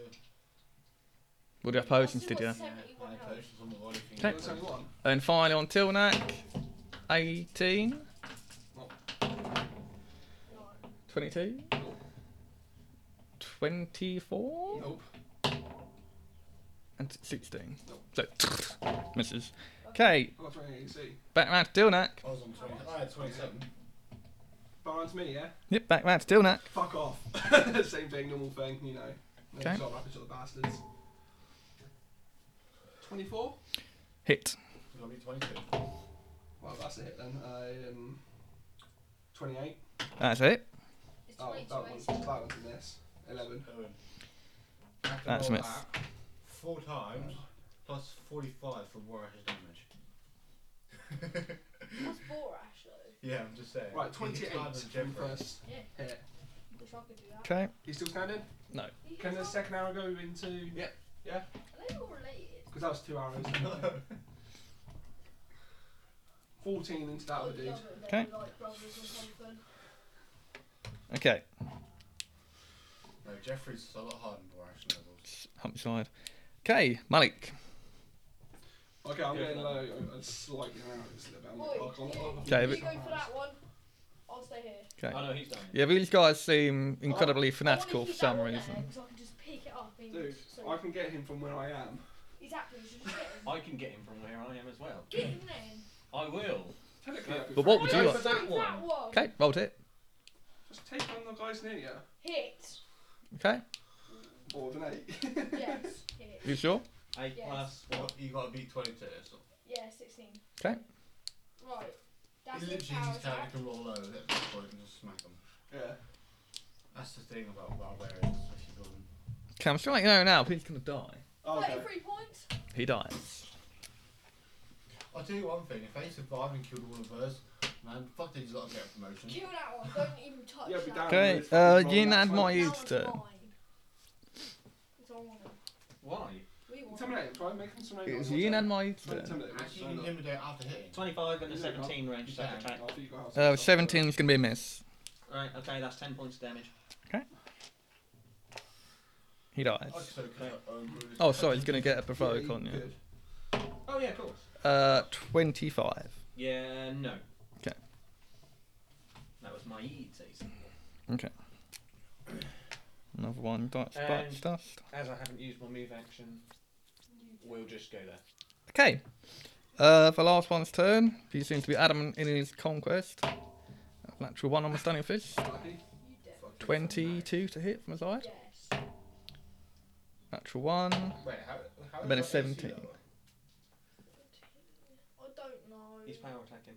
[SPEAKER 2] We'll do our potions to do.
[SPEAKER 6] What's
[SPEAKER 7] uh,
[SPEAKER 5] Yeah, I
[SPEAKER 6] 71
[SPEAKER 5] had
[SPEAKER 6] health?
[SPEAKER 5] potions on the body thing.
[SPEAKER 2] Okay.
[SPEAKER 3] It was only one.
[SPEAKER 2] And finally on Tilnak, 18,
[SPEAKER 6] No.
[SPEAKER 2] 22, 24,
[SPEAKER 3] Nope.
[SPEAKER 2] and 16. So, misses. Okay,
[SPEAKER 3] I got 20 AC.
[SPEAKER 2] back round to Tilnak.
[SPEAKER 5] I was on 20. I had 27.
[SPEAKER 3] Behind me, yeah?
[SPEAKER 2] Yep, back round to Tilnak.
[SPEAKER 3] Fuck off. <laughs> Same thing, normal thing, you know. No
[SPEAKER 2] Okay.
[SPEAKER 3] Sort of rapid sort of bastards. 24?
[SPEAKER 2] Hit.
[SPEAKER 5] You got me 22.
[SPEAKER 3] Well, that's it then. Um, 28.
[SPEAKER 2] That's it.
[SPEAKER 6] It's
[SPEAKER 3] Oh,
[SPEAKER 6] 22
[SPEAKER 3] that one's,
[SPEAKER 6] AC.
[SPEAKER 3] that one's in this. 11.
[SPEAKER 5] Owen. I have to
[SPEAKER 2] That's
[SPEAKER 5] roll
[SPEAKER 2] miss.
[SPEAKER 5] that Four times, plus 45 for Warash's damage.
[SPEAKER 6] That's Borash though.
[SPEAKER 5] <laughs> yeah, I'm just saying.
[SPEAKER 3] Right,
[SPEAKER 5] He hits
[SPEAKER 3] 28
[SPEAKER 5] harder than
[SPEAKER 3] from
[SPEAKER 5] Jeffrey.
[SPEAKER 3] first
[SPEAKER 6] Yeah.
[SPEAKER 3] hit.
[SPEAKER 6] Wish I could do that.
[SPEAKER 2] Okay.
[SPEAKER 3] He's still standing?
[SPEAKER 6] He
[SPEAKER 3] Can the
[SPEAKER 6] is-
[SPEAKER 3] second arrow go into.
[SPEAKER 5] Yep.
[SPEAKER 6] Are they all related?
[SPEAKER 3] Because that was two <laughs> arrows.
[SPEAKER 5] <laughs> No.
[SPEAKER 3] 14 into that
[SPEAKER 6] Oh,
[SPEAKER 3] other
[SPEAKER 6] the
[SPEAKER 3] dude.
[SPEAKER 6] other, they're
[SPEAKER 2] Okay.
[SPEAKER 6] Like brothers or something.
[SPEAKER 2] Okay.
[SPEAKER 5] No, Jeffrey's a lot harder than Warash levels.
[SPEAKER 2] Hump side. Okay, Malik.
[SPEAKER 3] Okay, I'm
[SPEAKER 4] Go for
[SPEAKER 3] getting
[SPEAKER 4] that.
[SPEAKER 3] low. I'm- I'm slightly around this little bit. I'm
[SPEAKER 6] Oi,
[SPEAKER 3] like, I'll- I'll- I'll-
[SPEAKER 2] Okay,
[SPEAKER 6] you,
[SPEAKER 2] but-
[SPEAKER 6] you go for that one. I'll stay here.
[SPEAKER 2] Okay.
[SPEAKER 4] Oh no, he's done.
[SPEAKER 2] Yeah, these guys seem incredibly
[SPEAKER 6] I wanna
[SPEAKER 2] fanatical for
[SPEAKER 6] keep that
[SPEAKER 2] some
[SPEAKER 6] one there,
[SPEAKER 2] reason.
[SPEAKER 6] 'cause I can just pick it up and
[SPEAKER 3] Dude,
[SPEAKER 6] so-
[SPEAKER 3] I can get him from where I am.
[SPEAKER 6] Exactly, you should just get him.
[SPEAKER 4] I can get him from where I am as well.
[SPEAKER 6] Get him then.
[SPEAKER 4] I will.
[SPEAKER 3] Technically, I could
[SPEAKER 2] But what
[SPEAKER 3] throw-
[SPEAKER 2] would
[SPEAKER 6] Go
[SPEAKER 2] you
[SPEAKER 4] Go
[SPEAKER 2] like?
[SPEAKER 4] for that one.
[SPEAKER 2] Okay, rolled it.
[SPEAKER 3] Just take on the guys near you.
[SPEAKER 6] Hit.
[SPEAKER 2] Okay,
[SPEAKER 3] Or an eight.
[SPEAKER 6] <laughs>
[SPEAKER 2] <laughs>
[SPEAKER 6] Yes. Hit.
[SPEAKER 2] you sure?
[SPEAKER 4] Eight
[SPEAKER 6] Yes.
[SPEAKER 4] plus
[SPEAKER 5] You
[SPEAKER 4] what?
[SPEAKER 5] got- You gotta beat 22. So.
[SPEAKER 6] Yeah, 16.
[SPEAKER 2] Okay.
[SPEAKER 6] Right. That's
[SPEAKER 5] He
[SPEAKER 6] the
[SPEAKER 5] literally
[SPEAKER 6] power
[SPEAKER 5] just
[SPEAKER 6] attack.
[SPEAKER 5] had to roll over at this point and just smack him.
[SPEAKER 3] <laughs> yeah.
[SPEAKER 5] That's the thing about barbarians, if you them.
[SPEAKER 2] Okay, I'm just letting you know now, he's gonna die.
[SPEAKER 3] Oh, okay.
[SPEAKER 6] 33 points.
[SPEAKER 2] He dies.
[SPEAKER 5] I'll tell you one thing, if they survived and killed all of us, man, fuck these lot get a promotion.
[SPEAKER 6] Kill that one. Don't even touch
[SPEAKER 3] Yeah, be
[SPEAKER 6] that.
[SPEAKER 3] down.
[SPEAKER 2] Okay,
[SPEAKER 3] with
[SPEAKER 2] uh,
[SPEAKER 3] roll
[SPEAKER 2] Yin
[SPEAKER 3] that
[SPEAKER 2] and
[SPEAKER 3] one.
[SPEAKER 2] my
[SPEAKER 6] That
[SPEAKER 2] youth
[SPEAKER 6] one's
[SPEAKER 2] turn.
[SPEAKER 6] mine. It's all mine.
[SPEAKER 4] Why?
[SPEAKER 6] We want it.
[SPEAKER 3] Intimidate him. Try and make him surrender.
[SPEAKER 2] It's Yin and my youth
[SPEAKER 3] Try and
[SPEAKER 2] turn.
[SPEAKER 3] Intimidate him.
[SPEAKER 5] Actually, you
[SPEAKER 3] surrender.
[SPEAKER 5] can intimidate after hitting.
[SPEAKER 4] Twenty-five and a
[SPEAKER 3] Yeah,
[SPEAKER 4] seventeen range
[SPEAKER 5] Yeah.
[SPEAKER 4] attack. attack.
[SPEAKER 3] I think you got
[SPEAKER 2] Uh,
[SPEAKER 3] outside.
[SPEAKER 2] 17 is gonna be a miss.
[SPEAKER 4] Right. Okay, that's ten points of damage.
[SPEAKER 2] He
[SPEAKER 5] I'd
[SPEAKER 2] dies.
[SPEAKER 5] so cut that own bruise.
[SPEAKER 2] Oh, sorry, he's gonna get a provoke on you.
[SPEAKER 3] Good.
[SPEAKER 4] Oh yeah, of course.
[SPEAKER 2] Uh, 25.
[SPEAKER 4] Yeah. No.
[SPEAKER 2] 'Kay.
[SPEAKER 4] That was my E EET.
[SPEAKER 2] Another one, dice, dice,
[SPEAKER 4] And-
[SPEAKER 2] dust.
[SPEAKER 4] As I haven't used my move action, we'll just go there.
[SPEAKER 2] Okay. Uh, the last one's turn. He seems to be adamant in his conquest. Natural one on my stunning fist.
[SPEAKER 3] Lucky.
[SPEAKER 6] You did.
[SPEAKER 5] Fuck it,
[SPEAKER 2] 22 to hit from his side.
[SPEAKER 6] Yes.
[SPEAKER 2] Natural one.
[SPEAKER 5] Wait, how, how
[SPEAKER 2] But
[SPEAKER 5] is
[SPEAKER 2] it's
[SPEAKER 5] that AC
[SPEAKER 2] 17.
[SPEAKER 5] level?
[SPEAKER 6] I don't know.
[SPEAKER 4] He's power attacking.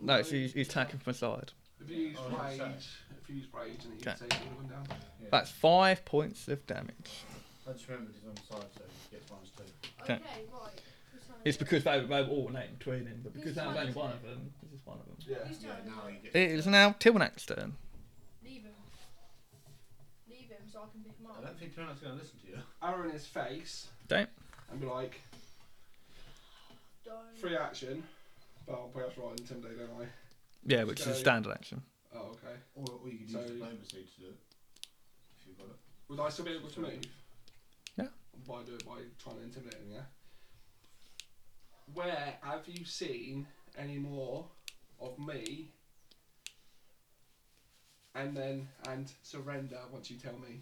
[SPEAKER 2] No, it's, he's, he's attacking from the side.
[SPEAKER 3] If you use
[SPEAKER 5] Oh, I'm
[SPEAKER 3] rage,
[SPEAKER 5] sorry.
[SPEAKER 3] if you use rage, and you
[SPEAKER 2] Okay.
[SPEAKER 3] can take the other one down.
[SPEAKER 5] Yeah.
[SPEAKER 2] That's five points of damage.
[SPEAKER 5] I just remembered he's on the side, so he gets minus two.
[SPEAKER 6] Okay,
[SPEAKER 2] Okay.
[SPEAKER 6] right. Whose turn
[SPEAKER 2] It's
[SPEAKER 6] is it?
[SPEAKER 2] because they, they were alternating between them, but because
[SPEAKER 6] Whose
[SPEAKER 2] that was
[SPEAKER 6] turn
[SPEAKER 2] only
[SPEAKER 6] is
[SPEAKER 2] one
[SPEAKER 6] it?
[SPEAKER 2] of them, this is one of them.
[SPEAKER 3] Yeah.
[SPEAKER 6] Whose
[SPEAKER 5] Yeah,
[SPEAKER 6] turn is
[SPEAKER 5] now
[SPEAKER 6] it?
[SPEAKER 5] he gets.
[SPEAKER 2] It is now Tilnak's turn.
[SPEAKER 6] Leave him. Leave him so I can pick him
[SPEAKER 5] I
[SPEAKER 6] up.
[SPEAKER 5] don't think Tonight's gonna listen to you.
[SPEAKER 3] Arrow in his face.
[SPEAKER 2] Don't.
[SPEAKER 3] And be like,
[SPEAKER 6] Don't.
[SPEAKER 3] free action. But I'll probably have to write intimidate, don't I?
[SPEAKER 2] Yeah, which is a
[SPEAKER 3] So-
[SPEAKER 2] standard action.
[SPEAKER 3] Oh, okay.
[SPEAKER 5] Or, or you could use
[SPEAKER 3] So-
[SPEAKER 5] diplomacy to do it. If you've got it.
[SPEAKER 3] Would I still be able to move?
[SPEAKER 2] Yeah.
[SPEAKER 3] By do it by trying to intimidate him, yeah. Where have you seen any more of me? And then and surrender once you tell me.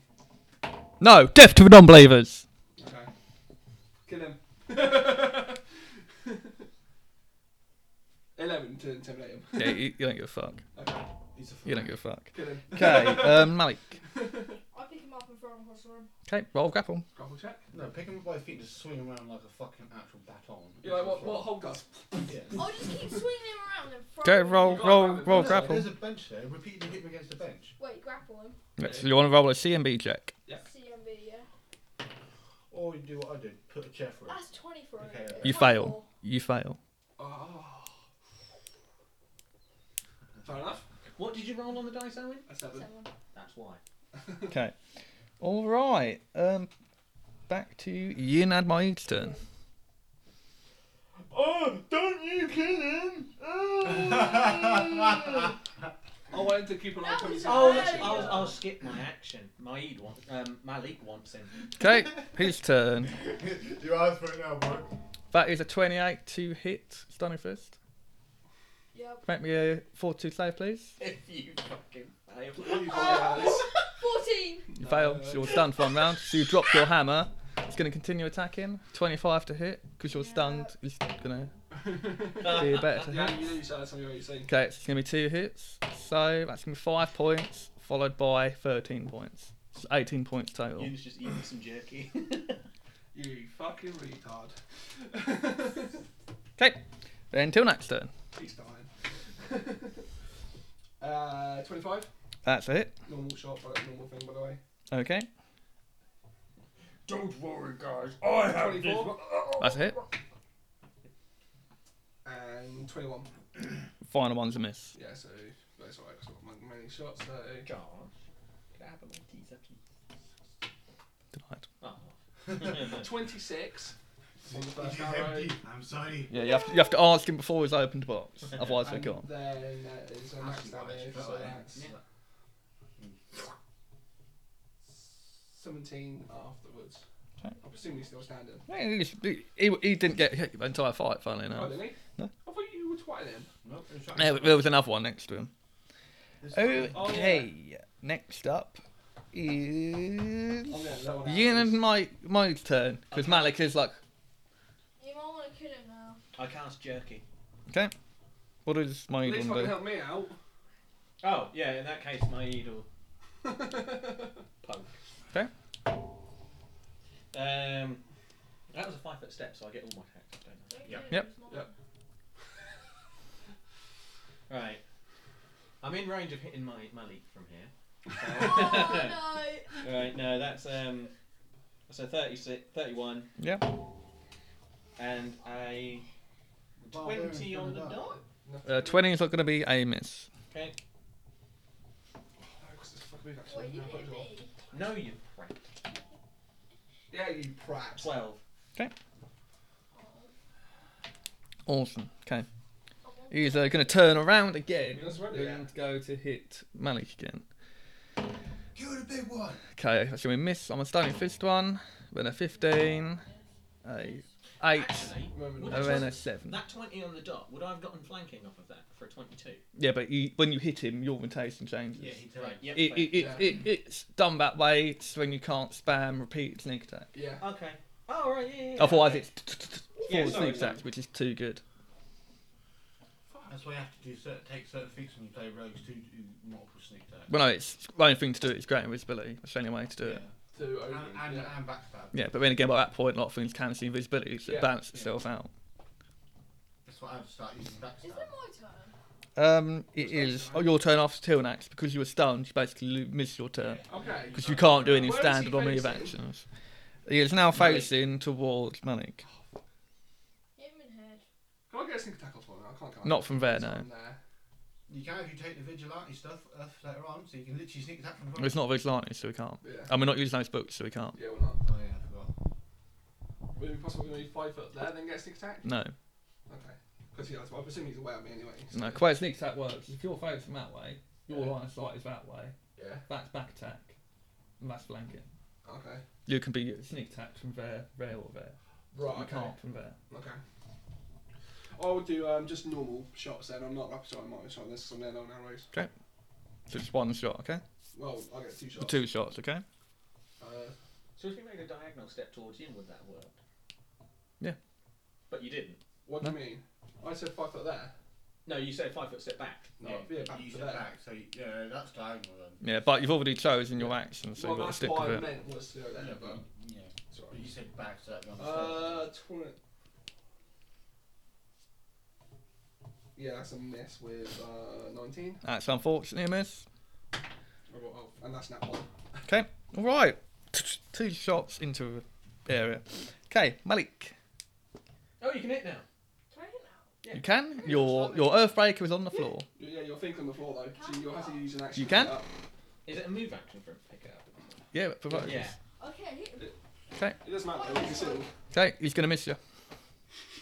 [SPEAKER 2] No, death to the non believers!
[SPEAKER 3] Okay. Kill him. <laughs> Eleven to intimidate him.
[SPEAKER 2] Yeah, you, you don't give a fuck.
[SPEAKER 3] Okay.
[SPEAKER 5] He's a
[SPEAKER 2] You don't give a fuck.
[SPEAKER 3] Kill him. <laughs>
[SPEAKER 2] Okay, um, Malik.
[SPEAKER 6] I pick him up and throw him across the room.
[SPEAKER 2] Okay, roll grapple.
[SPEAKER 3] Grapple check.
[SPEAKER 5] No, pick him up by the feet and just swing him around like a fucking actual baton.
[SPEAKER 3] You're like what?
[SPEAKER 2] Oh,
[SPEAKER 3] What hold does?
[SPEAKER 5] Yeah.
[SPEAKER 6] I'll Oh, just keep swinging him around and throw
[SPEAKER 2] Go
[SPEAKER 6] him.
[SPEAKER 2] roll, roll, roll
[SPEAKER 5] Listen,
[SPEAKER 2] grapple.
[SPEAKER 5] There's a bench there. Repeatedly hit him against the bench.
[SPEAKER 6] Wait, grapple him.
[SPEAKER 2] Yes, you want to roll a CMB check.
[SPEAKER 6] CMB, yeah.
[SPEAKER 5] Or you do what I did. Put a chair for him.
[SPEAKER 6] That's 23.
[SPEAKER 5] Okay,
[SPEAKER 6] It's
[SPEAKER 2] You
[SPEAKER 6] 24.
[SPEAKER 2] fail. You fail.
[SPEAKER 3] Oh. Fair enough.
[SPEAKER 4] What did you roll on the dice, Owen?
[SPEAKER 3] A seven.
[SPEAKER 6] Seven.
[SPEAKER 4] That's why.
[SPEAKER 2] Okay. All right. Um, back to Yin and Maid's turn.
[SPEAKER 5] <laughs> Oh, don't you kill him!
[SPEAKER 3] I wanted to keep an eye
[SPEAKER 6] That
[SPEAKER 3] on
[SPEAKER 6] was
[SPEAKER 3] him.
[SPEAKER 4] Oh,
[SPEAKER 6] There
[SPEAKER 4] that's,
[SPEAKER 6] you
[SPEAKER 4] I'll,
[SPEAKER 6] go.
[SPEAKER 4] I'll skip my action. My Eid wants, um, my league wants him.
[SPEAKER 2] Okay, his turn.
[SPEAKER 7] you asked for it now, boy.
[SPEAKER 2] That is a 28 to hit Stunning Fist.
[SPEAKER 6] Yep.
[SPEAKER 2] Make me a 42 save, please.
[SPEAKER 4] <laughs> If you fucking fail. <laughs>
[SPEAKER 6] <laughs> Fourteen.
[SPEAKER 2] You fail, so you're stunned for one round. So you drop your hammer. It's going to continue attacking. 25 to hit, because you're
[SPEAKER 6] Yeah.
[SPEAKER 2] stunned. It's going
[SPEAKER 3] <laughs>
[SPEAKER 2] to be better to
[SPEAKER 3] Yeah,
[SPEAKER 2] hit.
[SPEAKER 3] you lose that. Something you've seen.
[SPEAKER 2] Okay, so it's going to be two hits. So that's going to be five points, followed by 13 points. So 18 points total.
[SPEAKER 4] Ewan's just eating some jerky. <laughs>
[SPEAKER 3] You fucking retard.
[SPEAKER 2] Okay, then till next turn.
[SPEAKER 3] <laughs> He's dying. <laughs> uh, 25.
[SPEAKER 2] That's a hit.
[SPEAKER 3] Normal shot, but normal thing, by the way.
[SPEAKER 2] Okay,
[SPEAKER 1] Don't worry, guys. I have this.
[SPEAKER 3] 24
[SPEAKER 2] that's a hit.
[SPEAKER 3] and 21.
[SPEAKER 2] Final one's a miss.
[SPEAKER 3] Yeah, so that's alright. That's not my many shots. So
[SPEAKER 4] Gosh. Could I have a Maltese, please?
[SPEAKER 2] Denied.
[SPEAKER 4] Oh.
[SPEAKER 3] 26 on the
[SPEAKER 7] It is
[SPEAKER 3] first arrow.
[SPEAKER 7] empty. I'm sorry.
[SPEAKER 2] Yeah, you have, to, you have to ask him before he's opened the box. Otherwise, they're
[SPEAKER 3] And
[SPEAKER 2] gone.
[SPEAKER 3] Then uh, that is a max
[SPEAKER 7] Actually,
[SPEAKER 3] damage.
[SPEAKER 7] right,
[SPEAKER 3] So
[SPEAKER 7] right.
[SPEAKER 3] that's
[SPEAKER 4] Yeah.
[SPEAKER 3] 17 afterwards.
[SPEAKER 2] Okay.
[SPEAKER 3] I'm assuming he's still standing.
[SPEAKER 2] Yeah, He, just- he, he- he didn't get hit the entire fight, funnily
[SPEAKER 3] Oh,
[SPEAKER 2] enough.
[SPEAKER 3] didn't he?
[SPEAKER 2] No.
[SPEAKER 3] I thought you were twatting him.
[SPEAKER 7] Nope, it's right.
[SPEAKER 2] There, there was another one next to him.
[SPEAKER 7] It's fine.
[SPEAKER 3] Oh,
[SPEAKER 2] Okay, next up is.
[SPEAKER 3] I'm gonna lower Oh, that.
[SPEAKER 2] Yin and Mike, Mike's turn, because
[SPEAKER 4] Okay.
[SPEAKER 2] Malik is like,
[SPEAKER 6] You might want to kill him now.
[SPEAKER 4] I cast jerky.
[SPEAKER 2] okay, what does
[SPEAKER 3] At
[SPEAKER 2] Mike
[SPEAKER 3] least
[SPEAKER 2] want to
[SPEAKER 3] fucking
[SPEAKER 2] do?
[SPEAKER 3] help me out.
[SPEAKER 4] Oh, yeah, in that case, my Eid will poke.
[SPEAKER 2] Okay.
[SPEAKER 4] Um, that was a five foot step, so I get all my attacks, don't I?
[SPEAKER 6] Don't kill
[SPEAKER 4] Yep.
[SPEAKER 6] him,
[SPEAKER 2] Yep.
[SPEAKER 6] he's not-
[SPEAKER 3] Yep.
[SPEAKER 4] Right. I'm in range of hitting my, my leap from here.
[SPEAKER 6] <laughs> Oh no.
[SPEAKER 4] <laughs> Right, no, that's um that's a 36, 31
[SPEAKER 2] Yeah,
[SPEAKER 4] and a
[SPEAKER 7] The barbarian's
[SPEAKER 4] 20
[SPEAKER 7] gonna
[SPEAKER 4] on the
[SPEAKER 7] die.
[SPEAKER 4] dot.
[SPEAKER 3] <laughs>
[SPEAKER 2] uh, 20 is not going to be a miss.
[SPEAKER 4] Okay.
[SPEAKER 3] No, 'cause it's fucking big, actually.
[SPEAKER 6] What you
[SPEAKER 3] No, but it's all-
[SPEAKER 6] hit me?
[SPEAKER 4] No, you crap.
[SPEAKER 3] Yeah, you prat.
[SPEAKER 4] 12.
[SPEAKER 6] Oh,
[SPEAKER 2] Awesome, okay.
[SPEAKER 6] I want-
[SPEAKER 2] He's uh, going to turn around
[SPEAKER 3] You
[SPEAKER 2] again
[SPEAKER 3] just read it,
[SPEAKER 2] and go to hit Malik again.
[SPEAKER 7] Kill the big one.
[SPEAKER 2] Okay, that's going to miss. I'm a stunning fist one, then a 15, a 8,
[SPEAKER 4] Actually,
[SPEAKER 3] Remember
[SPEAKER 4] would
[SPEAKER 3] that.
[SPEAKER 4] I
[SPEAKER 2] Oh, and then a
[SPEAKER 4] have-
[SPEAKER 2] 7.
[SPEAKER 4] that 20 on the dot, would I have gotten flanking off of that for a 22?
[SPEAKER 2] Yeah, but you, when you hit him, your rotation changes.
[SPEAKER 7] Yeah, he
[SPEAKER 4] Right, yep.
[SPEAKER 2] it,
[SPEAKER 4] fair.
[SPEAKER 2] it, it,
[SPEAKER 3] Yeah.
[SPEAKER 2] it, it's done that way it's when you can't spam repeat sneak attack.
[SPEAKER 3] Yeah.
[SPEAKER 4] okay. Oh, right, yeah, yeah. yeah,
[SPEAKER 2] Otherwise,
[SPEAKER 4] okay.
[SPEAKER 2] it's t- t- t-
[SPEAKER 4] Yeah,
[SPEAKER 2] forward
[SPEAKER 4] sorry,
[SPEAKER 2] sneak
[SPEAKER 4] sorry.
[SPEAKER 2] attacks, which is too good.
[SPEAKER 7] That's why you have to do certain, take certain things when you play rogues to do multiple sneak attacks.
[SPEAKER 2] Well, no, it's the only thing to do is great invisibility. That's the only way to do it.
[SPEAKER 3] To
[SPEAKER 7] And,
[SPEAKER 3] Odin.
[SPEAKER 7] and,
[SPEAKER 3] yeah.
[SPEAKER 7] and backstab.
[SPEAKER 2] Yeah, but then again, by that point, a lot of things can see invisibility, so
[SPEAKER 3] Yeah.
[SPEAKER 2] it balances
[SPEAKER 7] Yeah.
[SPEAKER 2] itself out.
[SPEAKER 7] That's why I have to start using
[SPEAKER 6] Is
[SPEAKER 7] backstab.
[SPEAKER 6] it my turn?
[SPEAKER 2] Um, it
[SPEAKER 7] What's that
[SPEAKER 2] is
[SPEAKER 7] sign?
[SPEAKER 2] oh, your turn after Till Nax because you were stunned. You basically lo- miss your turn
[SPEAKER 3] Okay.
[SPEAKER 2] because you can't do any
[SPEAKER 3] Where is he
[SPEAKER 2] standard or move
[SPEAKER 3] facing?
[SPEAKER 2] actions. He is now
[SPEAKER 4] Malik.
[SPEAKER 2] facing towards Malik.
[SPEAKER 6] Hit him in head.
[SPEAKER 3] Can I get a sneak attack off one? I can't. Can I?
[SPEAKER 2] Not from there,
[SPEAKER 3] It's
[SPEAKER 2] no.
[SPEAKER 3] on there.
[SPEAKER 7] You can if you take the vigilante stuff uh, later on, so you can literally sneak attack from the front.
[SPEAKER 2] It's not vigilante, so we can't.
[SPEAKER 3] Yeah.
[SPEAKER 2] And we're not using those books, so we can't.
[SPEAKER 3] Yeah, we're not.
[SPEAKER 7] Oh yeah, I forgot.
[SPEAKER 3] Would it be possible to move five foot there, then get a sneak attack?
[SPEAKER 2] No.
[SPEAKER 3] Okay. Because yeah, I'm assuming he's away on me anyway. so-
[SPEAKER 2] No, quite sneak attack works. If you're facing that way, your
[SPEAKER 3] Yeah.
[SPEAKER 2] line of sight is that way.
[SPEAKER 3] Yeah.
[SPEAKER 2] That's back attack, and that's flanking.
[SPEAKER 3] Okay.
[SPEAKER 2] You can be sneak attacked from there, there or there.
[SPEAKER 3] Right.
[SPEAKER 2] you
[SPEAKER 3] okay.
[SPEAKER 2] can't from there.
[SPEAKER 3] Okay. I would do um, just normal shots then. I'm not rapid shot. I'm not shot this. I'm their long arrows.
[SPEAKER 2] So it's one shot, okay?
[SPEAKER 3] Well, I get two
[SPEAKER 2] Or
[SPEAKER 3] shots.
[SPEAKER 2] two shots, okay?
[SPEAKER 3] Uh,
[SPEAKER 4] So if you made a diagonal step towards you, would that work?
[SPEAKER 2] Yeah.
[SPEAKER 4] But you didn't.
[SPEAKER 3] what do you mean? I said five foot there.
[SPEAKER 4] No, you said five foot step back.
[SPEAKER 3] No,
[SPEAKER 4] Yeah.
[SPEAKER 3] it'd be a back
[SPEAKER 7] you
[SPEAKER 3] to
[SPEAKER 7] said
[SPEAKER 3] there.
[SPEAKER 7] back, so you, yeah, that's diagonal then.
[SPEAKER 2] Yeah, but you've already chosen your action, so
[SPEAKER 3] well,
[SPEAKER 2] you've got to
[SPEAKER 3] that's
[SPEAKER 2] stick
[SPEAKER 3] what
[SPEAKER 2] with
[SPEAKER 3] I
[SPEAKER 2] it.
[SPEAKER 3] meant was to do it there, but
[SPEAKER 7] yeah, but
[SPEAKER 3] sorry.
[SPEAKER 7] you said back, so that'd be on the
[SPEAKER 3] Uh,
[SPEAKER 7] start.
[SPEAKER 3] twenty. Yeah, that's a miss with uh, 19.
[SPEAKER 2] That's unfortunately a miss.
[SPEAKER 3] I got- oh, And that's not one.
[SPEAKER 2] All right. Two shots into the area. Okay, Malik.
[SPEAKER 4] Oh, you can hit now.
[SPEAKER 6] Can I hit now?
[SPEAKER 2] You can. Your your Earthbreaker is on the floor.
[SPEAKER 3] Yeah, your thing's on the floor though, so you'll have to use an Uh, action.
[SPEAKER 2] You
[SPEAKER 3] to
[SPEAKER 2] can?
[SPEAKER 3] get up.
[SPEAKER 4] Is it a move action for him to pick it up?
[SPEAKER 2] Yeah, it provokes.
[SPEAKER 4] Yeah.
[SPEAKER 6] Okay, I hit him.
[SPEAKER 3] It doesn't matter, though, you can still.
[SPEAKER 2] Okay, he's going to miss you.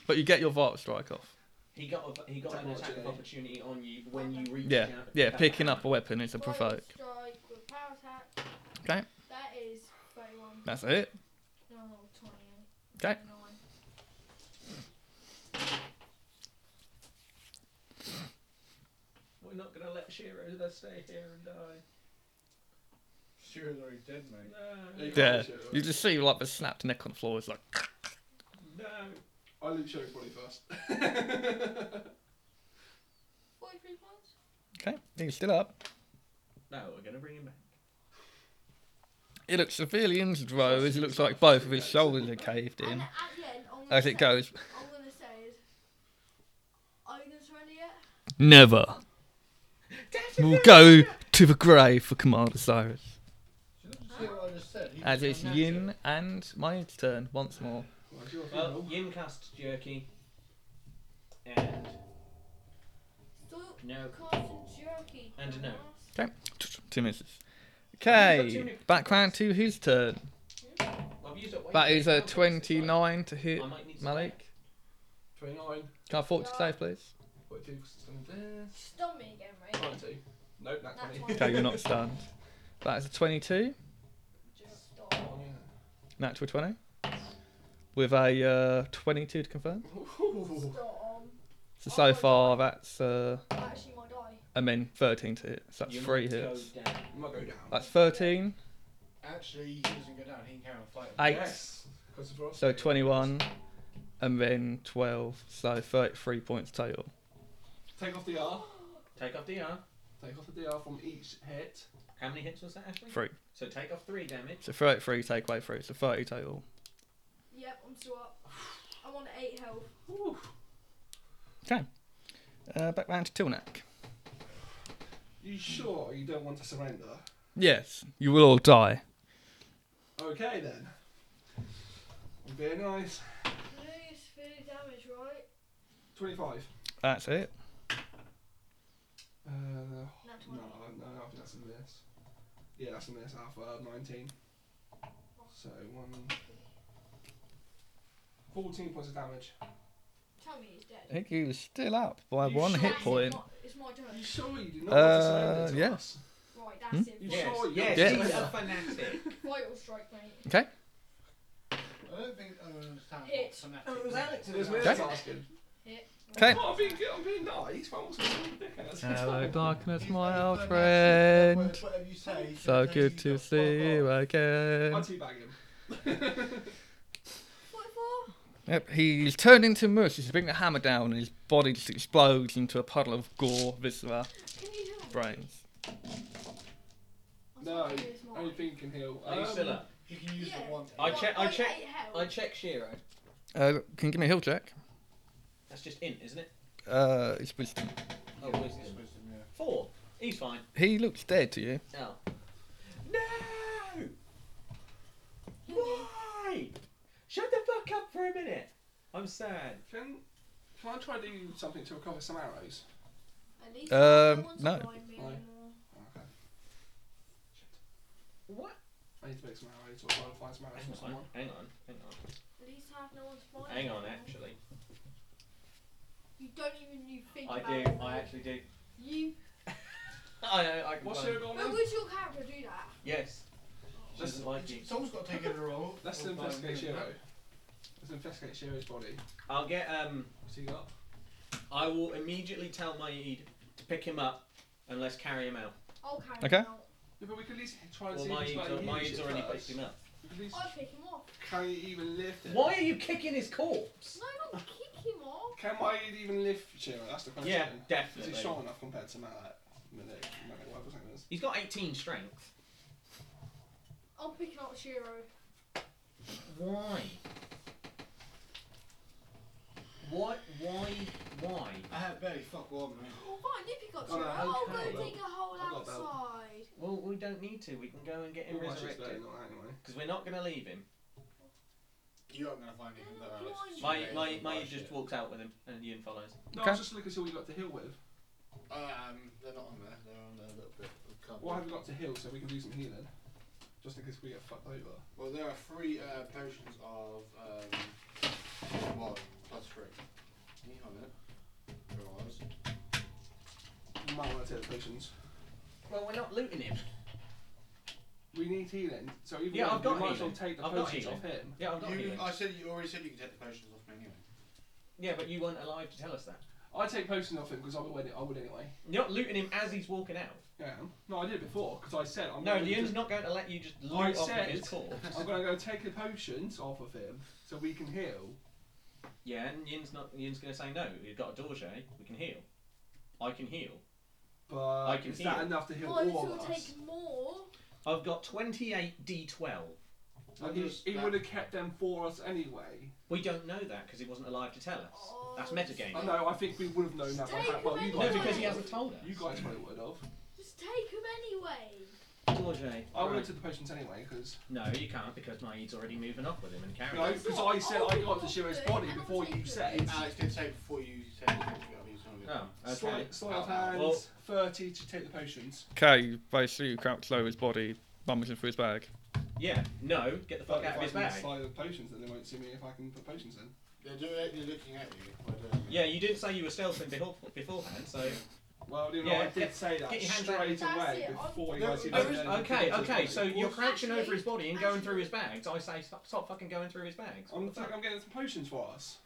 [SPEAKER 2] But you get your Vart strike off.
[SPEAKER 4] He got a, he got an attack of
[SPEAKER 3] Technology.
[SPEAKER 4] opportunity on you when you reached
[SPEAKER 2] Yeah,
[SPEAKER 4] out.
[SPEAKER 2] yeah. Picking up a weapon is a
[SPEAKER 6] Light
[SPEAKER 2] provoke.
[SPEAKER 6] Strike with power attack.
[SPEAKER 2] Okay,
[SPEAKER 6] That is 31.
[SPEAKER 2] that's it.
[SPEAKER 6] No, 28.
[SPEAKER 2] Okay.
[SPEAKER 6] 29.
[SPEAKER 4] We're not gonna let Shiro stay here and die.
[SPEAKER 5] Sure, they're already dead, mate.
[SPEAKER 4] No,
[SPEAKER 3] There you go.
[SPEAKER 2] Yeah, you just see like the snapped neck on the floor. It's like
[SPEAKER 4] no.
[SPEAKER 3] I loot Sherry probably <laughs> first.
[SPEAKER 6] 43 points?
[SPEAKER 2] okay, he's still up.
[SPEAKER 4] No, we're gonna bring him back.
[SPEAKER 2] He looks severely injured, though, as it looks like both of his shoulders are caved
[SPEAKER 6] And
[SPEAKER 2] in.
[SPEAKER 6] at the end, I'm gonna
[SPEAKER 2] As
[SPEAKER 6] say,
[SPEAKER 2] it goes,
[SPEAKER 6] I'm going to say is, are you going to surrender yet?
[SPEAKER 2] never. We'll go to the grave for Commander Cyrus.
[SPEAKER 5] Did
[SPEAKER 6] Ah.
[SPEAKER 5] you not see what I just said? He
[SPEAKER 2] As
[SPEAKER 5] was
[SPEAKER 2] it's
[SPEAKER 5] unnatural.
[SPEAKER 2] Yin and my turn once more.
[SPEAKER 3] Well, it's your
[SPEAKER 4] Well,
[SPEAKER 3] funeral.
[SPEAKER 4] Yim casts Jerky. And
[SPEAKER 6] Still
[SPEAKER 4] no.
[SPEAKER 6] constant jerky.
[SPEAKER 4] And no.
[SPEAKER 2] Two misses.
[SPEAKER 4] You've got two
[SPEAKER 2] Okay,
[SPEAKER 4] misses.
[SPEAKER 2] back round to his turn.
[SPEAKER 4] I've used up way
[SPEAKER 2] That
[SPEAKER 4] too
[SPEAKER 2] is
[SPEAKER 4] many
[SPEAKER 2] a
[SPEAKER 4] spell points this time.
[SPEAKER 2] 29 to hit
[SPEAKER 4] I might need to
[SPEAKER 2] Malik.
[SPEAKER 3] 29,
[SPEAKER 2] Can I fortune save, please?
[SPEAKER 3] 42, this.
[SPEAKER 6] Stun me again, right?
[SPEAKER 3] 92. Nope, not
[SPEAKER 6] That's
[SPEAKER 3] 20.
[SPEAKER 6] one.
[SPEAKER 2] Okay, you're not stunned. That is a 22,
[SPEAKER 6] Just stop.
[SPEAKER 2] natural 20. With a uh, 22 to confirm.
[SPEAKER 3] Ooh.
[SPEAKER 6] Stop. um,
[SPEAKER 2] So, so far, that's, uh,
[SPEAKER 6] I actually might die.
[SPEAKER 2] I mean, 13 to hit. So that's
[SPEAKER 4] You
[SPEAKER 2] three
[SPEAKER 4] might go
[SPEAKER 2] hits.
[SPEAKER 4] down.
[SPEAKER 3] You might go down.
[SPEAKER 2] That's 13,
[SPEAKER 7] Actually, he doesn't go down. He can carry on fighting.
[SPEAKER 2] 8,
[SPEAKER 3] Yes. Christopher Austin.
[SPEAKER 2] so 21, and then 12, so 33 points total.
[SPEAKER 3] Take off the R.
[SPEAKER 4] Take off DR.
[SPEAKER 3] Take off the DR from each hit.
[SPEAKER 4] How many hits was that, Ashley?
[SPEAKER 2] 3.
[SPEAKER 4] So take off three damage.
[SPEAKER 2] So 33 take away 3, so 30 total.
[SPEAKER 6] Yep, I'm still up. <sighs> I'm on 8 health.
[SPEAKER 3] Ooh.
[SPEAKER 2] Uh, back round to Tilnak.
[SPEAKER 3] You sure you don't want to surrender?
[SPEAKER 2] Yes, you will all die.
[SPEAKER 3] Okay then. I'm being nice.
[SPEAKER 6] Lose 3 damage, right?
[SPEAKER 3] 25.
[SPEAKER 2] That's it.
[SPEAKER 3] Uh, no,
[SPEAKER 6] Not 20.
[SPEAKER 3] no, I think that's a miss. Yeah, that's a miss. Alpha 19. So, one. 14 points of damage.
[SPEAKER 6] Tell me he's dead.
[SPEAKER 2] I think he was still up by
[SPEAKER 3] You
[SPEAKER 2] one
[SPEAKER 3] shot
[SPEAKER 2] hit
[SPEAKER 6] That's it,
[SPEAKER 2] point.
[SPEAKER 6] my- It's my turn.
[SPEAKER 3] You sure you do not want to
[SPEAKER 2] Uh,
[SPEAKER 3] surrender to
[SPEAKER 2] yeah.
[SPEAKER 3] us?
[SPEAKER 2] Hmm?
[SPEAKER 6] Right, that's it.
[SPEAKER 3] You
[SPEAKER 6] Vital-
[SPEAKER 4] Yes,
[SPEAKER 3] sure you
[SPEAKER 4] Oh, yes,
[SPEAKER 3] don't
[SPEAKER 2] Yeah.
[SPEAKER 3] want to
[SPEAKER 4] he's a
[SPEAKER 3] surrender?
[SPEAKER 4] fanatic.
[SPEAKER 6] Vital strike, mate.
[SPEAKER 2] Okay,
[SPEAKER 7] I don't think uh, I understand
[SPEAKER 6] Hit.
[SPEAKER 7] what fanatic
[SPEAKER 4] Oh, it was
[SPEAKER 7] means.
[SPEAKER 4] Alex
[SPEAKER 3] It was me
[SPEAKER 4] Okay.
[SPEAKER 3] that's asking.
[SPEAKER 2] okay. Uh,
[SPEAKER 3] Oh, I'm being, I'm being nice, but I'm also being a dickhead.
[SPEAKER 2] Hello, darkness,
[SPEAKER 7] He's
[SPEAKER 2] my
[SPEAKER 7] got
[SPEAKER 2] old
[SPEAKER 7] his fanatic,
[SPEAKER 2] friend.
[SPEAKER 7] Whatever you say. he's
[SPEAKER 2] So
[SPEAKER 7] gonna tell
[SPEAKER 2] good
[SPEAKER 7] you
[SPEAKER 2] to
[SPEAKER 7] you've got
[SPEAKER 2] see
[SPEAKER 7] fuck
[SPEAKER 2] you
[SPEAKER 7] off.
[SPEAKER 3] I'll
[SPEAKER 2] again.
[SPEAKER 3] teabag him.
[SPEAKER 6] 44?
[SPEAKER 2] Yep, he's turned into mush. He's bringing the hammer down, and his body just explodes into a puddle of gore, viscera,
[SPEAKER 6] Can you heal me?
[SPEAKER 2] brains.
[SPEAKER 6] I
[SPEAKER 3] No,
[SPEAKER 6] thought it was mine.
[SPEAKER 3] only Finn can heal.
[SPEAKER 4] Are you
[SPEAKER 3] Um,
[SPEAKER 4] still up?
[SPEAKER 7] You can use
[SPEAKER 6] Yeah.
[SPEAKER 7] the one.
[SPEAKER 4] I check- I
[SPEAKER 6] Right,
[SPEAKER 4] check-
[SPEAKER 6] eight health.
[SPEAKER 4] I check Shiro.
[SPEAKER 2] Uh, can you give me a heal check?
[SPEAKER 4] That's just int, isn't it?
[SPEAKER 2] Uh, it's wisdom.
[SPEAKER 4] Oh,
[SPEAKER 7] Yeah,
[SPEAKER 4] wisdom.
[SPEAKER 7] it's wisdom, yeah.
[SPEAKER 4] Four. He's fine.
[SPEAKER 2] He looks dead to you.
[SPEAKER 4] Oh. No! Why? Shut the fuck up for a minute. I'm sad.
[SPEAKER 3] Finn, can I try to do something to recover some arrows?
[SPEAKER 6] At least
[SPEAKER 2] Um,
[SPEAKER 6] one's
[SPEAKER 2] no.
[SPEAKER 6] behind me
[SPEAKER 3] No.
[SPEAKER 6] anymore.
[SPEAKER 3] Okay.
[SPEAKER 4] What?
[SPEAKER 3] I need to make some arrows or try to find some arrows
[SPEAKER 4] Hang
[SPEAKER 3] from
[SPEAKER 4] on,
[SPEAKER 3] someone.
[SPEAKER 4] hang on, hang on.
[SPEAKER 6] At least half no one's behind
[SPEAKER 4] Hang
[SPEAKER 6] me
[SPEAKER 4] on,
[SPEAKER 6] anymore.
[SPEAKER 4] actually.
[SPEAKER 6] You don't even you think
[SPEAKER 4] I
[SPEAKER 6] about
[SPEAKER 4] do,
[SPEAKER 6] it.
[SPEAKER 4] I actually do.
[SPEAKER 6] You.
[SPEAKER 4] <laughs> I know, I can
[SPEAKER 3] What's
[SPEAKER 4] find-
[SPEAKER 3] your goal
[SPEAKER 6] But
[SPEAKER 3] now?
[SPEAKER 6] would your character do that?
[SPEAKER 4] Yes. She doesn't like you.
[SPEAKER 7] Someone's got to take over the role.
[SPEAKER 3] Let's
[SPEAKER 7] Or
[SPEAKER 3] investigate
[SPEAKER 7] find-
[SPEAKER 3] Shiro. Let's investigate Shiro's body.
[SPEAKER 4] I'll get, um,
[SPEAKER 3] What's he got?
[SPEAKER 4] I will immediately tell my Eid to pick him up and let's carry him out.
[SPEAKER 6] I'll carry
[SPEAKER 2] Okay.
[SPEAKER 6] him out.
[SPEAKER 3] Yeah, but we could at least try and
[SPEAKER 4] Well,
[SPEAKER 3] see
[SPEAKER 4] my
[SPEAKER 3] if he's
[SPEAKER 4] Eid's, al-
[SPEAKER 3] got
[SPEAKER 4] my
[SPEAKER 3] any
[SPEAKER 4] Eid's
[SPEAKER 3] leadership
[SPEAKER 4] already
[SPEAKER 3] first.
[SPEAKER 4] picked him up.
[SPEAKER 3] We could at least-
[SPEAKER 6] I'll pick him off.
[SPEAKER 3] Can he even lift it?
[SPEAKER 4] Why are you kicking his corpse?
[SPEAKER 6] No, not kick him off.
[SPEAKER 3] Can my Eid even lift Shiro? That's the question.
[SPEAKER 4] Yeah,
[SPEAKER 3] Is he
[SPEAKER 4] definitely.
[SPEAKER 3] strong enough compared to Malak? Malik, Malik, whatever his name is.
[SPEAKER 4] He's got 18 strength.
[SPEAKER 6] I'm picking up Shiro.
[SPEAKER 4] Why? Why? Why? Why?
[SPEAKER 7] I have barely fuck all, man.
[SPEAKER 6] Well, fine, you pick up
[SPEAKER 3] Oh,
[SPEAKER 6] Shiro.
[SPEAKER 3] no,
[SPEAKER 6] I'll
[SPEAKER 4] okay.
[SPEAKER 6] go dig a hole
[SPEAKER 3] I've got a belt.
[SPEAKER 6] outside.
[SPEAKER 4] Well, we don't need to. We can go and get him
[SPEAKER 3] Well, actually, it's better
[SPEAKER 4] resurrected
[SPEAKER 3] not anyway.
[SPEAKER 4] because we're not going to leave him.
[SPEAKER 7] You aren't going to find anything better, Alex. It's
[SPEAKER 4] My
[SPEAKER 7] amazing.
[SPEAKER 4] my my
[SPEAKER 7] Bullshit.
[SPEAKER 4] just walks out with him, and Ian follows.
[SPEAKER 3] No,
[SPEAKER 2] Okay.
[SPEAKER 3] I was just looking to see what you got to heal with.
[SPEAKER 7] Um, they're not on there. They're on a little bit of cover.
[SPEAKER 3] What have you got to heal so we can do some healing? Just in case we get fucked over.
[SPEAKER 7] Well, there are three uh, potions of um, one plus three. Can you hold it?
[SPEAKER 3] You might want to take the potions.
[SPEAKER 4] Well, we're not looting him.
[SPEAKER 3] We need healing, so even
[SPEAKER 4] Yeah,
[SPEAKER 3] though
[SPEAKER 4] I've got
[SPEAKER 3] you might as well
[SPEAKER 4] healing.
[SPEAKER 3] take the
[SPEAKER 4] I've got
[SPEAKER 3] potions
[SPEAKER 4] healing.
[SPEAKER 3] off him.
[SPEAKER 4] <laughs> Yeah, I've got
[SPEAKER 7] You,
[SPEAKER 4] healing.
[SPEAKER 7] I said you already said you could take the potions off me anyway.
[SPEAKER 4] Yeah, but you weren't alive to tell us that.
[SPEAKER 3] I take potions off him because I would, win it- I would anyway.
[SPEAKER 4] You're not looting him as he's walking out.
[SPEAKER 3] Yeah. No, I did before because I said I'm
[SPEAKER 4] No,
[SPEAKER 3] gonna
[SPEAKER 4] Liam's
[SPEAKER 3] just-
[SPEAKER 4] not going to let you just loot
[SPEAKER 3] I
[SPEAKER 4] off of
[SPEAKER 3] said-
[SPEAKER 4] his corpse.
[SPEAKER 3] <laughs> I'm gonna go take the potions off of him so we can heal.
[SPEAKER 4] yeah, and Yin's not. Yin's going to say no. We've got a Dorje. We can heal. I can heal.
[SPEAKER 3] But
[SPEAKER 4] I can
[SPEAKER 3] is that
[SPEAKER 4] heal.
[SPEAKER 3] enough to heal
[SPEAKER 6] oh, this
[SPEAKER 3] all
[SPEAKER 6] will
[SPEAKER 3] of us?
[SPEAKER 6] take more.
[SPEAKER 4] I've got twenty-eight D12.
[SPEAKER 3] And he he would have kept them for us anyway.
[SPEAKER 4] We don't know that because he wasn't alive to tell us. That's
[SPEAKER 6] Oh,
[SPEAKER 4] metagaming.
[SPEAKER 3] I know. I think we would have known that. by
[SPEAKER 6] Take
[SPEAKER 3] now. Well, you
[SPEAKER 6] them
[SPEAKER 3] guys
[SPEAKER 4] No, because he
[SPEAKER 3] would have.
[SPEAKER 4] hasn't told us.
[SPEAKER 3] You guys probably would have.
[SPEAKER 6] Just take them anyway.
[SPEAKER 4] Dorje.
[SPEAKER 3] I would
[SPEAKER 4] right.
[SPEAKER 3] have took the potions anyway because
[SPEAKER 4] No, you can't because Naeed's already moving off with him and carrying
[SPEAKER 3] no,
[SPEAKER 4] him.
[SPEAKER 3] because I said I got to Shiro's body before you said.
[SPEAKER 7] Alex did say before you said you was going to
[SPEAKER 4] Oh, Ah, okay. Ah,
[SPEAKER 3] Sleight, sleight of hand,
[SPEAKER 4] Well-
[SPEAKER 3] thirty to take the potions.
[SPEAKER 2] Okay, basically you crouch low his body, rummaging through his bag.
[SPEAKER 4] Yeah, no, get the fuck
[SPEAKER 3] But if
[SPEAKER 4] out of
[SPEAKER 3] I
[SPEAKER 4] his
[SPEAKER 3] can
[SPEAKER 4] bag.
[SPEAKER 3] Slide the potions, then they won't see me if I can put potions in.
[SPEAKER 7] They're doing it, they're looking at you. by doing it.
[SPEAKER 4] Yeah, you didn't say you were stealthing before, beforehand, so.
[SPEAKER 3] Well, you know,
[SPEAKER 4] Yeah,
[SPEAKER 3] I did
[SPEAKER 4] get-
[SPEAKER 3] say that
[SPEAKER 4] get your hands
[SPEAKER 3] straight
[SPEAKER 6] up. That's
[SPEAKER 3] away
[SPEAKER 6] it, I'm-
[SPEAKER 3] before you
[SPEAKER 7] No,
[SPEAKER 3] guys see
[SPEAKER 7] I
[SPEAKER 3] that
[SPEAKER 7] was-
[SPEAKER 3] then,
[SPEAKER 4] Okay,
[SPEAKER 3] because
[SPEAKER 4] okay,
[SPEAKER 3] it's
[SPEAKER 4] so
[SPEAKER 3] like,
[SPEAKER 4] you're
[SPEAKER 3] what-
[SPEAKER 4] crouching over his body and going
[SPEAKER 6] Actually-
[SPEAKER 4] through his bags. I say stop, stop fucking going through his bags.
[SPEAKER 3] I'm, t- I'm getting some potions for us.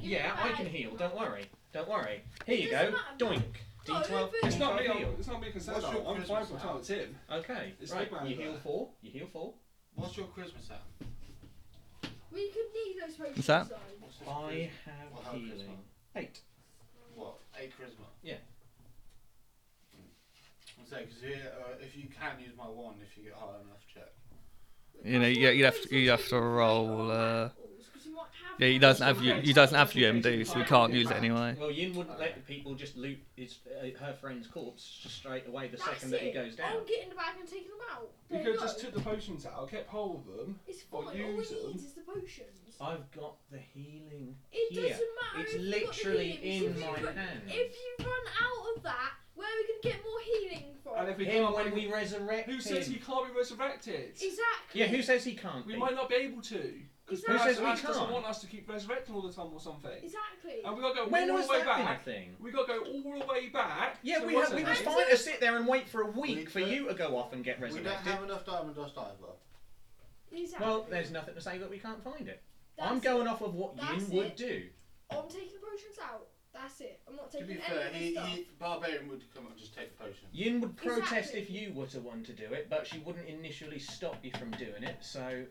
[SPEAKER 6] Give
[SPEAKER 4] Yeah,
[SPEAKER 6] me the
[SPEAKER 4] I can
[SPEAKER 6] bag.
[SPEAKER 4] heal, don't worry. Don't worry. Here
[SPEAKER 6] It
[SPEAKER 4] you go,
[SPEAKER 6] doesn't matter.
[SPEAKER 4] doink.
[SPEAKER 6] No,
[SPEAKER 4] D12,
[SPEAKER 6] but-
[SPEAKER 3] It's not me.
[SPEAKER 4] D12
[SPEAKER 3] I'm,
[SPEAKER 4] heal.
[SPEAKER 3] it's not me concerned.
[SPEAKER 7] What's your
[SPEAKER 3] I'm fine
[SPEAKER 7] Christmas
[SPEAKER 3] for
[SPEAKER 7] now?
[SPEAKER 3] time. It's him.
[SPEAKER 4] Okay,
[SPEAKER 3] It's
[SPEAKER 4] right.
[SPEAKER 3] Stigma
[SPEAKER 4] You
[SPEAKER 3] over
[SPEAKER 4] heal
[SPEAKER 3] there.
[SPEAKER 4] four, you heal four.
[SPEAKER 7] What's your Christmas at?
[SPEAKER 6] We could need those potions.
[SPEAKER 2] that?
[SPEAKER 6] Though.
[SPEAKER 7] What's your
[SPEAKER 4] I
[SPEAKER 7] Christmas- Well,
[SPEAKER 4] have
[SPEAKER 7] how Christmas?
[SPEAKER 4] healing. Eight.
[SPEAKER 7] What? A charisma.
[SPEAKER 4] Yeah.
[SPEAKER 7] I'm saying because uh, if you can use my wand, if you get high enough, check.
[SPEAKER 2] You know, you- you'd have to- you'd have to roll, uh, Yeah, he doesn't have you. He doesn't have UMD, so we can't use it anyway.
[SPEAKER 4] Well, Yin wouldn't let the people just loot his, uh, her friend's corpse straight away the second that he goes down.
[SPEAKER 6] I'm getting the bag and taking them out.
[SPEAKER 3] You
[SPEAKER 6] There
[SPEAKER 3] could
[SPEAKER 6] go.
[SPEAKER 3] just took the potions out, kept hold of them.
[SPEAKER 6] It's fine.
[SPEAKER 3] or
[SPEAKER 6] All we need
[SPEAKER 3] use them.
[SPEAKER 6] is the potions.
[SPEAKER 4] I've got the healing
[SPEAKER 6] It
[SPEAKER 4] Uh, here.
[SPEAKER 6] doesn't matter.
[SPEAKER 4] It's
[SPEAKER 6] if you've got the
[SPEAKER 4] literally
[SPEAKER 6] healing,
[SPEAKER 4] in
[SPEAKER 6] if you
[SPEAKER 4] my
[SPEAKER 6] run-
[SPEAKER 4] hand.
[SPEAKER 6] If you run out of that, where are we going to get more healing from?
[SPEAKER 3] And if we
[SPEAKER 4] Him
[SPEAKER 3] can't,
[SPEAKER 4] when
[SPEAKER 3] be-
[SPEAKER 4] we resurrect
[SPEAKER 3] who
[SPEAKER 4] him.
[SPEAKER 3] says he can't be resurrected?
[SPEAKER 6] exactly.
[SPEAKER 4] Yeah, who says he can't?
[SPEAKER 3] We
[SPEAKER 4] be?
[SPEAKER 3] might not be able to. Because
[SPEAKER 6] Who
[SPEAKER 4] says
[SPEAKER 3] perhaps
[SPEAKER 4] we
[SPEAKER 3] Ash doesn't
[SPEAKER 4] can't?
[SPEAKER 3] want us to keep resurrecting all the time or something.
[SPEAKER 6] Exactly.
[SPEAKER 3] And we gotta go
[SPEAKER 4] When
[SPEAKER 3] all
[SPEAKER 4] was
[SPEAKER 3] the way
[SPEAKER 4] that been a
[SPEAKER 3] back.
[SPEAKER 4] thing?
[SPEAKER 3] We gotta go all the way back.
[SPEAKER 4] Yeah,
[SPEAKER 3] to
[SPEAKER 4] we,
[SPEAKER 3] what's
[SPEAKER 4] have, we
[SPEAKER 3] her
[SPEAKER 4] was
[SPEAKER 3] name?
[SPEAKER 4] fine to sit there and wait for a week
[SPEAKER 7] We-
[SPEAKER 4] for you to go off and get
[SPEAKER 7] We don't
[SPEAKER 4] resurrected.
[SPEAKER 7] have enough diamond dust either.
[SPEAKER 6] exactly.
[SPEAKER 4] Well, there's nothing to say that we can't find it.
[SPEAKER 6] That's
[SPEAKER 4] I'm
[SPEAKER 6] it.
[SPEAKER 4] going off of what
[SPEAKER 6] That's
[SPEAKER 4] Yin would
[SPEAKER 6] it.
[SPEAKER 4] do.
[SPEAKER 6] I'm taking the potions out. That's it. I'm not
[SPEAKER 7] To
[SPEAKER 6] taking
[SPEAKER 7] be
[SPEAKER 6] any
[SPEAKER 7] fair,
[SPEAKER 6] of
[SPEAKER 7] he,
[SPEAKER 6] the stuff.
[SPEAKER 7] he barbarian would come up and just take the potion.
[SPEAKER 4] Yin would protest
[SPEAKER 6] Exactly.
[SPEAKER 4] if you were the one to do it, but she wouldn't initially stop you from doing it. So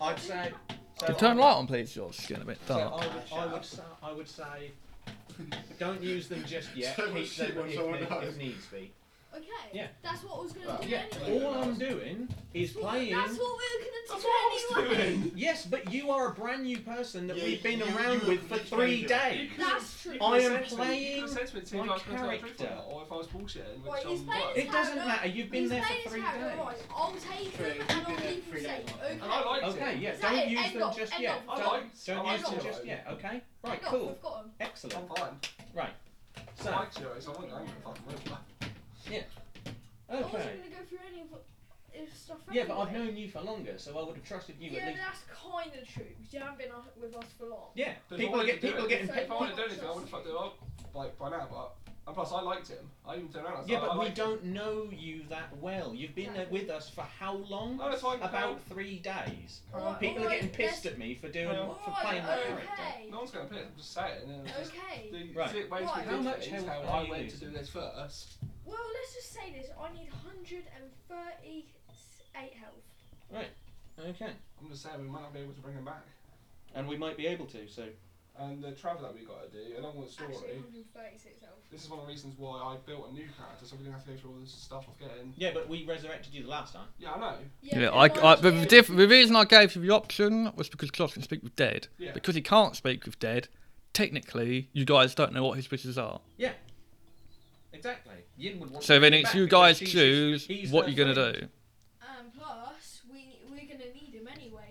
[SPEAKER 4] I'd say. So
[SPEAKER 2] Can you turn
[SPEAKER 4] I'd-
[SPEAKER 2] the light on, please? George, it's getting a bit
[SPEAKER 4] So I
[SPEAKER 2] dark.
[SPEAKER 4] would,
[SPEAKER 7] Ah, shut
[SPEAKER 4] I would,
[SPEAKER 7] up.
[SPEAKER 4] say, I would say, don't use them just
[SPEAKER 7] <laughs>
[SPEAKER 4] yet.
[SPEAKER 7] So much
[SPEAKER 4] keep them
[SPEAKER 7] shit when
[SPEAKER 4] if,
[SPEAKER 7] someone
[SPEAKER 4] need-
[SPEAKER 7] knows.
[SPEAKER 4] if needs be.
[SPEAKER 6] Okay.
[SPEAKER 4] Yeah.
[SPEAKER 6] That's what I was going to
[SPEAKER 7] Well,
[SPEAKER 6] do
[SPEAKER 4] Yeah.
[SPEAKER 6] anyway.
[SPEAKER 4] All I'm doing is playing.
[SPEAKER 6] That's what we were
[SPEAKER 3] That's what I
[SPEAKER 6] going
[SPEAKER 3] was
[SPEAKER 6] to do anyway.
[SPEAKER 3] doing.
[SPEAKER 4] Yes, but you are a brand new person that
[SPEAKER 7] Yeah,
[SPEAKER 4] we've been
[SPEAKER 7] you- you
[SPEAKER 4] around
[SPEAKER 7] are a
[SPEAKER 4] with for
[SPEAKER 7] complete
[SPEAKER 4] three
[SPEAKER 7] stranger.
[SPEAKER 4] days.
[SPEAKER 6] That's true.
[SPEAKER 3] You
[SPEAKER 4] I
[SPEAKER 3] could've
[SPEAKER 4] am
[SPEAKER 3] said to me-
[SPEAKER 4] playing
[SPEAKER 3] you could've said to me, see if
[SPEAKER 4] my
[SPEAKER 3] I was gonna tell the truth
[SPEAKER 4] character.
[SPEAKER 3] or not, Or if I was bullshitting,
[SPEAKER 6] Right,
[SPEAKER 3] which
[SPEAKER 6] he's
[SPEAKER 3] I'm
[SPEAKER 6] playing
[SPEAKER 3] not.
[SPEAKER 6] his
[SPEAKER 4] It doesn't
[SPEAKER 6] character.
[SPEAKER 4] mater, you've been
[SPEAKER 6] He's
[SPEAKER 4] there for
[SPEAKER 6] playing his
[SPEAKER 4] three
[SPEAKER 6] character,
[SPEAKER 4] days.
[SPEAKER 6] Right. I'll take
[SPEAKER 7] Three-
[SPEAKER 6] them and I'll
[SPEAKER 7] three-
[SPEAKER 6] leave them
[SPEAKER 7] three
[SPEAKER 6] safe.
[SPEAKER 7] days.
[SPEAKER 6] Okay.
[SPEAKER 3] And I like it.
[SPEAKER 4] Okay, yeah,
[SPEAKER 6] Is that
[SPEAKER 4] don't
[SPEAKER 6] it?
[SPEAKER 4] use
[SPEAKER 6] End
[SPEAKER 4] them
[SPEAKER 6] off,
[SPEAKER 4] just
[SPEAKER 6] end
[SPEAKER 4] yet.
[SPEAKER 6] off.
[SPEAKER 3] I
[SPEAKER 4] Don't,
[SPEAKER 3] liked-
[SPEAKER 4] don't
[SPEAKER 3] I
[SPEAKER 4] use them
[SPEAKER 6] liked
[SPEAKER 4] just
[SPEAKER 3] it.
[SPEAKER 4] yet, okay?
[SPEAKER 6] Right,
[SPEAKER 4] Right, cool.
[SPEAKER 6] I've got 'em.
[SPEAKER 3] I'm
[SPEAKER 4] Excellent.
[SPEAKER 3] fine.
[SPEAKER 4] Right.
[SPEAKER 3] I
[SPEAKER 4] So,
[SPEAKER 3] like Shiro's, I won't go for fucking Riddler.
[SPEAKER 6] I wasn't
[SPEAKER 4] okay.
[SPEAKER 6] going to go through any of the- his stuff
[SPEAKER 4] Yeah, but I've
[SPEAKER 6] anyway.
[SPEAKER 4] known you for longer, so I would have trusted you
[SPEAKER 6] Yeah,
[SPEAKER 4] at
[SPEAKER 6] but
[SPEAKER 4] least.
[SPEAKER 6] that's kind of true. 'cause You haven't been on- with us for long.
[SPEAKER 4] Yeah,
[SPEAKER 3] But
[SPEAKER 4] people
[SPEAKER 3] why
[SPEAKER 4] are,
[SPEAKER 3] would
[SPEAKER 4] get,
[SPEAKER 3] you do
[SPEAKER 4] people are
[SPEAKER 3] it?
[SPEAKER 4] getting
[SPEAKER 6] So
[SPEAKER 4] picked
[SPEAKER 3] If I
[SPEAKER 6] why
[SPEAKER 3] would have done anything, I would have fucked it up like by now. But and plus, I liked him. I even turned around. and said,
[SPEAKER 4] Yeah,
[SPEAKER 3] I
[SPEAKER 4] but we
[SPEAKER 3] like him.
[SPEAKER 4] don't know you that well. You've been uh, with us for how long?
[SPEAKER 3] No, it's fine.
[SPEAKER 4] About three days.
[SPEAKER 3] Carry
[SPEAKER 6] Alright,
[SPEAKER 3] on.
[SPEAKER 4] People are
[SPEAKER 6] alright,
[SPEAKER 4] getting pissed
[SPEAKER 6] let's-
[SPEAKER 4] at me for doing
[SPEAKER 3] Well,
[SPEAKER 4] for playing my
[SPEAKER 6] alright,
[SPEAKER 4] character.
[SPEAKER 6] okay.
[SPEAKER 3] No one's going to piss. I'm just saying. And
[SPEAKER 4] <laughs>
[SPEAKER 3] it's just
[SPEAKER 6] Okay.
[SPEAKER 3] the
[SPEAKER 4] Right.
[SPEAKER 3] sick ways
[SPEAKER 6] Right.
[SPEAKER 3] we
[SPEAKER 4] How
[SPEAKER 3] did
[SPEAKER 4] much
[SPEAKER 3] things, how
[SPEAKER 4] health are
[SPEAKER 3] I
[SPEAKER 4] you
[SPEAKER 3] went to
[SPEAKER 4] using?
[SPEAKER 3] do this first.
[SPEAKER 6] Well, let's just say this. I need 138 health.
[SPEAKER 4] Okay.
[SPEAKER 3] I'm just saying we might not be able to bring him back.
[SPEAKER 4] And we might be able to, so. and
[SPEAKER 3] And the travel that we got to do, along with the story.
[SPEAKER 6] Actually, 136 health.
[SPEAKER 3] This is one of the reasons why I built a new character, so we didn't have to go through all this stuff of getting.
[SPEAKER 4] Yeah, but we resurrected you the last time.
[SPEAKER 3] Yeah, I know.
[SPEAKER 2] Yeah, I, I,
[SPEAKER 6] but
[SPEAKER 2] the,
[SPEAKER 6] mine's-
[SPEAKER 2] diff- the reason I gave you the option was because Klaus can speak with dead.
[SPEAKER 3] Yeah.
[SPEAKER 2] Because he can't speak with dead, technically, you guys don't know what his wishes are.
[SPEAKER 4] Exactly. Yin would want
[SPEAKER 2] So
[SPEAKER 4] to
[SPEAKER 2] then
[SPEAKER 4] bring
[SPEAKER 2] it's
[SPEAKER 4] back
[SPEAKER 2] you
[SPEAKER 4] because
[SPEAKER 2] guys
[SPEAKER 4] she's-
[SPEAKER 2] choose
[SPEAKER 4] he's
[SPEAKER 2] what
[SPEAKER 4] her
[SPEAKER 2] you're going
[SPEAKER 4] friend.
[SPEAKER 2] to do.
[SPEAKER 6] And plus, we we're gonna need him anyway.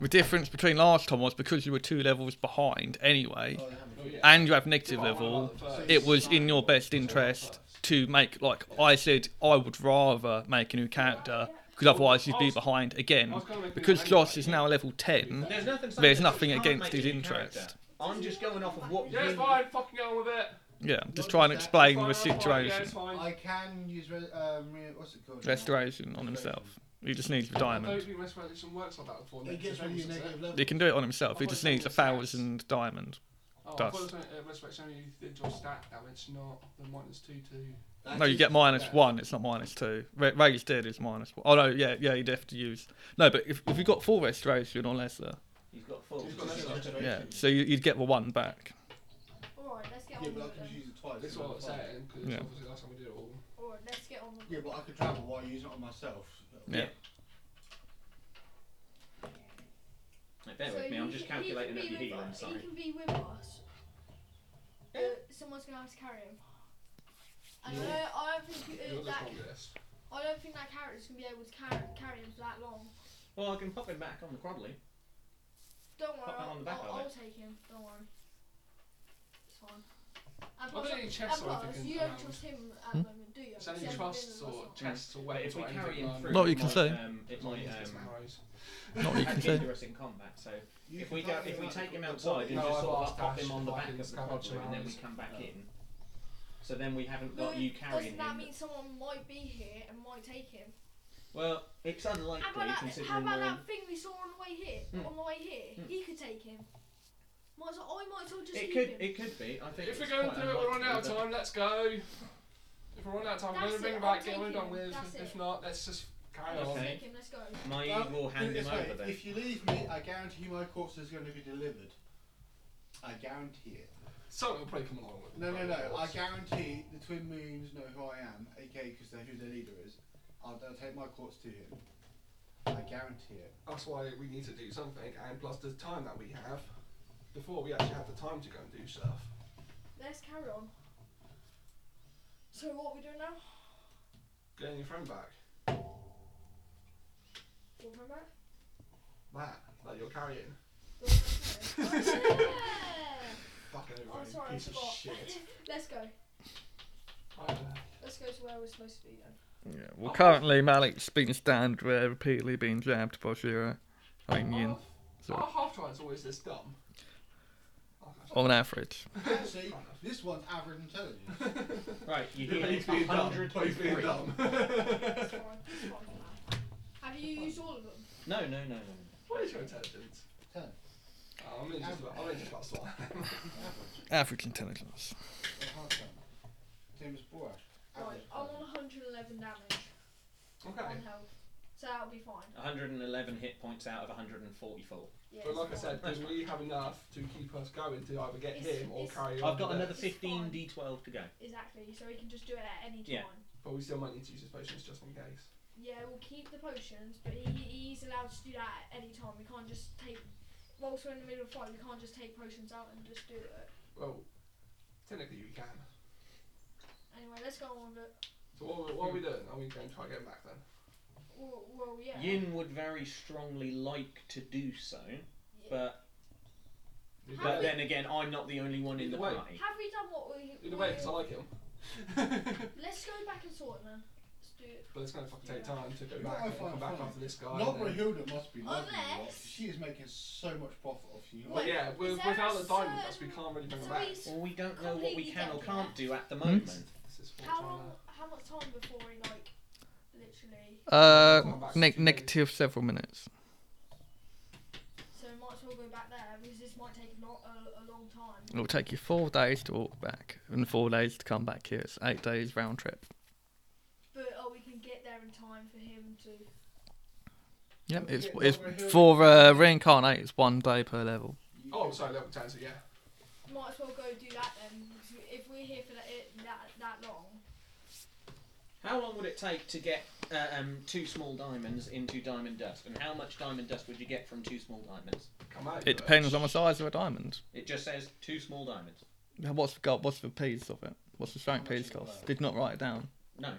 [SPEAKER 2] The difference between last time was because you were two levels behind anyway,
[SPEAKER 7] Oh, they haven't.
[SPEAKER 3] Oh, yeah.
[SPEAKER 2] and you have
[SPEAKER 3] It's
[SPEAKER 2] negative
[SPEAKER 3] like one
[SPEAKER 2] level,
[SPEAKER 3] of the first.
[SPEAKER 2] it was in your best interest to make, like I said, I would rather make a new character, because otherwise you'd be behind
[SPEAKER 3] I
[SPEAKER 2] again.
[SPEAKER 3] was gonna make a
[SPEAKER 2] Because
[SPEAKER 3] new
[SPEAKER 2] Josh
[SPEAKER 3] anyway.
[SPEAKER 2] is now level 10,
[SPEAKER 4] There's nothing. saying
[SPEAKER 2] there's
[SPEAKER 4] that
[SPEAKER 2] nothing
[SPEAKER 4] she can't
[SPEAKER 2] against
[SPEAKER 4] make
[SPEAKER 2] his
[SPEAKER 4] a new character.
[SPEAKER 2] interest.
[SPEAKER 4] I'm just going off of what
[SPEAKER 3] Yeah,
[SPEAKER 4] Yin.
[SPEAKER 3] it's fine. Fucking go on with it.
[SPEAKER 2] Yeah, just
[SPEAKER 5] What
[SPEAKER 2] try and
[SPEAKER 5] was that?
[SPEAKER 2] explain the
[SPEAKER 3] Fine, fine, yeah,
[SPEAKER 2] situation.
[SPEAKER 3] it's fine.
[SPEAKER 5] I can use re- um, re- what's it called?
[SPEAKER 2] Restoration on himself. He just needs the
[SPEAKER 3] I don't
[SPEAKER 2] diamond.
[SPEAKER 3] think restoration works like that before.
[SPEAKER 7] It gets rid of your negative level.
[SPEAKER 2] He can do it on himself. He just needs a thousand diamond.
[SPEAKER 3] Oh, I
[SPEAKER 2] Dust.
[SPEAKER 3] thought it was, uh, restoration only did your stat damage, not the minus two two.
[SPEAKER 7] That
[SPEAKER 2] No, you
[SPEAKER 7] is- <laughs>
[SPEAKER 2] get minus
[SPEAKER 7] yeah.
[SPEAKER 2] one. It's not minus two. Ra- Raised dead is minus one. Oh no, yeah, yeah. You'd have to use. No, but if, if you got full restoration or lesser,
[SPEAKER 4] He's got full.
[SPEAKER 3] He's got
[SPEAKER 4] He's
[SPEAKER 3] that.
[SPEAKER 4] got
[SPEAKER 2] yeah.
[SPEAKER 4] restoration.
[SPEAKER 2] So you, you'd get the one back.
[SPEAKER 6] Alright, let's get on
[SPEAKER 7] Yeah,
[SPEAKER 6] with
[SPEAKER 7] but I could
[SPEAKER 6] it.
[SPEAKER 7] use it twice.
[SPEAKER 3] This is
[SPEAKER 7] so
[SPEAKER 3] what I'm
[SPEAKER 7] that's fine.
[SPEAKER 3] saying, because
[SPEAKER 2] Yeah.
[SPEAKER 3] obviously last time we did it all.
[SPEAKER 6] Alright, let's get on with
[SPEAKER 7] Yeah,
[SPEAKER 6] it.
[SPEAKER 7] but I could travel while using it on myself.
[SPEAKER 2] Yeah.
[SPEAKER 4] Right, bear
[SPEAKER 6] So
[SPEAKER 4] with me,
[SPEAKER 6] you
[SPEAKER 4] I'm just
[SPEAKER 6] can- you can
[SPEAKER 4] calculating
[SPEAKER 6] be
[SPEAKER 4] up your
[SPEAKER 6] with
[SPEAKER 4] healing,
[SPEAKER 6] us-
[SPEAKER 4] sorry.
[SPEAKER 6] You can be with us. Uh, someone's going to have to carry him. And I, don't- I don't think
[SPEAKER 3] You're
[SPEAKER 6] uh,
[SPEAKER 3] the
[SPEAKER 6] that
[SPEAKER 3] strongest.
[SPEAKER 6] I don't think that character's gonna be able to carry, carry him for that long.
[SPEAKER 4] Well, I can pop him back on the Crodley.
[SPEAKER 6] Don't worry,
[SPEAKER 4] Pop him
[SPEAKER 6] I'll,
[SPEAKER 4] on the back
[SPEAKER 6] I'll,
[SPEAKER 4] of
[SPEAKER 6] I'll
[SPEAKER 4] it.
[SPEAKER 6] take him. Don't worry. It's fine.
[SPEAKER 3] I
[SPEAKER 6] And
[SPEAKER 3] don't
[SPEAKER 6] plus,
[SPEAKER 3] think
[SPEAKER 6] and
[SPEAKER 3] chests are
[SPEAKER 6] plus,
[SPEAKER 3] anything
[SPEAKER 6] you don't
[SPEAKER 3] around.
[SPEAKER 6] trust him at the moment, do you?
[SPEAKER 3] It's only
[SPEAKER 6] Because you haven't
[SPEAKER 3] trusts
[SPEAKER 6] been with
[SPEAKER 3] or
[SPEAKER 6] us long.
[SPEAKER 3] chests or
[SPEAKER 4] But
[SPEAKER 3] weights
[SPEAKER 4] if we
[SPEAKER 3] or
[SPEAKER 4] carry
[SPEAKER 3] anything
[SPEAKER 4] him
[SPEAKER 3] like
[SPEAKER 4] through,
[SPEAKER 2] Not
[SPEAKER 4] it
[SPEAKER 2] you can
[SPEAKER 4] might,
[SPEAKER 2] say.
[SPEAKER 4] Um, it might um,
[SPEAKER 2] Not you can say.
[SPEAKER 4] hinder us in combat. So if we go, if we take him outside and
[SPEAKER 3] No,
[SPEAKER 4] just
[SPEAKER 3] I've
[SPEAKER 4] sort of
[SPEAKER 3] asked
[SPEAKER 4] pop
[SPEAKER 3] Ash
[SPEAKER 4] him on the
[SPEAKER 3] if I
[SPEAKER 4] back
[SPEAKER 3] can
[SPEAKER 4] of the
[SPEAKER 3] scout
[SPEAKER 4] Crodley and then
[SPEAKER 3] around.
[SPEAKER 4] we come back in. So then we haven't
[SPEAKER 6] But
[SPEAKER 4] got you
[SPEAKER 6] doesn't
[SPEAKER 4] carrying
[SPEAKER 6] that
[SPEAKER 4] him.
[SPEAKER 6] mean someone might be here and might take him?
[SPEAKER 4] Well, it's
[SPEAKER 6] How about
[SPEAKER 4] unlikely
[SPEAKER 6] that? How
[SPEAKER 4] considering we're
[SPEAKER 6] about
[SPEAKER 4] in.
[SPEAKER 6] that thing we saw on the way here?
[SPEAKER 4] Hmm.
[SPEAKER 6] On the way here,
[SPEAKER 4] Hmm.
[SPEAKER 6] he could take him. Might as well, I might as well just
[SPEAKER 4] It
[SPEAKER 6] leave
[SPEAKER 4] could,
[SPEAKER 6] him.
[SPEAKER 4] it could be. I think
[SPEAKER 3] If we're
[SPEAKER 4] it's
[SPEAKER 3] going
[SPEAKER 4] quite
[SPEAKER 3] through it, we're running out of
[SPEAKER 4] unlikely,
[SPEAKER 3] time. Let's go. If we're running out of time, we're
[SPEAKER 6] That's
[SPEAKER 3] going to bring
[SPEAKER 6] it,
[SPEAKER 3] it
[SPEAKER 6] I'll
[SPEAKER 3] back, get
[SPEAKER 6] take
[SPEAKER 3] it done
[SPEAKER 6] him,
[SPEAKER 3] with.
[SPEAKER 6] that's
[SPEAKER 3] If
[SPEAKER 6] it.
[SPEAKER 3] not, let's just carry
[SPEAKER 6] Let's
[SPEAKER 3] on.
[SPEAKER 4] Okay.
[SPEAKER 6] take him. Let's go.
[SPEAKER 4] but My
[SPEAKER 7] Well, put
[SPEAKER 4] will
[SPEAKER 7] it
[SPEAKER 4] hand him
[SPEAKER 7] this way,
[SPEAKER 4] over then.
[SPEAKER 7] If you leave me, I guarantee you my corpse is going to be delivered. I guarantee it.
[SPEAKER 3] Something will probably come along with it.
[SPEAKER 7] No, no,
[SPEAKER 3] Right, of
[SPEAKER 7] no. I
[SPEAKER 3] course.
[SPEAKER 7] guarantee the Twin Moons know who I am, aka because they're who their leader is. I'll, I'll take my corpse to him. I guarantee it.
[SPEAKER 3] That's why we need to do something, and plus the time that we have. Before we actually had the time to go and do stuff.
[SPEAKER 6] Let's carry on. So what are we doing now?
[SPEAKER 3] Getting your friend back.
[SPEAKER 6] What am I
[SPEAKER 4] <laughs>
[SPEAKER 6] back?
[SPEAKER 3] That, that you're carrying.
[SPEAKER 6] oh,
[SPEAKER 3] Fucking everyone, you
[SPEAKER 6] sorry, I
[SPEAKER 3] piece of
[SPEAKER 6] forgot. <laughs>
[SPEAKER 3] shit.
[SPEAKER 6] Let's go.
[SPEAKER 3] Right there.
[SPEAKER 6] Let's go to where we're supposed to be then.
[SPEAKER 2] Yeah. Well, currently Malik's been stabbed, uh, repeatedly being jabbed by Shiro. I mean, Ian.
[SPEAKER 3] Half-
[SPEAKER 2] Sorry.
[SPEAKER 3] Our half time's always this dumb.
[SPEAKER 2] On average.
[SPEAKER 7] Actually, this one's average intelligence.
[SPEAKER 4] Right,
[SPEAKER 3] <laughs>
[SPEAKER 4] you
[SPEAKER 3] Yeah,
[SPEAKER 4] heal
[SPEAKER 3] he's
[SPEAKER 4] him
[SPEAKER 3] being dumb.
[SPEAKER 4] 100
[SPEAKER 3] He's being dumb. <laughs>
[SPEAKER 6] It's fine. It's fine. Have you used all of them?
[SPEAKER 4] No, no, no, no. no.
[SPEAKER 3] What is your intelligence?
[SPEAKER 7] Ten.
[SPEAKER 3] Oh, I'm in just about, I'm in just about swan.
[SPEAKER 7] Average.
[SPEAKER 2] Average intelligence.
[SPEAKER 7] Or Oh, half done. Same as Borash.
[SPEAKER 6] Right,
[SPEAKER 7] Average.
[SPEAKER 6] I'm on 111 damage
[SPEAKER 3] <laughs> Okay.
[SPEAKER 6] on health, so that'll be fine.
[SPEAKER 4] 111 hit points out of 144.
[SPEAKER 6] Yeah,
[SPEAKER 3] But like I
[SPEAKER 6] it's
[SPEAKER 3] said,
[SPEAKER 6] fine.
[SPEAKER 3] do we have enough to keep us going to either get
[SPEAKER 6] It's-
[SPEAKER 3] him or
[SPEAKER 6] it's-
[SPEAKER 3] carry on?
[SPEAKER 4] I've got
[SPEAKER 3] with it?
[SPEAKER 4] another
[SPEAKER 6] It's
[SPEAKER 4] 15
[SPEAKER 6] fine.
[SPEAKER 4] d12 to go.
[SPEAKER 6] exactly. So we can just do it at any time.
[SPEAKER 4] Yeah.
[SPEAKER 3] But we still might need to use his potions just in case.
[SPEAKER 6] Yeah, we'll keep the potions, but he, he's allowed to do that at any time. We can't just take. Whilst we're in the middle of the fight, we can't just take potions out and just do it.
[SPEAKER 3] Well, technically we can.
[SPEAKER 6] Anyway, let's go on with it.
[SPEAKER 3] So what, what are we doing? Are we going to try and get him back then?
[SPEAKER 6] Well, well yeah.
[SPEAKER 4] Yin would very strongly like to do so,
[SPEAKER 6] Yeah.
[SPEAKER 4] but
[SPEAKER 3] Either
[SPEAKER 6] How
[SPEAKER 4] but
[SPEAKER 3] way-
[SPEAKER 4] then again, I'm not the only one in the
[SPEAKER 3] Either way.
[SPEAKER 4] party.
[SPEAKER 6] Have we done what we?
[SPEAKER 3] Either way,
[SPEAKER 6] we-
[SPEAKER 3] because I like him. but
[SPEAKER 6] Let's go back and sort it, man. Let's do it.
[SPEAKER 3] it's going to fucking take time to go
[SPEAKER 7] Yeah,
[SPEAKER 3] back
[SPEAKER 7] I
[SPEAKER 3] and
[SPEAKER 7] find
[SPEAKER 3] come back
[SPEAKER 7] fine.
[SPEAKER 3] after this guy. and
[SPEAKER 7] Nobra
[SPEAKER 3] then-
[SPEAKER 7] Hilda must be loving
[SPEAKER 6] Unless-
[SPEAKER 7] you lot. She is making so much profit off you.
[SPEAKER 3] But
[SPEAKER 6] Wait,
[SPEAKER 3] yeah, with,
[SPEAKER 6] is there
[SPEAKER 3] without
[SPEAKER 6] a
[SPEAKER 3] the diamond dust, we
[SPEAKER 6] certain-
[SPEAKER 3] can't really bring him
[SPEAKER 6] So
[SPEAKER 3] back.
[SPEAKER 6] he's-
[SPEAKER 4] Well, we don't know what we
[SPEAKER 6] Completely
[SPEAKER 4] can or
[SPEAKER 6] dead,
[SPEAKER 4] can't
[SPEAKER 6] yeah.
[SPEAKER 4] do at the moment.
[SPEAKER 3] This is what we're
[SPEAKER 6] How
[SPEAKER 3] trying
[SPEAKER 6] long? How much time before we like, literally?
[SPEAKER 2] Uh,
[SPEAKER 3] ne-
[SPEAKER 2] negative
[SPEAKER 3] negative
[SPEAKER 2] several minutes.
[SPEAKER 6] So we might as well go back there because this might take not a, a long time.
[SPEAKER 2] It'll take you four days to walk back and four days to come back here. It's eight days round trip.
[SPEAKER 6] But oh, we can get there in time for him to.
[SPEAKER 2] Yep,
[SPEAKER 7] Don't
[SPEAKER 2] it's,
[SPEAKER 7] forget
[SPEAKER 2] it's
[SPEAKER 7] Nobra Hilda.
[SPEAKER 2] for uh, reincarnate. It's one day per level.
[SPEAKER 7] You-
[SPEAKER 3] Oh, sorry, level 10, so yeah.
[SPEAKER 6] Might as well go do that then. Because we- if we're here for that it, that that long,
[SPEAKER 4] How long would it take to get uh, um, two small diamonds into diamond dust, and how much diamond dust would you get from two small diamonds?
[SPEAKER 3] Come out.
[SPEAKER 2] It depends on the size of a diamond.
[SPEAKER 4] It just says two small diamonds.
[SPEAKER 2] Now, What's the, go- what's the piece of it? What's the strength piece cost? Did not write it down.
[SPEAKER 4] No.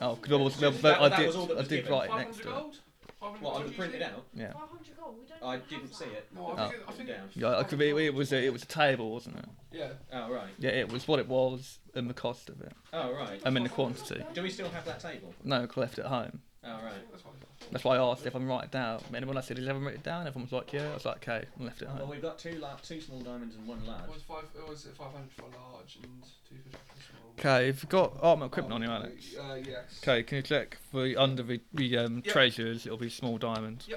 [SPEAKER 2] Oh, because I, was, I,
[SPEAKER 4] That- that
[SPEAKER 2] did,
[SPEAKER 4] was all that
[SPEAKER 2] I
[SPEAKER 4] was
[SPEAKER 2] did
[SPEAKER 4] given.
[SPEAKER 2] write it
[SPEAKER 3] 500
[SPEAKER 2] next to it.
[SPEAKER 3] gold? 500
[SPEAKER 4] Well, I
[SPEAKER 3] gold
[SPEAKER 4] could print it
[SPEAKER 3] usually?
[SPEAKER 4] out.
[SPEAKER 2] Yeah.
[SPEAKER 6] 500 gold. We don't.
[SPEAKER 4] I
[SPEAKER 6] even have
[SPEAKER 4] didn't see
[SPEAKER 6] that.
[SPEAKER 4] it.
[SPEAKER 3] No, I
[SPEAKER 2] Oh.
[SPEAKER 3] think, I think
[SPEAKER 4] Down.
[SPEAKER 2] Yeah, I could be, it was a, it was a table, wasn't it?
[SPEAKER 3] Yeah.
[SPEAKER 4] Oh right.
[SPEAKER 2] Yeah, it was what it was and the cost of it.
[SPEAKER 4] Oh right.
[SPEAKER 2] Um, I mean the quantity.
[SPEAKER 4] Do we still have that table?
[SPEAKER 2] No, I left at home.
[SPEAKER 4] Oh right.
[SPEAKER 3] That's what I thought.
[SPEAKER 2] That's why I asked if I'm writing it down. And when I said, "Is everyone written it down?" Everyone was like, "Yeah." I was like, "Okay," and left it at
[SPEAKER 4] Well,
[SPEAKER 2] home.
[SPEAKER 4] we've got two lar- two small diamonds and one large.
[SPEAKER 3] What was five? What was it? Five hundred for large and two fifty for small.
[SPEAKER 2] Okay, you've got armor equipment on you, Alex.
[SPEAKER 3] Uh, yes.
[SPEAKER 2] Okay, can you check for the- under the, the um,
[SPEAKER 3] Yep.
[SPEAKER 2] treasures? It'll be small diamonds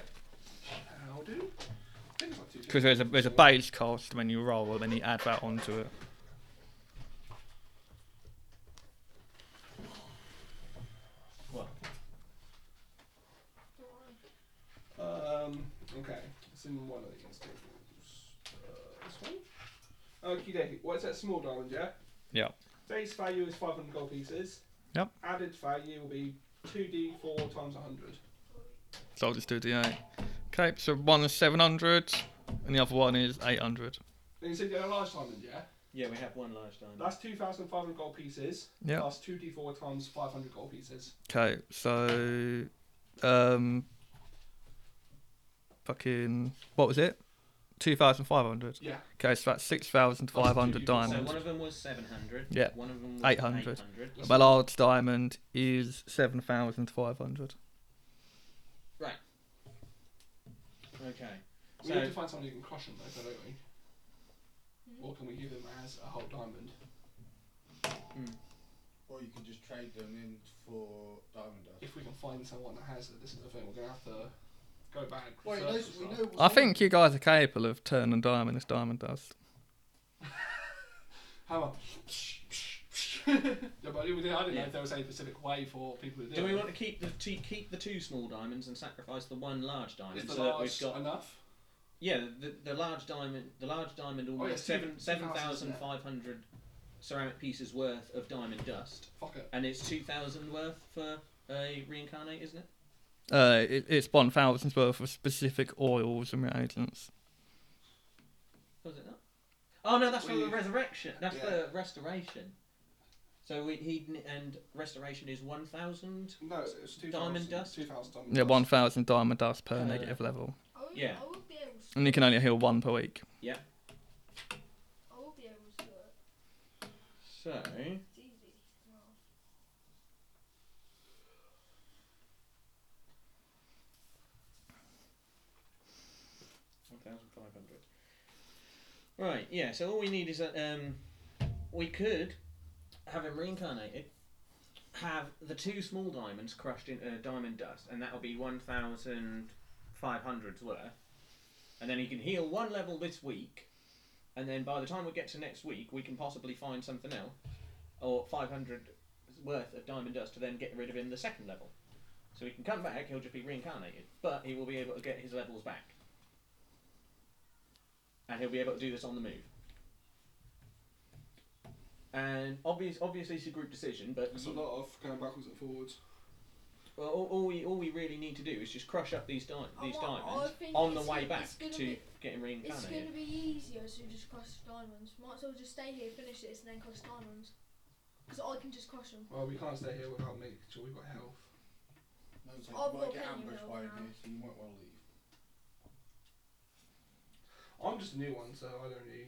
[SPEAKER 3] How do? I think it's like two
[SPEAKER 2] because there's a there's a base cost when you roll, and then you add that onto it.
[SPEAKER 3] Um. Okay. It's in one of these tables. Uh, this one. Okie dokie. What's that small diamond? Yeah.
[SPEAKER 2] Yeah.
[SPEAKER 3] Base value is five hundred gold pieces.
[SPEAKER 2] Yep.
[SPEAKER 3] Added value will be two d four times hundred.
[SPEAKER 2] So I'll just do the eight. Okay, so one is seven hundred, and the other one is eight hundred.
[SPEAKER 3] And you said you had a large diamond, yeah?
[SPEAKER 4] Yeah, we have one large diamond.
[SPEAKER 3] That's two thousand five hundred gold pieces.
[SPEAKER 2] Yeah.
[SPEAKER 3] Plus two d four times five hundred gold pieces.
[SPEAKER 2] Okay, so um, fucking what was it? Two thousand five hundred.
[SPEAKER 3] Yeah.
[SPEAKER 2] Okay, so that's six thousand five hundred
[SPEAKER 4] So
[SPEAKER 2] diamonds.
[SPEAKER 4] one of them was 700.
[SPEAKER 2] Yeah.
[SPEAKER 4] One of them was
[SPEAKER 2] 800.
[SPEAKER 4] 800.
[SPEAKER 2] My large diamond is seven thousand five hundred.
[SPEAKER 4] Okay.
[SPEAKER 3] We
[SPEAKER 4] So-
[SPEAKER 3] need to find somebody who can crush him though, don't we? Or can we give him as a whole diamond?
[SPEAKER 7] Or you can just trade them in for diamond dust.
[SPEAKER 3] If we can find someone that has it, this is the thing. We're gonna have to go back.
[SPEAKER 7] Well,
[SPEAKER 3] research
[SPEAKER 7] those-
[SPEAKER 3] and
[SPEAKER 7] we
[SPEAKER 3] stuff.
[SPEAKER 7] know what's
[SPEAKER 2] I
[SPEAKER 7] on
[SPEAKER 2] think you guys are capable of turning diamond as diamond dust.
[SPEAKER 3] How <laughs> much? yeah, but I didn't I didn't know
[SPEAKER 4] Yeah.
[SPEAKER 3] if there was any specific way for people to do,
[SPEAKER 4] Do we
[SPEAKER 3] it.
[SPEAKER 4] want to keep the two, keep the two small diamonds and sacrifice the one large diamond?
[SPEAKER 3] Is the
[SPEAKER 4] so that
[SPEAKER 3] large
[SPEAKER 4] we've got
[SPEAKER 3] enough?
[SPEAKER 4] yeah the, the large diamond the large diamond almost
[SPEAKER 3] it's two-
[SPEAKER 4] seven
[SPEAKER 3] Oh, two
[SPEAKER 4] seven
[SPEAKER 3] thousand,
[SPEAKER 4] thousand
[SPEAKER 3] isn't it?
[SPEAKER 4] five hundred ceramic pieces worth of diamond dust,
[SPEAKER 3] Fuck it.
[SPEAKER 4] and it's two thousand worth for a reincarnate, isn't it?
[SPEAKER 2] Uh, it, it's one thousand's worth of specific oils and reagents.
[SPEAKER 4] Was it not? Oh no, that's for the
[SPEAKER 3] We-
[SPEAKER 4] resurrection. That's
[SPEAKER 7] yeah.
[SPEAKER 4] the restoration. So we he and restoration is one thousand.
[SPEAKER 3] No, it's two
[SPEAKER 4] Diamond dust?
[SPEAKER 3] Two thousand diamond
[SPEAKER 2] Yeah,
[SPEAKER 3] dust.
[SPEAKER 2] one thousand diamond dust per
[SPEAKER 4] Uh,
[SPEAKER 2] negative level,
[SPEAKER 6] I would,
[SPEAKER 4] Yeah.
[SPEAKER 6] I would be able to,
[SPEAKER 2] and you can only heal one per week.
[SPEAKER 6] I would be able to do it.
[SPEAKER 4] So
[SPEAKER 6] It's easy. Well,
[SPEAKER 4] One thousand five hundred. Right, yeah, so all we need is that um, we could have him reincarnated, have the two small diamonds crushed into diamond dust, and that'll be 1,500's worth. And then he can heal one level this week, and then by the time we get to next week, we can possibly find something else, or 500 worth of diamond dust to then get rid of him the second level. So he can come back, he'll just be reincarnated, but he will be able to get his levels back and he'll be able to do this on the move. And obvious, obviously, it's a group decision, but
[SPEAKER 3] It's a lot of going backwards and forwards.
[SPEAKER 4] well, all, all we all we really need to do is just crush up these di- these
[SPEAKER 6] I want- I
[SPEAKER 4] diamonds
[SPEAKER 6] think
[SPEAKER 4] on the
[SPEAKER 6] it's
[SPEAKER 4] way
[SPEAKER 6] gonna-
[SPEAKER 4] back
[SPEAKER 6] it's gonna
[SPEAKER 4] to
[SPEAKER 6] be-
[SPEAKER 4] getting
[SPEAKER 6] It's
[SPEAKER 4] reincarnated.
[SPEAKER 6] going to be easier to just crush diamonds. Might as well just stay here, finish this, and then crush diamonds. Because I can just crush them.
[SPEAKER 3] Well, we can't stay here without making sure we've got health.
[SPEAKER 7] No, it's like you
[SPEAKER 6] Oh, well,
[SPEAKER 7] might get
[SPEAKER 6] then you
[SPEAKER 7] ambushed
[SPEAKER 6] will
[SPEAKER 7] by him
[SPEAKER 6] now.
[SPEAKER 7] here, so you might want to leave.
[SPEAKER 3] I'm just a new one, so I don't need.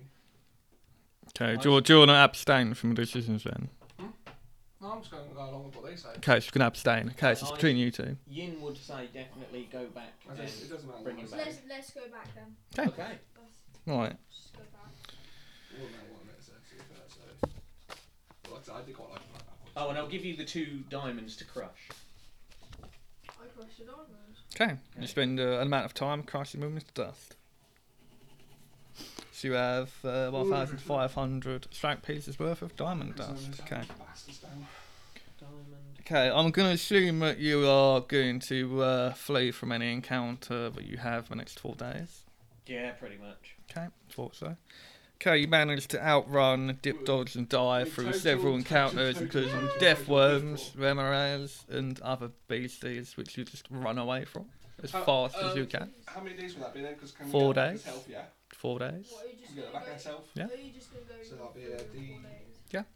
[SPEAKER 2] Okay, do you, do you want to abstain from decisions then?
[SPEAKER 3] No, I'm just going to go along with what they say.
[SPEAKER 2] Okay, so you can abstain. Okay, so it's between you two.
[SPEAKER 4] Yin would say definitely go back.
[SPEAKER 3] I
[SPEAKER 4] and-
[SPEAKER 3] just, it doesn't matter.
[SPEAKER 4] Bring
[SPEAKER 3] what
[SPEAKER 4] him
[SPEAKER 3] I
[SPEAKER 6] So
[SPEAKER 3] say.
[SPEAKER 4] back.
[SPEAKER 6] let's, let's go back then.
[SPEAKER 4] okay.
[SPEAKER 6] Let's
[SPEAKER 2] Right.
[SPEAKER 6] just go back.
[SPEAKER 3] It wouldn't matter what I meant, so, to be fair, so. But like I said, I did quite like that.
[SPEAKER 4] Oh, and I'll give you the two diamonds to crush.
[SPEAKER 6] I crush the diamonds.
[SPEAKER 2] Okay. You spend uh, an amount of time crushing movements to dust. So you have uh, 1,500 strike pieces worth of diamond dust. Okay.
[SPEAKER 3] Bastards down.
[SPEAKER 4] Diamond.
[SPEAKER 2] Okay, I'm going to assume that you are going to uh, flee from any encounter that you have in the next four days.
[SPEAKER 4] Yeah, pretty much.
[SPEAKER 2] Okay, thought so. Okay, you managed to outrun, dip, dodge, and die
[SPEAKER 3] We
[SPEAKER 2] through
[SPEAKER 3] total-
[SPEAKER 2] several
[SPEAKER 3] total-
[SPEAKER 2] encounters,
[SPEAKER 3] total-
[SPEAKER 2] including
[SPEAKER 3] total-
[SPEAKER 2] death
[SPEAKER 3] total
[SPEAKER 2] worms,
[SPEAKER 3] four.
[SPEAKER 2] remoras, and other beasties, which you just run away from as
[SPEAKER 3] Uh,
[SPEAKER 2] fast as you
[SPEAKER 3] um,
[SPEAKER 2] can.
[SPEAKER 3] How many days would that be then? Because can
[SPEAKER 2] Four
[SPEAKER 3] we get back
[SPEAKER 2] days.
[SPEAKER 3] his health? Yeah.
[SPEAKER 2] Four days.
[SPEAKER 6] What, are you just
[SPEAKER 3] Can we get
[SPEAKER 6] going to
[SPEAKER 3] back
[SPEAKER 6] go?
[SPEAKER 3] his health?
[SPEAKER 2] Yeah.
[SPEAKER 6] Are you just going to go?
[SPEAKER 3] So that'll be
[SPEAKER 6] for
[SPEAKER 3] a
[SPEAKER 6] four
[SPEAKER 3] D-
[SPEAKER 6] days?
[SPEAKER 2] Yeah.
[SPEAKER 6] Okay.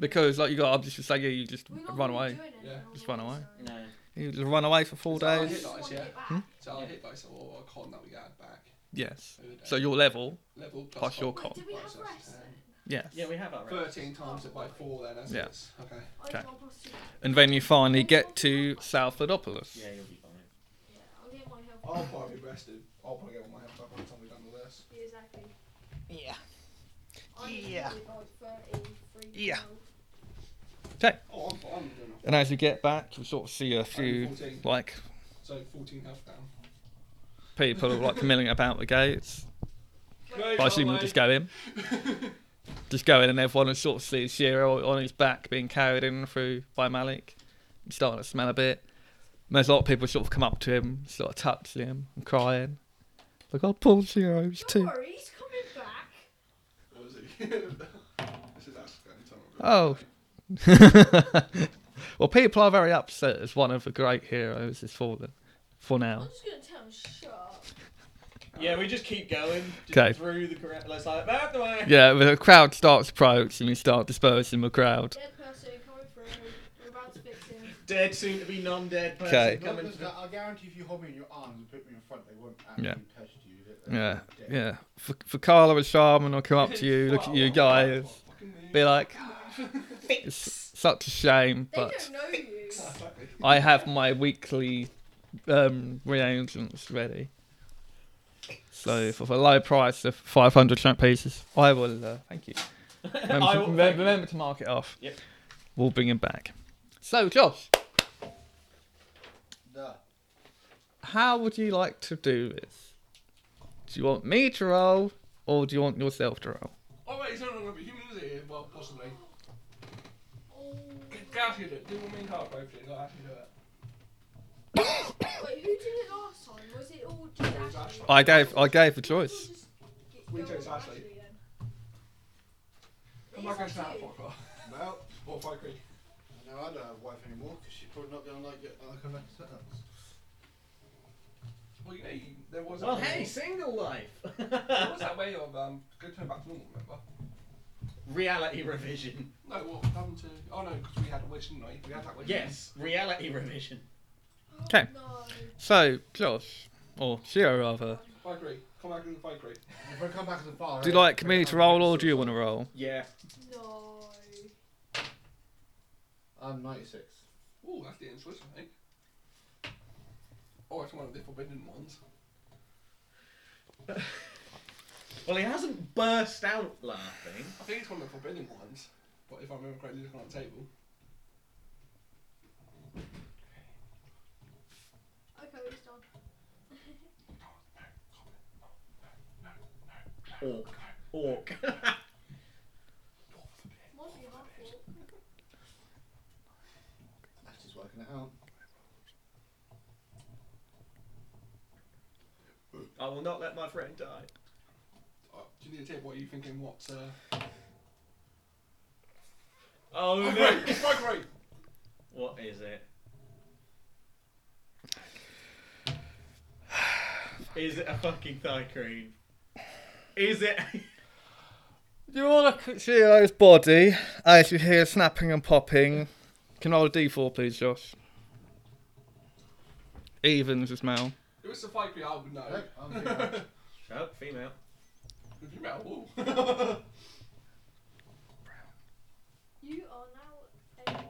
[SPEAKER 2] Because, like you got, I'm just saying, yeah, you just
[SPEAKER 6] We're not
[SPEAKER 2] run
[SPEAKER 6] gonna
[SPEAKER 2] away.
[SPEAKER 6] do anything,
[SPEAKER 3] Yeah.
[SPEAKER 6] are
[SPEAKER 2] Just
[SPEAKER 6] we?
[SPEAKER 2] run away.
[SPEAKER 6] So-
[SPEAKER 4] No.
[SPEAKER 2] You just run away for four
[SPEAKER 3] Is that how
[SPEAKER 6] I
[SPEAKER 3] it
[SPEAKER 2] days.
[SPEAKER 6] just
[SPEAKER 3] Hit dice,
[SPEAKER 6] wanna
[SPEAKER 3] yeah?
[SPEAKER 6] get back.
[SPEAKER 2] Hmm?
[SPEAKER 3] So I'll
[SPEAKER 4] Yeah.
[SPEAKER 3] hit dice or a con that we add back.
[SPEAKER 2] Yes.
[SPEAKER 3] Who did
[SPEAKER 2] So
[SPEAKER 3] that?
[SPEAKER 2] your level
[SPEAKER 3] level plus,
[SPEAKER 2] plus your
[SPEAKER 3] con.
[SPEAKER 6] Wait,
[SPEAKER 2] con.
[SPEAKER 6] do we have
[SPEAKER 3] Five, six,
[SPEAKER 6] rest
[SPEAKER 3] ten.
[SPEAKER 6] then?
[SPEAKER 2] Yes.
[SPEAKER 4] Yeah, we have our rest.
[SPEAKER 3] Thirteen times it by four then. That's
[SPEAKER 2] Yeah.
[SPEAKER 3] it. Okay.
[SPEAKER 6] I
[SPEAKER 2] Okay.
[SPEAKER 6] can't possibly-
[SPEAKER 2] And then you finally get to South Lodopolis.
[SPEAKER 4] Yeah, you'll be fine.
[SPEAKER 3] I'll probably be rested. I'll probably get all my health back by the time we're done with this.
[SPEAKER 6] Exactly.
[SPEAKER 8] Yeah.
[SPEAKER 6] I'm
[SPEAKER 8] Yeah.
[SPEAKER 6] usually about 33
[SPEAKER 8] Yeah.
[SPEAKER 6] now.
[SPEAKER 3] Oh, I'm, I'm doing it.
[SPEAKER 2] And as you get back, you sort of see a few
[SPEAKER 3] 14.
[SPEAKER 2] like
[SPEAKER 3] So 14 health down.
[SPEAKER 2] people like milling about the gates.
[SPEAKER 3] Guys,
[SPEAKER 2] But I assume we'll just go in. <laughs> just go in, and everyone sort of sees Shiro on his back being carried in through by Malik. He's starting to smell a bit. And there's a lot of people sort of come up to him, sort of touching him and crying. Like, oh, poor Shiro, he's
[SPEAKER 6] Don't
[SPEAKER 2] too.
[SPEAKER 6] worry, he's coming back.
[SPEAKER 3] What was it? this is actually the only time
[SPEAKER 2] Oh.
[SPEAKER 3] I've
[SPEAKER 2] <laughs> well, people are very upset as one of the great heroes is fallen. For
[SPEAKER 6] I'm
[SPEAKER 2] now.
[SPEAKER 6] just going to tell him, shut up.
[SPEAKER 3] Uh,
[SPEAKER 4] Yeah, we just keep going. Just
[SPEAKER 2] 'Kay.
[SPEAKER 4] Through the correct. Let's like, out the way.
[SPEAKER 2] Yeah, the crowd starts approaching, you start dispersing the crowd.
[SPEAKER 6] Dead person coming through. We're about to fix him.
[SPEAKER 4] Dead, soon to be non dead person
[SPEAKER 2] 'Kay.
[SPEAKER 7] Not
[SPEAKER 4] coming.
[SPEAKER 7] just that, I guarantee if you hold me in your arms and put me in front, they won't actually
[SPEAKER 2] Yeah.
[SPEAKER 7] touch you. They- they're
[SPEAKER 2] Yeah,
[SPEAKER 7] dead.
[SPEAKER 2] yeah. For, for Carla and Shaman will come up to you, look at you guys, be like, it's such a shame,
[SPEAKER 6] They
[SPEAKER 2] but
[SPEAKER 6] don't know
[SPEAKER 3] <laughs>
[SPEAKER 6] you.
[SPEAKER 2] I have my weekly um, reagents ready. So for the low price of 500 shrimp pieces, I will, uh,
[SPEAKER 4] <laughs>
[SPEAKER 2] thank you. Remember,
[SPEAKER 4] I
[SPEAKER 2] to,
[SPEAKER 4] will
[SPEAKER 2] remem-
[SPEAKER 4] thank you.
[SPEAKER 2] remember to mark it off.
[SPEAKER 4] Yep.
[SPEAKER 2] We'll bring him back. So, Josh,
[SPEAKER 7] Duh.
[SPEAKER 2] how would you like to do this? Do you want me to roll, or do you want yourself to roll?
[SPEAKER 3] Oh, wait, he's not going to be human, is he? Well, possibly.
[SPEAKER 6] Oh.
[SPEAKER 3] Gash, you do it. Do one main card, both please. I'll actually do it.
[SPEAKER 6] Wait, who did it last time? Was it all just
[SPEAKER 3] was
[SPEAKER 6] Ashley?
[SPEAKER 3] Ashley.
[SPEAKER 2] I gave, I gave the choice.
[SPEAKER 6] Just get-
[SPEAKER 3] We
[SPEAKER 6] go
[SPEAKER 3] chose
[SPEAKER 6] with
[SPEAKER 3] Ashley.
[SPEAKER 6] then.
[SPEAKER 3] Come
[SPEAKER 6] It's
[SPEAKER 3] back and
[SPEAKER 6] up
[SPEAKER 3] snap,
[SPEAKER 6] to you.
[SPEAKER 3] fuck off.
[SPEAKER 7] Well,
[SPEAKER 3] Or fight creek.
[SPEAKER 7] no, I don't have a wife anymore because she's probably not going to like it. Like her next sentence.
[SPEAKER 3] Well, you know, you, there was
[SPEAKER 4] Well,
[SPEAKER 3] that
[SPEAKER 4] hey,
[SPEAKER 3] way,
[SPEAKER 4] single life.
[SPEAKER 3] there was that way of um, good turn back to normal, remember?
[SPEAKER 4] <laughs> reality revision.
[SPEAKER 3] No, what happened to? Oh no, because we had a wish, didn't we? We had that wish.
[SPEAKER 4] Yes, reality revision.
[SPEAKER 6] Oh,
[SPEAKER 2] 'Kay.
[SPEAKER 6] no.
[SPEAKER 2] So, Josh, or Shiro rather,
[SPEAKER 3] I agree. Come back with the fight creek.
[SPEAKER 7] If I come back as a fire.
[SPEAKER 2] do you like me to roll, or do you want to roll?
[SPEAKER 4] Yeah.
[SPEAKER 6] No.
[SPEAKER 7] I'm 96.
[SPEAKER 3] Ooh, that's the end switch, I think. Oh, it's one of the forbidden ones.
[SPEAKER 4] Well, he hasn't burst out laughing.
[SPEAKER 3] I think it's one of the forbidden ones. But if I remember correctly, looking on the table.
[SPEAKER 6] Okay, he's done.
[SPEAKER 4] Orc. Orc.
[SPEAKER 6] Might
[SPEAKER 4] <laughs>
[SPEAKER 6] be half full.
[SPEAKER 7] That is working it out.
[SPEAKER 4] I will not let my friend die.
[SPEAKER 3] Oh, do you need a tip? What are you thinking? What's uh?
[SPEAKER 4] Oh
[SPEAKER 3] Fight
[SPEAKER 4] no.
[SPEAKER 3] <laughs> creek. Fight creek.
[SPEAKER 4] what is it? Is it a fucking thigh cream? Is it? <laughs>
[SPEAKER 2] You all look at Shiro's body as you hear snapping and popping. Can I roll a d4, please, Josh? Evens as well.
[SPEAKER 3] If it's a fight creek, I would know.
[SPEAKER 7] Nope, I'm
[SPEAKER 3] <laughs>
[SPEAKER 7] female.
[SPEAKER 4] Shut up, female.
[SPEAKER 3] If you're out,
[SPEAKER 4] <laughs>
[SPEAKER 3] ooh.
[SPEAKER 6] You are now a.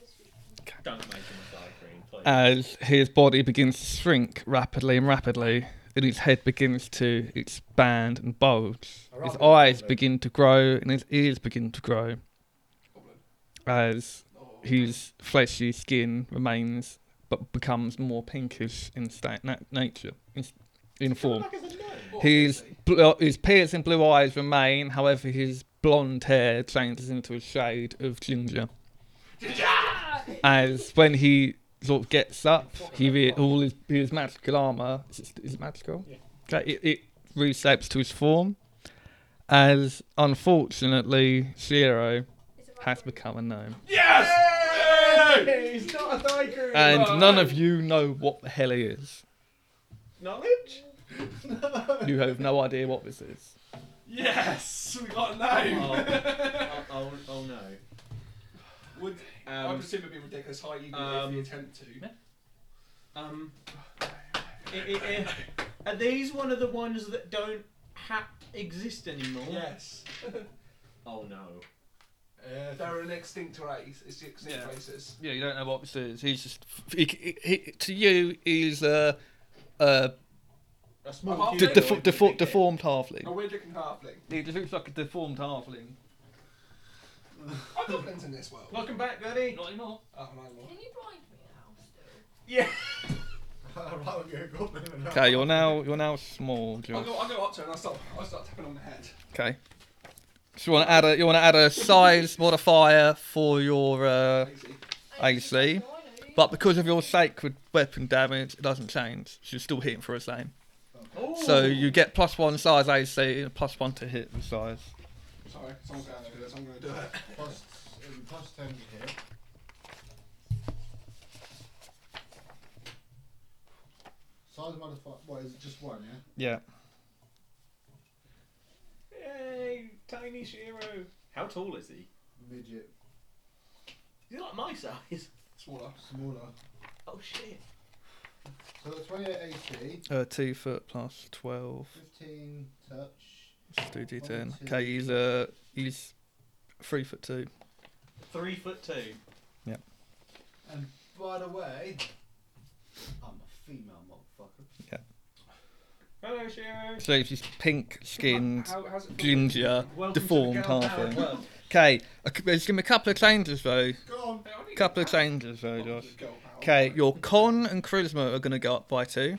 [SPEAKER 6] Yes, you-
[SPEAKER 4] Don't make him a thigh cream, please.
[SPEAKER 2] As his body begins to shrink rapidly and rapidly, and his head begins to expand and bulge. His eyes begin to grow and his ears begin to grow
[SPEAKER 3] Goblin.
[SPEAKER 2] as
[SPEAKER 3] Oh.
[SPEAKER 2] whose fleshy skin remains but becomes more pinkish in state na- nature in, in form.
[SPEAKER 3] Oh,
[SPEAKER 2] His
[SPEAKER 3] obviously.
[SPEAKER 2] bl- uh, his piercing blue eyes remain, however, his blonde hair changes into a shade of ginger. As when he sort of gets up, he re- all his, his magical armor is it, is it magical?
[SPEAKER 4] Yeah.
[SPEAKER 2] That it, it reshapes to his form. As unfortunately, Shiro
[SPEAKER 6] It's a
[SPEAKER 2] has
[SPEAKER 6] vibrant-
[SPEAKER 2] become a gnome.
[SPEAKER 3] Yes!
[SPEAKER 4] Hey, he's not a thigh cream.
[SPEAKER 2] And none of you know what the hell he is.
[SPEAKER 4] knowledge.
[SPEAKER 2] You have no idea what this is.
[SPEAKER 3] Yes! We got a name! <laughs>
[SPEAKER 4] Oh, oh, oh no.
[SPEAKER 3] Would I
[SPEAKER 4] Um,
[SPEAKER 3] presume it'd be ridiculous high even if
[SPEAKER 4] um,
[SPEAKER 3] you attempt to.
[SPEAKER 4] yeah. Um, i i i are these one of the ones that don't ha- exist anymore?
[SPEAKER 3] Yes.
[SPEAKER 4] Oh no.
[SPEAKER 5] Uh,
[SPEAKER 3] They're an extinct race. It's the extinct
[SPEAKER 2] Yeah.
[SPEAKER 3] races.
[SPEAKER 2] Yeah, you don't know what this is. He's just he, he, he- to you he's a a
[SPEAKER 4] A
[SPEAKER 3] Oh,
[SPEAKER 4] small
[SPEAKER 3] I'll
[SPEAKER 2] de-
[SPEAKER 3] take
[SPEAKER 4] humanoid
[SPEAKER 2] defo-
[SPEAKER 4] with a
[SPEAKER 2] defo-
[SPEAKER 4] big head.
[SPEAKER 2] deformed
[SPEAKER 3] A
[SPEAKER 2] halfling.
[SPEAKER 3] weird looking halfling.
[SPEAKER 2] He just looks like a deformed halfling.
[SPEAKER 3] I've got friends in this world.
[SPEAKER 4] Welcome back, Daddy.
[SPEAKER 2] Not anymore.
[SPEAKER 3] Oh, my lord.
[SPEAKER 6] Can you blind me now still?
[SPEAKER 4] Yeah.
[SPEAKER 5] rather go goblin than a-
[SPEAKER 2] Okay, you're now you're now small. Do you
[SPEAKER 3] I'll
[SPEAKER 2] want-
[SPEAKER 3] go, I'll go up to her and I'll start, I'll start tapping on the head.
[SPEAKER 2] Okay. So you want to add a you want to add a size modifier for your uh,
[SPEAKER 3] Easy.
[SPEAKER 2] I see.
[SPEAKER 6] Oh, I know you.
[SPEAKER 2] but because of your sacred weapon damage, it doesn't change. So you're still hitting for the same. So you get plus one size AC and plus one to hit the size.
[SPEAKER 3] Sorry, someone's going to do this. I'm going to do it.
[SPEAKER 5] Plus, um, plus 10 here. Size modifier. What is it? Just one, yeah?
[SPEAKER 2] Yeah.
[SPEAKER 4] Yay, tiny Shiro. How tall is he?
[SPEAKER 5] Midget.
[SPEAKER 4] He's like my size.
[SPEAKER 3] Smaller.
[SPEAKER 5] Smaller.
[SPEAKER 4] Oh shit.
[SPEAKER 5] So 28 AC,
[SPEAKER 2] Uh, two foot plus twelve.
[SPEAKER 5] 15 touch.
[SPEAKER 2] Let's do D10.
[SPEAKER 5] One, two.
[SPEAKER 2] Okay, he's uh he's three foot two.
[SPEAKER 4] Three foot two.
[SPEAKER 5] And by the way, I'm a female motherfucker.
[SPEAKER 4] Hello, Shiro.
[SPEAKER 2] So he's just pink skinned.
[SPEAKER 3] How, how's it
[SPEAKER 2] Ginger,
[SPEAKER 4] Welcome
[SPEAKER 2] deformed
[SPEAKER 4] to the Gal Power
[SPEAKER 2] halfling.
[SPEAKER 4] world.
[SPEAKER 2] Okay, a c- there's gonna be a couple of changes though.
[SPEAKER 5] Go on.
[SPEAKER 3] A
[SPEAKER 2] Couple of changes though, Josh.
[SPEAKER 3] Go, pal.
[SPEAKER 2] Okay, your con and charisma are gonna go up by two.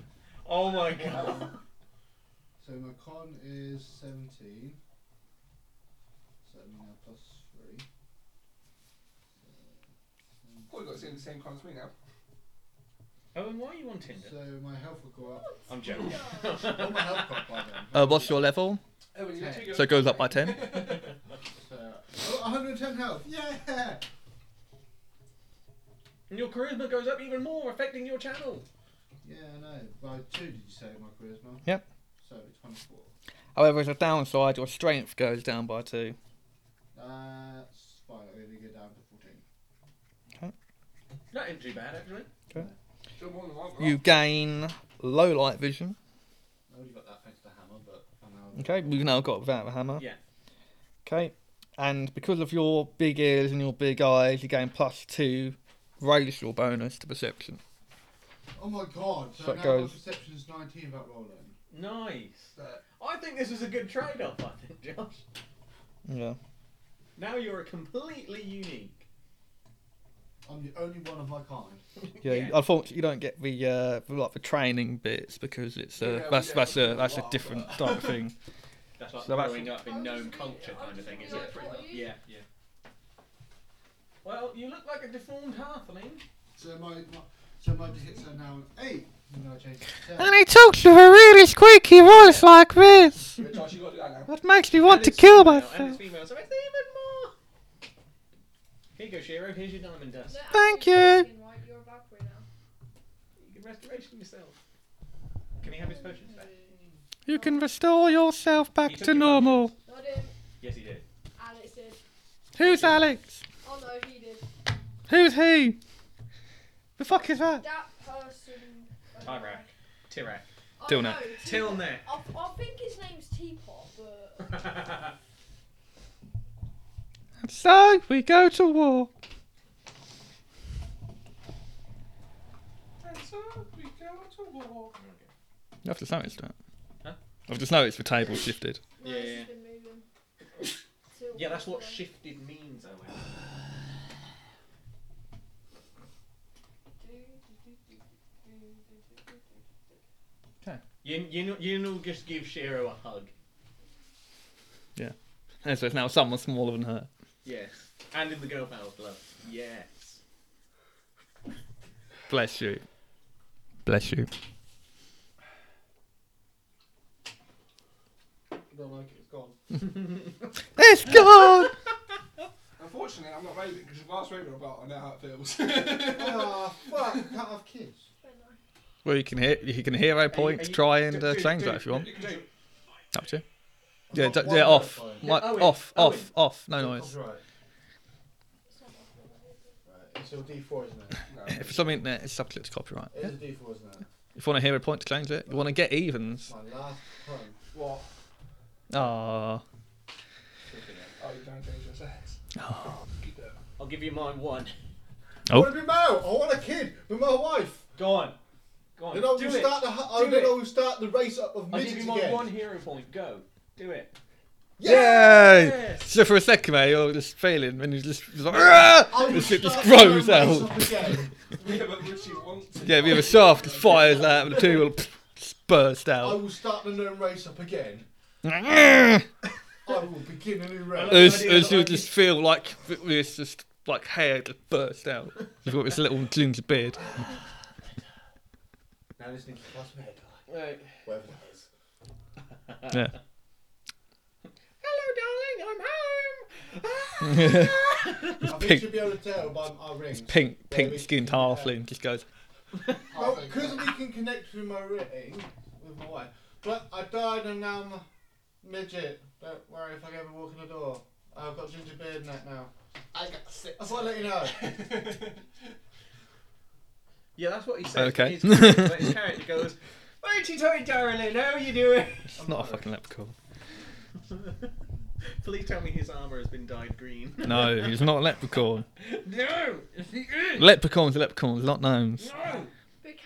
[SPEAKER 4] Oh my god.
[SPEAKER 5] So my con is 17. So that means I plus 3.
[SPEAKER 3] Oh, we've got to see the same kind as me now.
[SPEAKER 4] Owen, Oh, why are you on Tinder?
[SPEAKER 5] So my health will go up.
[SPEAKER 4] I'm joking. <laughs>
[SPEAKER 5] All my health got by
[SPEAKER 2] <laughs>
[SPEAKER 5] then.
[SPEAKER 2] Uh, what's your level?
[SPEAKER 3] Oh, when you
[SPEAKER 5] Ten.
[SPEAKER 3] two go-
[SPEAKER 2] So it goes up by ten.
[SPEAKER 5] So, oh, 110 health. Yeah!
[SPEAKER 4] And your charisma goes up even more, affecting your channel.
[SPEAKER 5] Yeah, I know. By 2 did you say my charisma?
[SPEAKER 2] Yep.
[SPEAKER 5] So it'd be 24.
[SPEAKER 2] However, as a downside, your strength goes down by two.
[SPEAKER 5] That's fine. I'm going to go down to 14.
[SPEAKER 4] That isn't too bad, actually.
[SPEAKER 3] Still more than one, but-
[SPEAKER 2] You gain low light vision.
[SPEAKER 5] I already got that thanks to the hammer, but I'm
[SPEAKER 2] <laughs>
[SPEAKER 5] now.
[SPEAKER 2] Okay, we've now got without the hammer.
[SPEAKER 4] Yeah.
[SPEAKER 2] Okay, and because of your big ears and your big eyes, you gain plus two racial bonus to perception.
[SPEAKER 5] Oh my god. So,
[SPEAKER 2] So it
[SPEAKER 5] now
[SPEAKER 2] goes-
[SPEAKER 5] my perception is 19 about rolling.
[SPEAKER 4] Nice.
[SPEAKER 2] Uh,
[SPEAKER 3] But
[SPEAKER 4] I think this is a good trade-off, I think, Josh.
[SPEAKER 2] Yeah.
[SPEAKER 4] Now you're completely unique.
[SPEAKER 5] I'm the only one of my kind.
[SPEAKER 2] Yeah, you- unfortunately, you don't get the uh, the, like the training bits because it's uh,
[SPEAKER 3] Yeah, we
[SPEAKER 2] that's
[SPEAKER 3] don't
[SPEAKER 2] that's
[SPEAKER 3] do
[SPEAKER 2] a
[SPEAKER 3] that
[SPEAKER 2] that's a
[SPEAKER 3] lot,
[SPEAKER 2] different type of thing.
[SPEAKER 4] That's like
[SPEAKER 2] So that's-
[SPEAKER 4] growing up in
[SPEAKER 6] I'll
[SPEAKER 4] known
[SPEAKER 6] just read it,
[SPEAKER 4] culture
[SPEAKER 6] I'll
[SPEAKER 4] kind of
[SPEAKER 6] just
[SPEAKER 4] thing,
[SPEAKER 6] read
[SPEAKER 4] isn't
[SPEAKER 6] it
[SPEAKER 4] it?
[SPEAKER 6] for
[SPEAKER 4] Pretty much.
[SPEAKER 6] you.
[SPEAKER 4] Yeah, yeah. Well, you look like a deformed halfling.
[SPEAKER 5] So my, my so my hits are now an 8. And I changed it to 10.
[SPEAKER 8] <laughs> And he talks with a really squeaky voice like this.
[SPEAKER 3] Josh, you got to do that now.
[SPEAKER 8] That makes me want
[SPEAKER 4] And
[SPEAKER 8] to
[SPEAKER 4] it's
[SPEAKER 8] kill
[SPEAKER 4] female, And
[SPEAKER 8] myself.
[SPEAKER 4] it's female, so it's even more. Here you go, Shiro. Here's your diamond dust.
[SPEAKER 6] Look, I'm
[SPEAKER 8] Thank
[SPEAKER 6] just
[SPEAKER 8] you.
[SPEAKER 6] joking, right? You're a Valkyrie now.
[SPEAKER 4] You can restoration yourself. Can he have his potions back?
[SPEAKER 8] You can restore yourself
[SPEAKER 4] He
[SPEAKER 8] back
[SPEAKER 4] took
[SPEAKER 8] to
[SPEAKER 4] your
[SPEAKER 8] normal.
[SPEAKER 6] No, I didn't.
[SPEAKER 4] Yes, he did.
[SPEAKER 6] Alex did.
[SPEAKER 8] Who's Alex?
[SPEAKER 6] Oh no, he did.
[SPEAKER 8] Who's he? The fuck is that?
[SPEAKER 6] That person.
[SPEAKER 4] Tyrak. Tirak.
[SPEAKER 6] Oh,
[SPEAKER 2] Till
[SPEAKER 6] no,
[SPEAKER 2] now.
[SPEAKER 4] Till <laughs>
[SPEAKER 6] Til-
[SPEAKER 4] now.
[SPEAKER 6] I, I think his name's Teapot, but
[SPEAKER 4] <laughs>
[SPEAKER 8] And so we go to war.
[SPEAKER 3] And so we go to war.
[SPEAKER 2] I've just noticed that.
[SPEAKER 4] Huh?
[SPEAKER 2] I've just noticed the table shifted. <laughs>
[SPEAKER 6] no,
[SPEAKER 4] Yeah,
[SPEAKER 6] it's
[SPEAKER 4] yeah.
[SPEAKER 6] just been moving. Till
[SPEAKER 4] yeah, that's what
[SPEAKER 6] now.
[SPEAKER 4] shifted means, Owen. You, you, know, you know, just give Shiro a hug.
[SPEAKER 2] And so it's now someone smaller than her.
[SPEAKER 4] Yes. And in the girl power glove. Yes.
[SPEAKER 2] Bless you. Bless you.
[SPEAKER 5] I don't like it. It's gone.
[SPEAKER 8] It's gone.
[SPEAKER 3] Unfortunately, I'm not raving because if I was raving about, I know how it feels. <laughs>
[SPEAKER 5] Ah, fuck. Can't have kids.
[SPEAKER 2] Well, you can hear you can hear our points.
[SPEAKER 4] you-
[SPEAKER 2] Try and uh,
[SPEAKER 4] do-
[SPEAKER 2] change
[SPEAKER 4] do-
[SPEAKER 2] that if you want.
[SPEAKER 3] You can do-
[SPEAKER 2] Up to you. Yeah,
[SPEAKER 5] Not
[SPEAKER 2] d-
[SPEAKER 5] one
[SPEAKER 2] yeah, off,
[SPEAKER 5] modifier.
[SPEAKER 2] Mi-
[SPEAKER 4] Owen,
[SPEAKER 2] off,
[SPEAKER 4] Owen.
[SPEAKER 2] off, off. No noise. <laughs>
[SPEAKER 5] Copyright. Right, it's your D4, isn't it?
[SPEAKER 3] no.
[SPEAKER 2] If it's something that is subject to copyright.
[SPEAKER 5] It is a D4, isn't it?
[SPEAKER 2] If you want to hear a point, change it. You want to get evens.
[SPEAKER 5] My last time.
[SPEAKER 3] What?
[SPEAKER 2] Ah,
[SPEAKER 3] Oh, you don't change your sex.
[SPEAKER 4] I'll give you mine one.
[SPEAKER 5] I
[SPEAKER 2] Oh.
[SPEAKER 5] want to be married. I want a kid with my wife.
[SPEAKER 4] Go on. Go on.
[SPEAKER 5] Then I
[SPEAKER 4] Do
[SPEAKER 5] will
[SPEAKER 4] it.
[SPEAKER 5] start the. hu- I
[SPEAKER 4] Do
[SPEAKER 5] then
[SPEAKER 4] it.
[SPEAKER 5] I will start the race up of
[SPEAKER 4] I'll give
[SPEAKER 5] midgets
[SPEAKER 4] you my
[SPEAKER 5] again.
[SPEAKER 4] one hero point. Go. Do it.
[SPEAKER 2] Yay!
[SPEAKER 4] Yes.
[SPEAKER 2] So for a second, mate, you're just failing, and you just, just like, "Ah!"
[SPEAKER 5] I will
[SPEAKER 2] the shit just
[SPEAKER 5] start the
[SPEAKER 2] grows
[SPEAKER 5] race
[SPEAKER 2] out.
[SPEAKER 5] up again.
[SPEAKER 3] Yeah, but would she want to?
[SPEAKER 2] Yeah, we have a shaft that fires out, and the two will just burst
[SPEAKER 5] I
[SPEAKER 2] out.
[SPEAKER 5] will start the gnome race up
[SPEAKER 2] <laughs>
[SPEAKER 5] again. I will begin a new race.
[SPEAKER 2] As, as you just feel like this, just like hair just burst out. You've got this little ginger beard. <laughs>
[SPEAKER 5] Now listening to Cosmo Head.
[SPEAKER 4] Right.
[SPEAKER 5] Whatever that is.
[SPEAKER 2] Yeah.
[SPEAKER 4] Hello, darling. I'm home.
[SPEAKER 5] I think
[SPEAKER 2] Pink.
[SPEAKER 5] you should be able to tell by our rings.
[SPEAKER 2] Pink, pink skinned halfling just goes,
[SPEAKER 5] Well, because we can connect with my ring, with my wife. But I died and now I'm a midget. Don't worry if I ever walk in the door. I've got ginger beard and that now. I got sick. I thought I'd let you know. <laughs>
[SPEAKER 4] Yeah, that's what he said.
[SPEAKER 2] Okay.
[SPEAKER 4] His character,
[SPEAKER 2] <laughs>
[SPEAKER 4] but his character goes, Righty toity, darling, how are you doing? <laughs>
[SPEAKER 2] it's not a fucking leprechaun.
[SPEAKER 4] Please tell me his armour has been dyed green. <laughs>
[SPEAKER 2] <laughs> No, he's not a leprechaun.
[SPEAKER 4] no! It's the it!
[SPEAKER 2] Leprechauns are leprechauns, not gnomes.
[SPEAKER 4] No!
[SPEAKER 6] But can,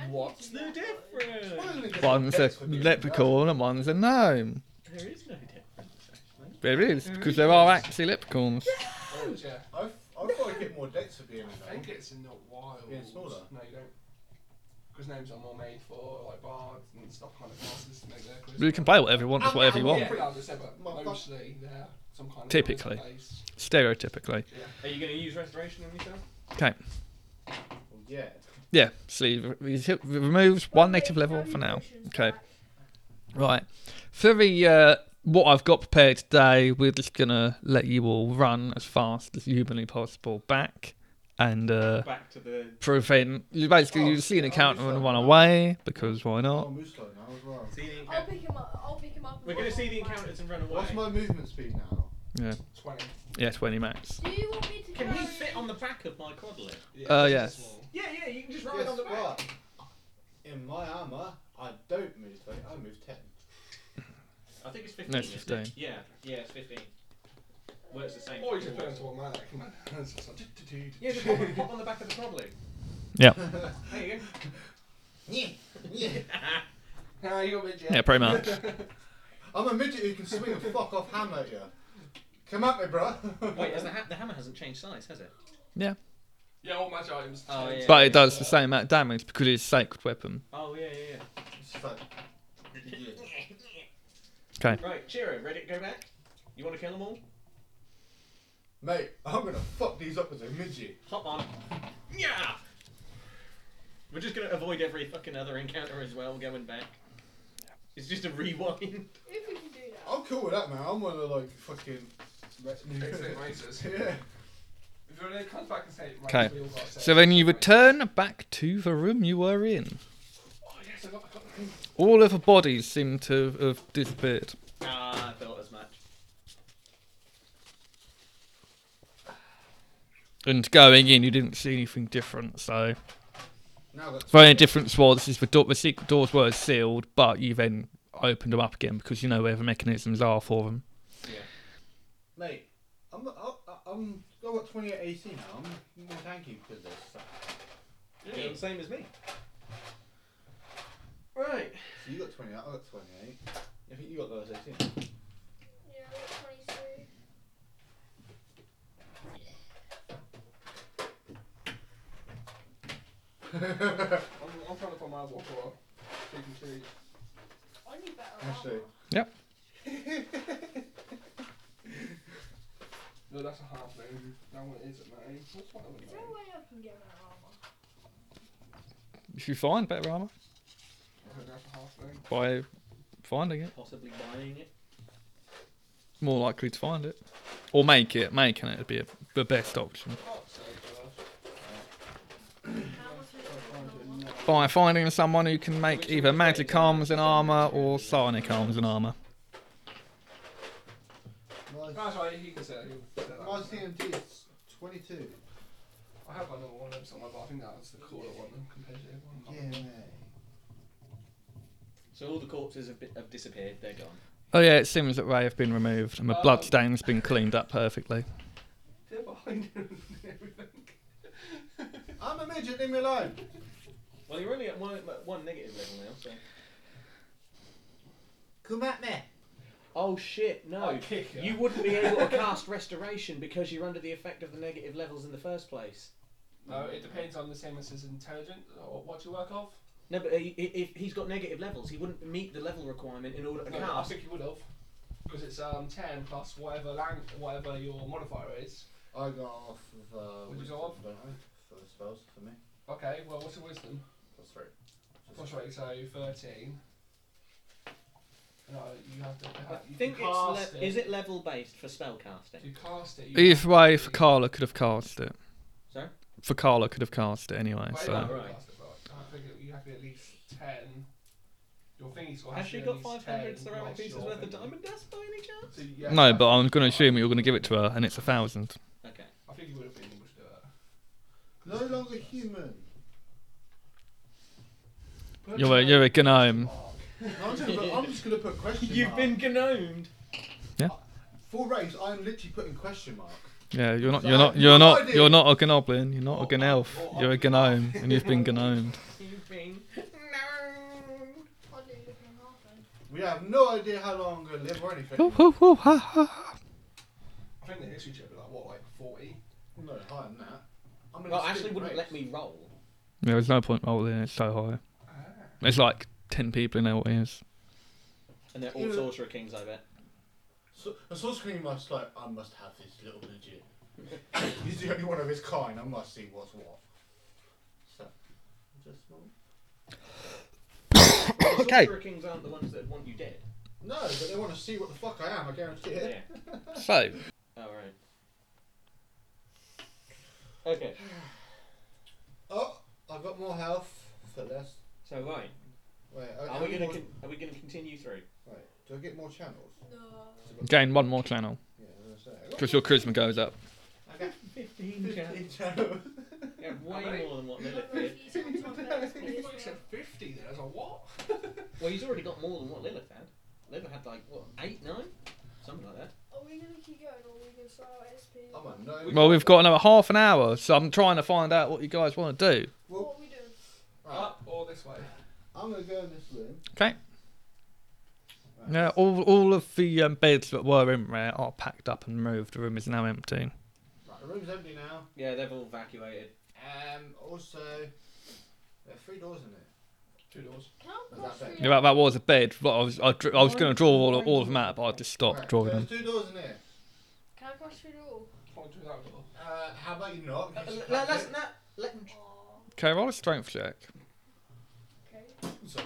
[SPEAKER 6] can
[SPEAKER 4] What's
[SPEAKER 6] you do
[SPEAKER 4] the
[SPEAKER 6] that, though?
[SPEAKER 4] difference?
[SPEAKER 2] One's a leprechaun and one's a gnome.
[SPEAKER 4] There is no difference, actually.
[SPEAKER 2] There is, because there are actually leprechauns.
[SPEAKER 3] Oh, yeah.
[SPEAKER 5] I, I thought I'd get more dates for being
[SPEAKER 3] I
[SPEAKER 5] a gnome.
[SPEAKER 3] think it's in not wild.
[SPEAKER 5] Yeah, it's smaller.
[SPEAKER 3] No, you don't. Because names are more made for like bards and stuff kind of classes. No, they're Christian.
[SPEAKER 2] You can play whatever you want, just whatever you
[SPEAKER 3] Yeah,
[SPEAKER 2] want.
[SPEAKER 3] pretty hard to say, but
[SPEAKER 5] My fuck-
[SPEAKER 3] mostly they're some kind of
[SPEAKER 2] Typically.
[SPEAKER 3] place.
[SPEAKER 2] Stereotypically.
[SPEAKER 4] Are you going to use restoration on yourself?
[SPEAKER 2] Okay.
[SPEAKER 5] Well, yeah.
[SPEAKER 2] Yeah, see, he hit- removes one
[SPEAKER 6] Wait,
[SPEAKER 2] native level
[SPEAKER 6] no
[SPEAKER 2] for now.
[SPEAKER 6] potions,
[SPEAKER 2] Okay.
[SPEAKER 6] right?
[SPEAKER 2] Right. For the uh, what I've got prepared today, we're just gonna let you all run as fast as humanly possible back, and uh,
[SPEAKER 4] Back to the.
[SPEAKER 2] prevent. You basically
[SPEAKER 5] Oh,
[SPEAKER 2] you see an
[SPEAKER 5] I'll do
[SPEAKER 2] encounter and
[SPEAKER 5] so.
[SPEAKER 2] run away because why
[SPEAKER 5] Oh,
[SPEAKER 2] not?
[SPEAKER 5] moose slow now as well.
[SPEAKER 4] See the
[SPEAKER 6] I'll
[SPEAKER 4] encounter.
[SPEAKER 6] pick him up. I'll pick him up. and
[SPEAKER 4] We're going to
[SPEAKER 6] put
[SPEAKER 4] see
[SPEAKER 6] him
[SPEAKER 4] the
[SPEAKER 6] on my-
[SPEAKER 4] encounters and run away.
[SPEAKER 5] What's my movement speed now?
[SPEAKER 2] Yeah,
[SPEAKER 3] Twenty.
[SPEAKER 2] yeah, twenty max.
[SPEAKER 6] Do you want me to
[SPEAKER 4] Can
[SPEAKER 6] carry...
[SPEAKER 4] he fit on the back of my quadlet?
[SPEAKER 2] Uh,
[SPEAKER 3] it's
[SPEAKER 2] yes.
[SPEAKER 3] small.
[SPEAKER 4] Yeah, yeah, you can just ride
[SPEAKER 5] Guess
[SPEAKER 4] on the back.
[SPEAKER 5] what? In my armour, I don't move three, I move ten.
[SPEAKER 4] I think it's 15.
[SPEAKER 2] No, it's
[SPEAKER 4] isn't it?
[SPEAKER 2] 15.
[SPEAKER 4] Yeah, yeah, it's 15. Works the same.
[SPEAKER 3] Or you
[SPEAKER 4] for
[SPEAKER 3] just
[SPEAKER 4] all.
[SPEAKER 3] put into automatic. <laughs> It's just like, do, do, do, do,
[SPEAKER 4] Yeah, just pop, pop on the back of the quadlet.
[SPEAKER 2] Yeah,
[SPEAKER 4] <laughs> There you go.
[SPEAKER 3] Nah, you're a midget.
[SPEAKER 2] yeah, pretty <laughs> much.
[SPEAKER 5] I'm a midget who can swing
[SPEAKER 4] <laughs>
[SPEAKER 5] a fuck off hammer at you. Come at me, bruh. <laughs>
[SPEAKER 4] Wait, has the, ha- the hammer hasn't changed size, has it?
[SPEAKER 3] Yeah, all magic items.
[SPEAKER 4] Oh,
[SPEAKER 3] change.
[SPEAKER 4] yeah.
[SPEAKER 2] But it does the same amount of damage because it's a sacred weapon.
[SPEAKER 4] Oh yeah, yeah,
[SPEAKER 5] It's just like, yeah.
[SPEAKER 4] yeah.
[SPEAKER 2] Okay.
[SPEAKER 4] Right, Chiro, ready to go back? You want to kill them all?
[SPEAKER 5] Mate, I'm gonna fuck these up as a midget.
[SPEAKER 4] Hop on. Yeah. We're just gonna avoid every fucking other encounter as well. Going back. It's just a rewind. <laughs>
[SPEAKER 6] If we can do that.
[SPEAKER 5] I'm cool with that, man. I'm one of like fucking. <laughs>
[SPEAKER 3] Exit races.
[SPEAKER 5] yeah.
[SPEAKER 3] If you're in a comes back and say, right,
[SPEAKER 2] Okay.
[SPEAKER 3] we all got to
[SPEAKER 2] So
[SPEAKER 3] say-
[SPEAKER 2] then you return back to the room you were in.
[SPEAKER 3] Oh, yes, I got, I got the
[SPEAKER 2] All of the bodies seem to have disappeared.
[SPEAKER 4] Ah, I thought as much.
[SPEAKER 2] And going in, you didn't see anything different, so.
[SPEAKER 5] Now that's.
[SPEAKER 2] The only difference was is the, door, the secret doors were sealed, but you then opened them up again because you know where the mechanisms are for them.
[SPEAKER 5] Mate, I'm. I'm. I'm I've got 28 AC now. I'm more tanky because of this.
[SPEAKER 4] Yeah, you're the same as me. Right.
[SPEAKER 5] So you got 28, I got 28. I think you got those 18.
[SPEAKER 6] Yeah, like 23.
[SPEAKER 3] I'm, I'm trying to find my walker up. So you can see.
[SPEAKER 6] I need better
[SPEAKER 5] Actually,
[SPEAKER 3] No, that's a half moon. That one isn't, mate. What's one
[SPEAKER 6] Is there a way I can get better armor?
[SPEAKER 2] If you find better armor
[SPEAKER 3] I think that's a half moon.
[SPEAKER 2] by finding it,
[SPEAKER 4] Possibly buying it.
[SPEAKER 2] more likely to find it, or make it, making it would be a, the best option
[SPEAKER 3] Fuck's sake, Josh.
[SPEAKER 6] How am I supposed to get
[SPEAKER 3] I'm
[SPEAKER 6] better
[SPEAKER 3] doing
[SPEAKER 6] armor?
[SPEAKER 3] nothing.
[SPEAKER 2] by finding someone who can make either magic arms and armor or psionic arms and armor.
[SPEAKER 5] my,
[SPEAKER 3] That's right, he can say that. He can say that.
[SPEAKER 5] my CMT is 22.
[SPEAKER 3] I have another one up somewhere, but I think that's the cooler one than compared to everyone.
[SPEAKER 5] Yeah, mate.
[SPEAKER 4] So all the corpses have, been, have disappeared. They're gone.
[SPEAKER 2] Oh yeah, it seems that Ray have been removed and the bloodstain's been cleaned up perfectly.
[SPEAKER 3] kind and everything.
[SPEAKER 7] I'm a midget, leave me alone.
[SPEAKER 4] Well, you're only at one, one negative level now, so.
[SPEAKER 7] Come at me.
[SPEAKER 4] Oh shit, no.
[SPEAKER 3] I'll kick her.
[SPEAKER 4] You wouldn't be able <laughs> to cast restoration because you're under the effect of the negative levels in the first place.
[SPEAKER 3] No, it depends on the Samus's intelligence or what you work off.
[SPEAKER 4] No, but he, he- if he's got negative levels, he wouldn't meet the level requirement in order to
[SPEAKER 3] No, I
[SPEAKER 4] cast.
[SPEAKER 3] think you would have. Because it's um, 10 plus whatever lang- whatever your modifier is.
[SPEAKER 5] I got off of. Uh,
[SPEAKER 3] Would you
[SPEAKER 5] wisdom,
[SPEAKER 3] go off?
[SPEAKER 5] Don't I? For the spells for me.
[SPEAKER 3] Okay, well, what's your wisdom?
[SPEAKER 5] Plus three.
[SPEAKER 3] Plus, right, so 13. No, you have to.
[SPEAKER 4] I
[SPEAKER 3] you
[SPEAKER 4] think
[SPEAKER 3] can
[SPEAKER 4] it's le-
[SPEAKER 3] cast
[SPEAKER 4] is it level based for spell casting?
[SPEAKER 3] You cast it. You
[SPEAKER 8] Either way, Fakala could have cast it.
[SPEAKER 4] Sorry?
[SPEAKER 8] Fakala could have cast it anyway,
[SPEAKER 3] Wait,
[SPEAKER 8] so.
[SPEAKER 3] no,
[SPEAKER 4] Right.
[SPEAKER 3] cast it, right. I think it, you have to be at least 10. Your thingy's got to
[SPEAKER 4] Has
[SPEAKER 3] have to
[SPEAKER 4] she
[SPEAKER 3] be
[SPEAKER 4] got
[SPEAKER 3] at least 10
[SPEAKER 4] 500 ceramic
[SPEAKER 3] whilst
[SPEAKER 4] pieces
[SPEAKER 3] you're
[SPEAKER 4] worth of
[SPEAKER 3] thinking.
[SPEAKER 4] diamond dust by any chance?
[SPEAKER 3] So, yeah,
[SPEAKER 8] No,
[SPEAKER 3] I
[SPEAKER 8] but I'm
[SPEAKER 3] think-
[SPEAKER 8] going to assume you're going to give it to her, and it's a thousand.
[SPEAKER 4] Okay.
[SPEAKER 3] I think you would have been able to do it.
[SPEAKER 5] No longer human.
[SPEAKER 3] Put
[SPEAKER 8] You're a, you're a gnome.
[SPEAKER 5] I'm just gonna put- I'm just going to put question
[SPEAKER 4] <laughs> You've
[SPEAKER 5] mark.
[SPEAKER 4] been gnomed.
[SPEAKER 5] Full race, I'm literally putting question mark.
[SPEAKER 8] Yeah, you're not.
[SPEAKER 5] So
[SPEAKER 8] You're
[SPEAKER 5] I
[SPEAKER 8] not.
[SPEAKER 5] have no
[SPEAKER 8] You're not.
[SPEAKER 5] idea.
[SPEAKER 8] You're not a gnoblin. You're not
[SPEAKER 3] Or-
[SPEAKER 8] a gnelf.
[SPEAKER 3] or- or-
[SPEAKER 8] You're a gnome, and you've been gnomed.
[SPEAKER 4] You've been gnomed.
[SPEAKER 6] I'd do looking at half then.
[SPEAKER 5] We have no idea how long I'm going to live or anything.
[SPEAKER 8] Woo, woo, woo, ha, ha.
[SPEAKER 3] I think the history check would be like, what, like 40?
[SPEAKER 5] No, higher than that. I'm gonna
[SPEAKER 4] Well,
[SPEAKER 5] skip
[SPEAKER 4] Ashley wouldn't
[SPEAKER 5] race.
[SPEAKER 4] let me roll.
[SPEAKER 8] Yeah, there's no point rolling. It's so high. There's like ten people in our audience.
[SPEAKER 4] And they're all
[SPEAKER 5] Yeah.
[SPEAKER 4] sorcerer kings, I bet.
[SPEAKER 5] So, a sunscreen must like I must have this little midget. <coughs> He's the only one of his kind. I must see what's what. So, just
[SPEAKER 4] okay. Sorcerer kings aren't the ones that want you dead.
[SPEAKER 5] no, but they want to see what the fuck I am. I guarantee it.
[SPEAKER 8] So
[SPEAKER 4] Oh, right. Okay.
[SPEAKER 5] Oh, I've got more health for less.
[SPEAKER 4] So right,
[SPEAKER 5] Wait,
[SPEAKER 4] are we
[SPEAKER 5] how
[SPEAKER 4] gonna
[SPEAKER 5] more-
[SPEAKER 4] con- are we gonna continue through?
[SPEAKER 5] Wait, do I get more channels?
[SPEAKER 6] No.
[SPEAKER 8] gain one more channel
[SPEAKER 5] Yeah, I was gonna say.
[SPEAKER 8] because your charisma goes up.
[SPEAKER 5] I got
[SPEAKER 4] Fifteen.
[SPEAKER 5] 15 channels. <laughs>
[SPEAKER 4] Yeah,
[SPEAKER 3] How many?
[SPEAKER 4] way more than what Lilith
[SPEAKER 6] Like,
[SPEAKER 4] did.
[SPEAKER 6] he's on top of that,
[SPEAKER 3] You
[SPEAKER 6] he's
[SPEAKER 3] like said 50 then. I was like, what?
[SPEAKER 4] Well, he's already got more than what Lilith had. Lilith had like what eight, nine, something like that.
[SPEAKER 6] Are we gonna keep going or are we gonna start at SP?
[SPEAKER 5] I'm a no.
[SPEAKER 8] Well, we've got another half an hour, so I'm trying to find out what you guys want to do.
[SPEAKER 6] What are we doing?
[SPEAKER 5] Right,
[SPEAKER 3] Up or this way?
[SPEAKER 5] I'm gonna go in this room.
[SPEAKER 8] Okay.
[SPEAKER 5] Right.
[SPEAKER 8] Yeah, all all of the um, beds that were in there are packed up and moved. The room is now empty.
[SPEAKER 5] Right, the room's empty now.
[SPEAKER 4] Yeah, they've all evacuated.
[SPEAKER 5] Um, also, there are three doors in it.
[SPEAKER 3] Two doors.
[SPEAKER 6] Can I
[SPEAKER 5] Is
[SPEAKER 6] cross
[SPEAKER 5] that
[SPEAKER 6] through?
[SPEAKER 8] Yeah, that, that was a bed. But I was I, drew, I was going to draw all of, all of them out, but I just stopped
[SPEAKER 5] Right,
[SPEAKER 8] drawing
[SPEAKER 5] There's
[SPEAKER 8] them.
[SPEAKER 5] two doors in here.
[SPEAKER 6] Can I cross through the wall?
[SPEAKER 3] Point to that door.
[SPEAKER 5] Uh, how about you not?
[SPEAKER 4] Uh,
[SPEAKER 5] Yes,
[SPEAKER 4] let,
[SPEAKER 5] that's
[SPEAKER 4] let's
[SPEAKER 5] it.
[SPEAKER 4] not let him.
[SPEAKER 6] Oh,
[SPEAKER 8] Okay, roll a strength check.
[SPEAKER 6] okay.
[SPEAKER 5] So-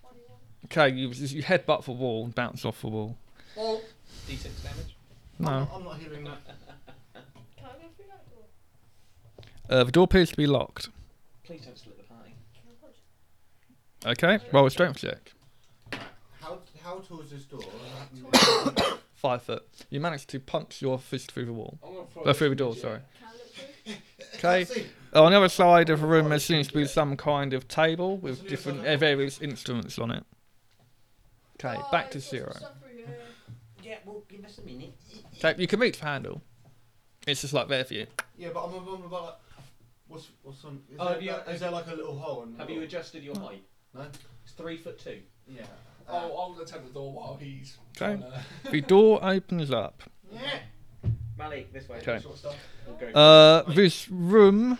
[SPEAKER 6] Twenty-one.
[SPEAKER 8] Okay, you you headbutt the wall and bounce off the wall.
[SPEAKER 5] Well,
[SPEAKER 4] D6 damage.
[SPEAKER 8] No,
[SPEAKER 5] I'm not hearing that.
[SPEAKER 6] Can I go through that door?
[SPEAKER 8] uh, the door appears to be locked.
[SPEAKER 4] Please don't split the party.
[SPEAKER 6] Can I punch?
[SPEAKER 8] Okay, roll a strength check.
[SPEAKER 5] How how tall is this door?
[SPEAKER 8] Five foot. You manage to punch your fist through the wall.
[SPEAKER 3] I'm gonna throw
[SPEAKER 8] Uh, through the
[SPEAKER 3] this
[SPEAKER 8] door,
[SPEAKER 3] midget.
[SPEAKER 8] sorry.
[SPEAKER 6] Can I look through?
[SPEAKER 8] Okay.
[SPEAKER 5] See,
[SPEAKER 8] On the other side of the room, there seems to be some kind of table with different uh, various instruments on it. Okay,
[SPEAKER 6] Oh,
[SPEAKER 8] back to
[SPEAKER 6] there's lots
[SPEAKER 8] zero.
[SPEAKER 6] of stuff through here.
[SPEAKER 4] Yeah, well, give us a minute.
[SPEAKER 8] Okay, you can reach the handle. It's just like there for you.
[SPEAKER 5] yeah, but I'm wondering about like, what's what's on? Is,
[SPEAKER 4] Oh,
[SPEAKER 5] there,
[SPEAKER 4] have you-
[SPEAKER 5] like, is there like a little hole? In the
[SPEAKER 4] Have you
[SPEAKER 5] door?
[SPEAKER 4] adjusted your height?
[SPEAKER 5] No.
[SPEAKER 4] It's three foot two.
[SPEAKER 5] Yeah.
[SPEAKER 3] Oh, I'll attempt the door while he's. trying
[SPEAKER 8] Okay.
[SPEAKER 3] to-
[SPEAKER 8] The door opens up.
[SPEAKER 5] yeah.
[SPEAKER 4] Malik, this way.
[SPEAKER 8] Okay.
[SPEAKER 5] Sort of stuff.
[SPEAKER 4] We'll go.
[SPEAKER 8] Uh, this room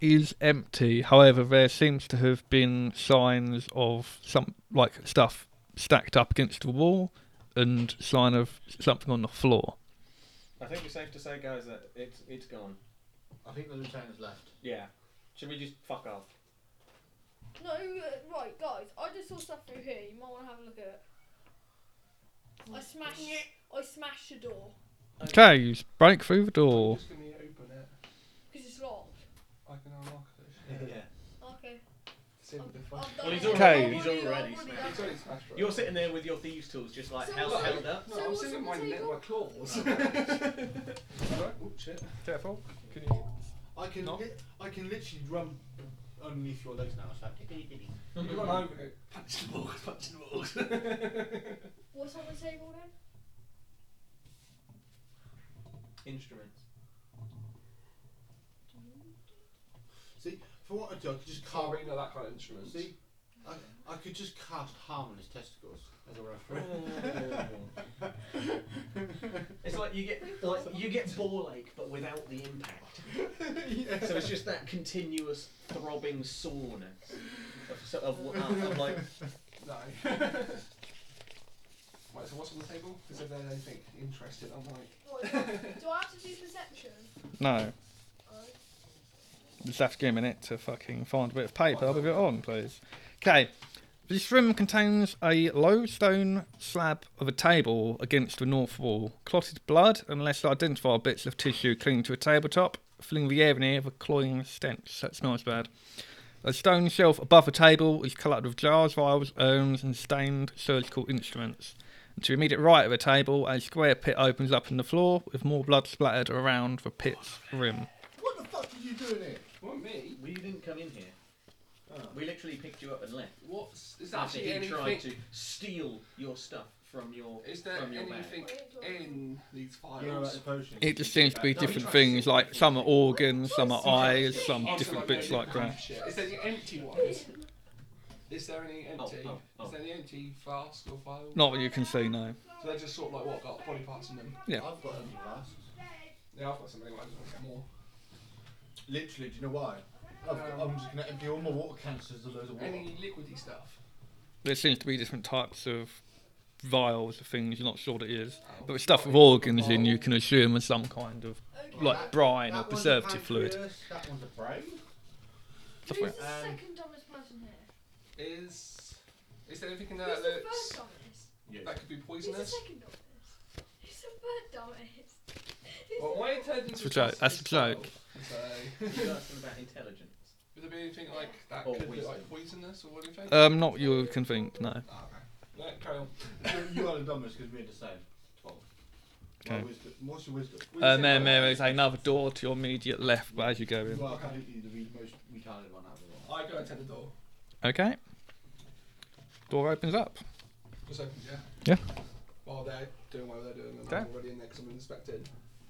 [SPEAKER 8] is empty. However, there seems to have been signs of some like stuff stacked up against the wall, and sign of something on the floor.
[SPEAKER 4] I think it's safe to say, guys, that it's it's gone.
[SPEAKER 5] I think the lieutenant's left.
[SPEAKER 4] Yeah. Should we just
[SPEAKER 5] <laughs>
[SPEAKER 4] fuck off?
[SPEAKER 6] No, uh, right, guys. I just saw stuff through here. You might want to have a look at it. I smashed. I smashed the door
[SPEAKER 8] Okay, you break through the door.
[SPEAKER 3] Just gonna open it.
[SPEAKER 6] because it's locked.
[SPEAKER 3] I can unlock this.
[SPEAKER 6] Okay.
[SPEAKER 3] See if it
[SPEAKER 6] I've
[SPEAKER 3] fucking-
[SPEAKER 6] done
[SPEAKER 4] Well, he's
[SPEAKER 6] it.
[SPEAKER 8] already-
[SPEAKER 6] I've
[SPEAKER 4] he's already
[SPEAKER 6] I've
[SPEAKER 4] smashed.
[SPEAKER 3] It's
[SPEAKER 6] done it.
[SPEAKER 3] already smashed right?
[SPEAKER 4] You're sitting there with your thieves' tools just like
[SPEAKER 6] So
[SPEAKER 4] held,
[SPEAKER 6] what-
[SPEAKER 4] held up.
[SPEAKER 3] No,
[SPEAKER 6] So
[SPEAKER 3] I'm
[SPEAKER 6] what's
[SPEAKER 3] sitting
[SPEAKER 6] on the
[SPEAKER 3] my neck,
[SPEAKER 6] table?
[SPEAKER 3] my
[SPEAKER 6] <laughs>
[SPEAKER 3] claws. <laughs> Right, oh, shit.
[SPEAKER 8] Careful. Can you?
[SPEAKER 5] I can
[SPEAKER 8] No.
[SPEAKER 5] li- I can literally run underneath your legs now. So
[SPEAKER 3] You run over it. Punch the walls, punch the walls.
[SPEAKER 6] What's on the table then?
[SPEAKER 5] <laughs>
[SPEAKER 4] instruments.
[SPEAKER 5] See, for what I do, I could just carve
[SPEAKER 3] Carina, that kind of instrument.
[SPEAKER 5] See, I, I could just cast harm on his testicles as a reference.
[SPEAKER 4] <laughs> it's like you get like you get ball ache, but without the impact. So it's just that continuous throbbing soreness of, so- of, uh, of like
[SPEAKER 3] No. right, so what's on the table? Is there anything interesting? I'm like,
[SPEAKER 6] What,
[SPEAKER 4] <laughs>
[SPEAKER 6] do, I, do I have to do perception?
[SPEAKER 8] No.
[SPEAKER 6] Oh,
[SPEAKER 8] Just have to give me a minute to fucking find a bit of paper with it on, please. Okay. This room contains a low stone slab of a table against the north wall. Clotted blood and less identified bits of tissue clinging to a tabletop, filling the air in here with a cloying stench. That smells bad. A stone shelf above the table is coloured with jars, vials, urns, and stained surgical instruments. And to the immediate right of the table, a square pit opens up in the floor with more blood splattered around the pit's rim.
[SPEAKER 5] what the fuck are you doing here?
[SPEAKER 3] what me?
[SPEAKER 4] we didn't come in here.
[SPEAKER 5] Oh.
[SPEAKER 4] We literally picked you up and left.
[SPEAKER 3] What's is there
[SPEAKER 4] After
[SPEAKER 3] actually
[SPEAKER 4] he tried
[SPEAKER 3] anything?
[SPEAKER 4] to steal your stuff from your
[SPEAKER 3] Is there
[SPEAKER 4] from your bag.
[SPEAKER 3] <laughs> anything in these files?
[SPEAKER 5] You're about to potion.
[SPEAKER 8] It just seems to be
[SPEAKER 3] No, we
[SPEAKER 8] different
[SPEAKER 3] tried
[SPEAKER 8] things,
[SPEAKER 3] to-
[SPEAKER 8] like some are organs, some are
[SPEAKER 6] Of course we
[SPEAKER 8] eyes,
[SPEAKER 6] tried.
[SPEAKER 8] some
[SPEAKER 3] Oh, so
[SPEAKER 8] different
[SPEAKER 3] like
[SPEAKER 8] bits
[SPEAKER 3] no
[SPEAKER 8] like that.
[SPEAKER 3] shit. Is there any empty ones? Is there any empty?
[SPEAKER 4] oh, oh.
[SPEAKER 3] Is there any empty flask or vial?
[SPEAKER 8] Not what you can see, no.
[SPEAKER 3] So they're just sort of like what got body parts in them.
[SPEAKER 8] Yeah.
[SPEAKER 5] I've got empty flasks.
[SPEAKER 3] Yeah, I've got something. I just want to get more.
[SPEAKER 5] Literally, do you know why? I've got, I'm just gonna empty all my water canisters of loads of water.
[SPEAKER 3] Any liquidy stuff?
[SPEAKER 8] There seems to be different types of vials of things, you're not sure what it is.
[SPEAKER 3] Oh.
[SPEAKER 8] But stuff with organs in, you can assume is some kind of,
[SPEAKER 6] okay.
[SPEAKER 8] like brine or
[SPEAKER 5] That one's a
[SPEAKER 8] preservative fluid.
[SPEAKER 5] pancreas, That one's a brain.
[SPEAKER 8] Stuff
[SPEAKER 6] Who's
[SPEAKER 8] like
[SPEAKER 6] the
[SPEAKER 5] Um,
[SPEAKER 6] second dumbest person here?
[SPEAKER 3] Is is there anything in there
[SPEAKER 6] Who's
[SPEAKER 3] that
[SPEAKER 4] Uh,
[SPEAKER 6] the first
[SPEAKER 3] looks
[SPEAKER 6] dumbest?
[SPEAKER 3] that could be
[SPEAKER 6] Who's the
[SPEAKER 3] poisonous?
[SPEAKER 6] second dumbest? Who's the third dumbest? Who's
[SPEAKER 3] Well, my intelligence
[SPEAKER 8] That's a
[SPEAKER 3] is
[SPEAKER 8] joke, that's a
[SPEAKER 3] twelve,
[SPEAKER 8] joke.
[SPEAKER 3] So, <laughs>
[SPEAKER 4] You asked them about intelligence.
[SPEAKER 3] would there be anything like that
[SPEAKER 4] Or
[SPEAKER 3] could be
[SPEAKER 4] wisdom.
[SPEAKER 3] like poisonous or anything?
[SPEAKER 8] that. Um, not you can think, no.
[SPEAKER 3] Ah, okay. Yeah, carry on.
[SPEAKER 5] you, you are the dumbest because we're the same. Twelve. My
[SPEAKER 8] Okay.
[SPEAKER 5] wisdom- What's your wisdom?
[SPEAKER 8] Um, there, there is another door to your immediate left but as you go in.
[SPEAKER 5] You are completely the most retarded one out of all.
[SPEAKER 3] I go and tend the door.
[SPEAKER 8] Okay. Door opens up.
[SPEAKER 3] Just open, yeah.
[SPEAKER 8] Yeah.
[SPEAKER 3] While they're doing what they're doing, and I'm
[SPEAKER 8] Okay.
[SPEAKER 3] already in there because I'm inspecting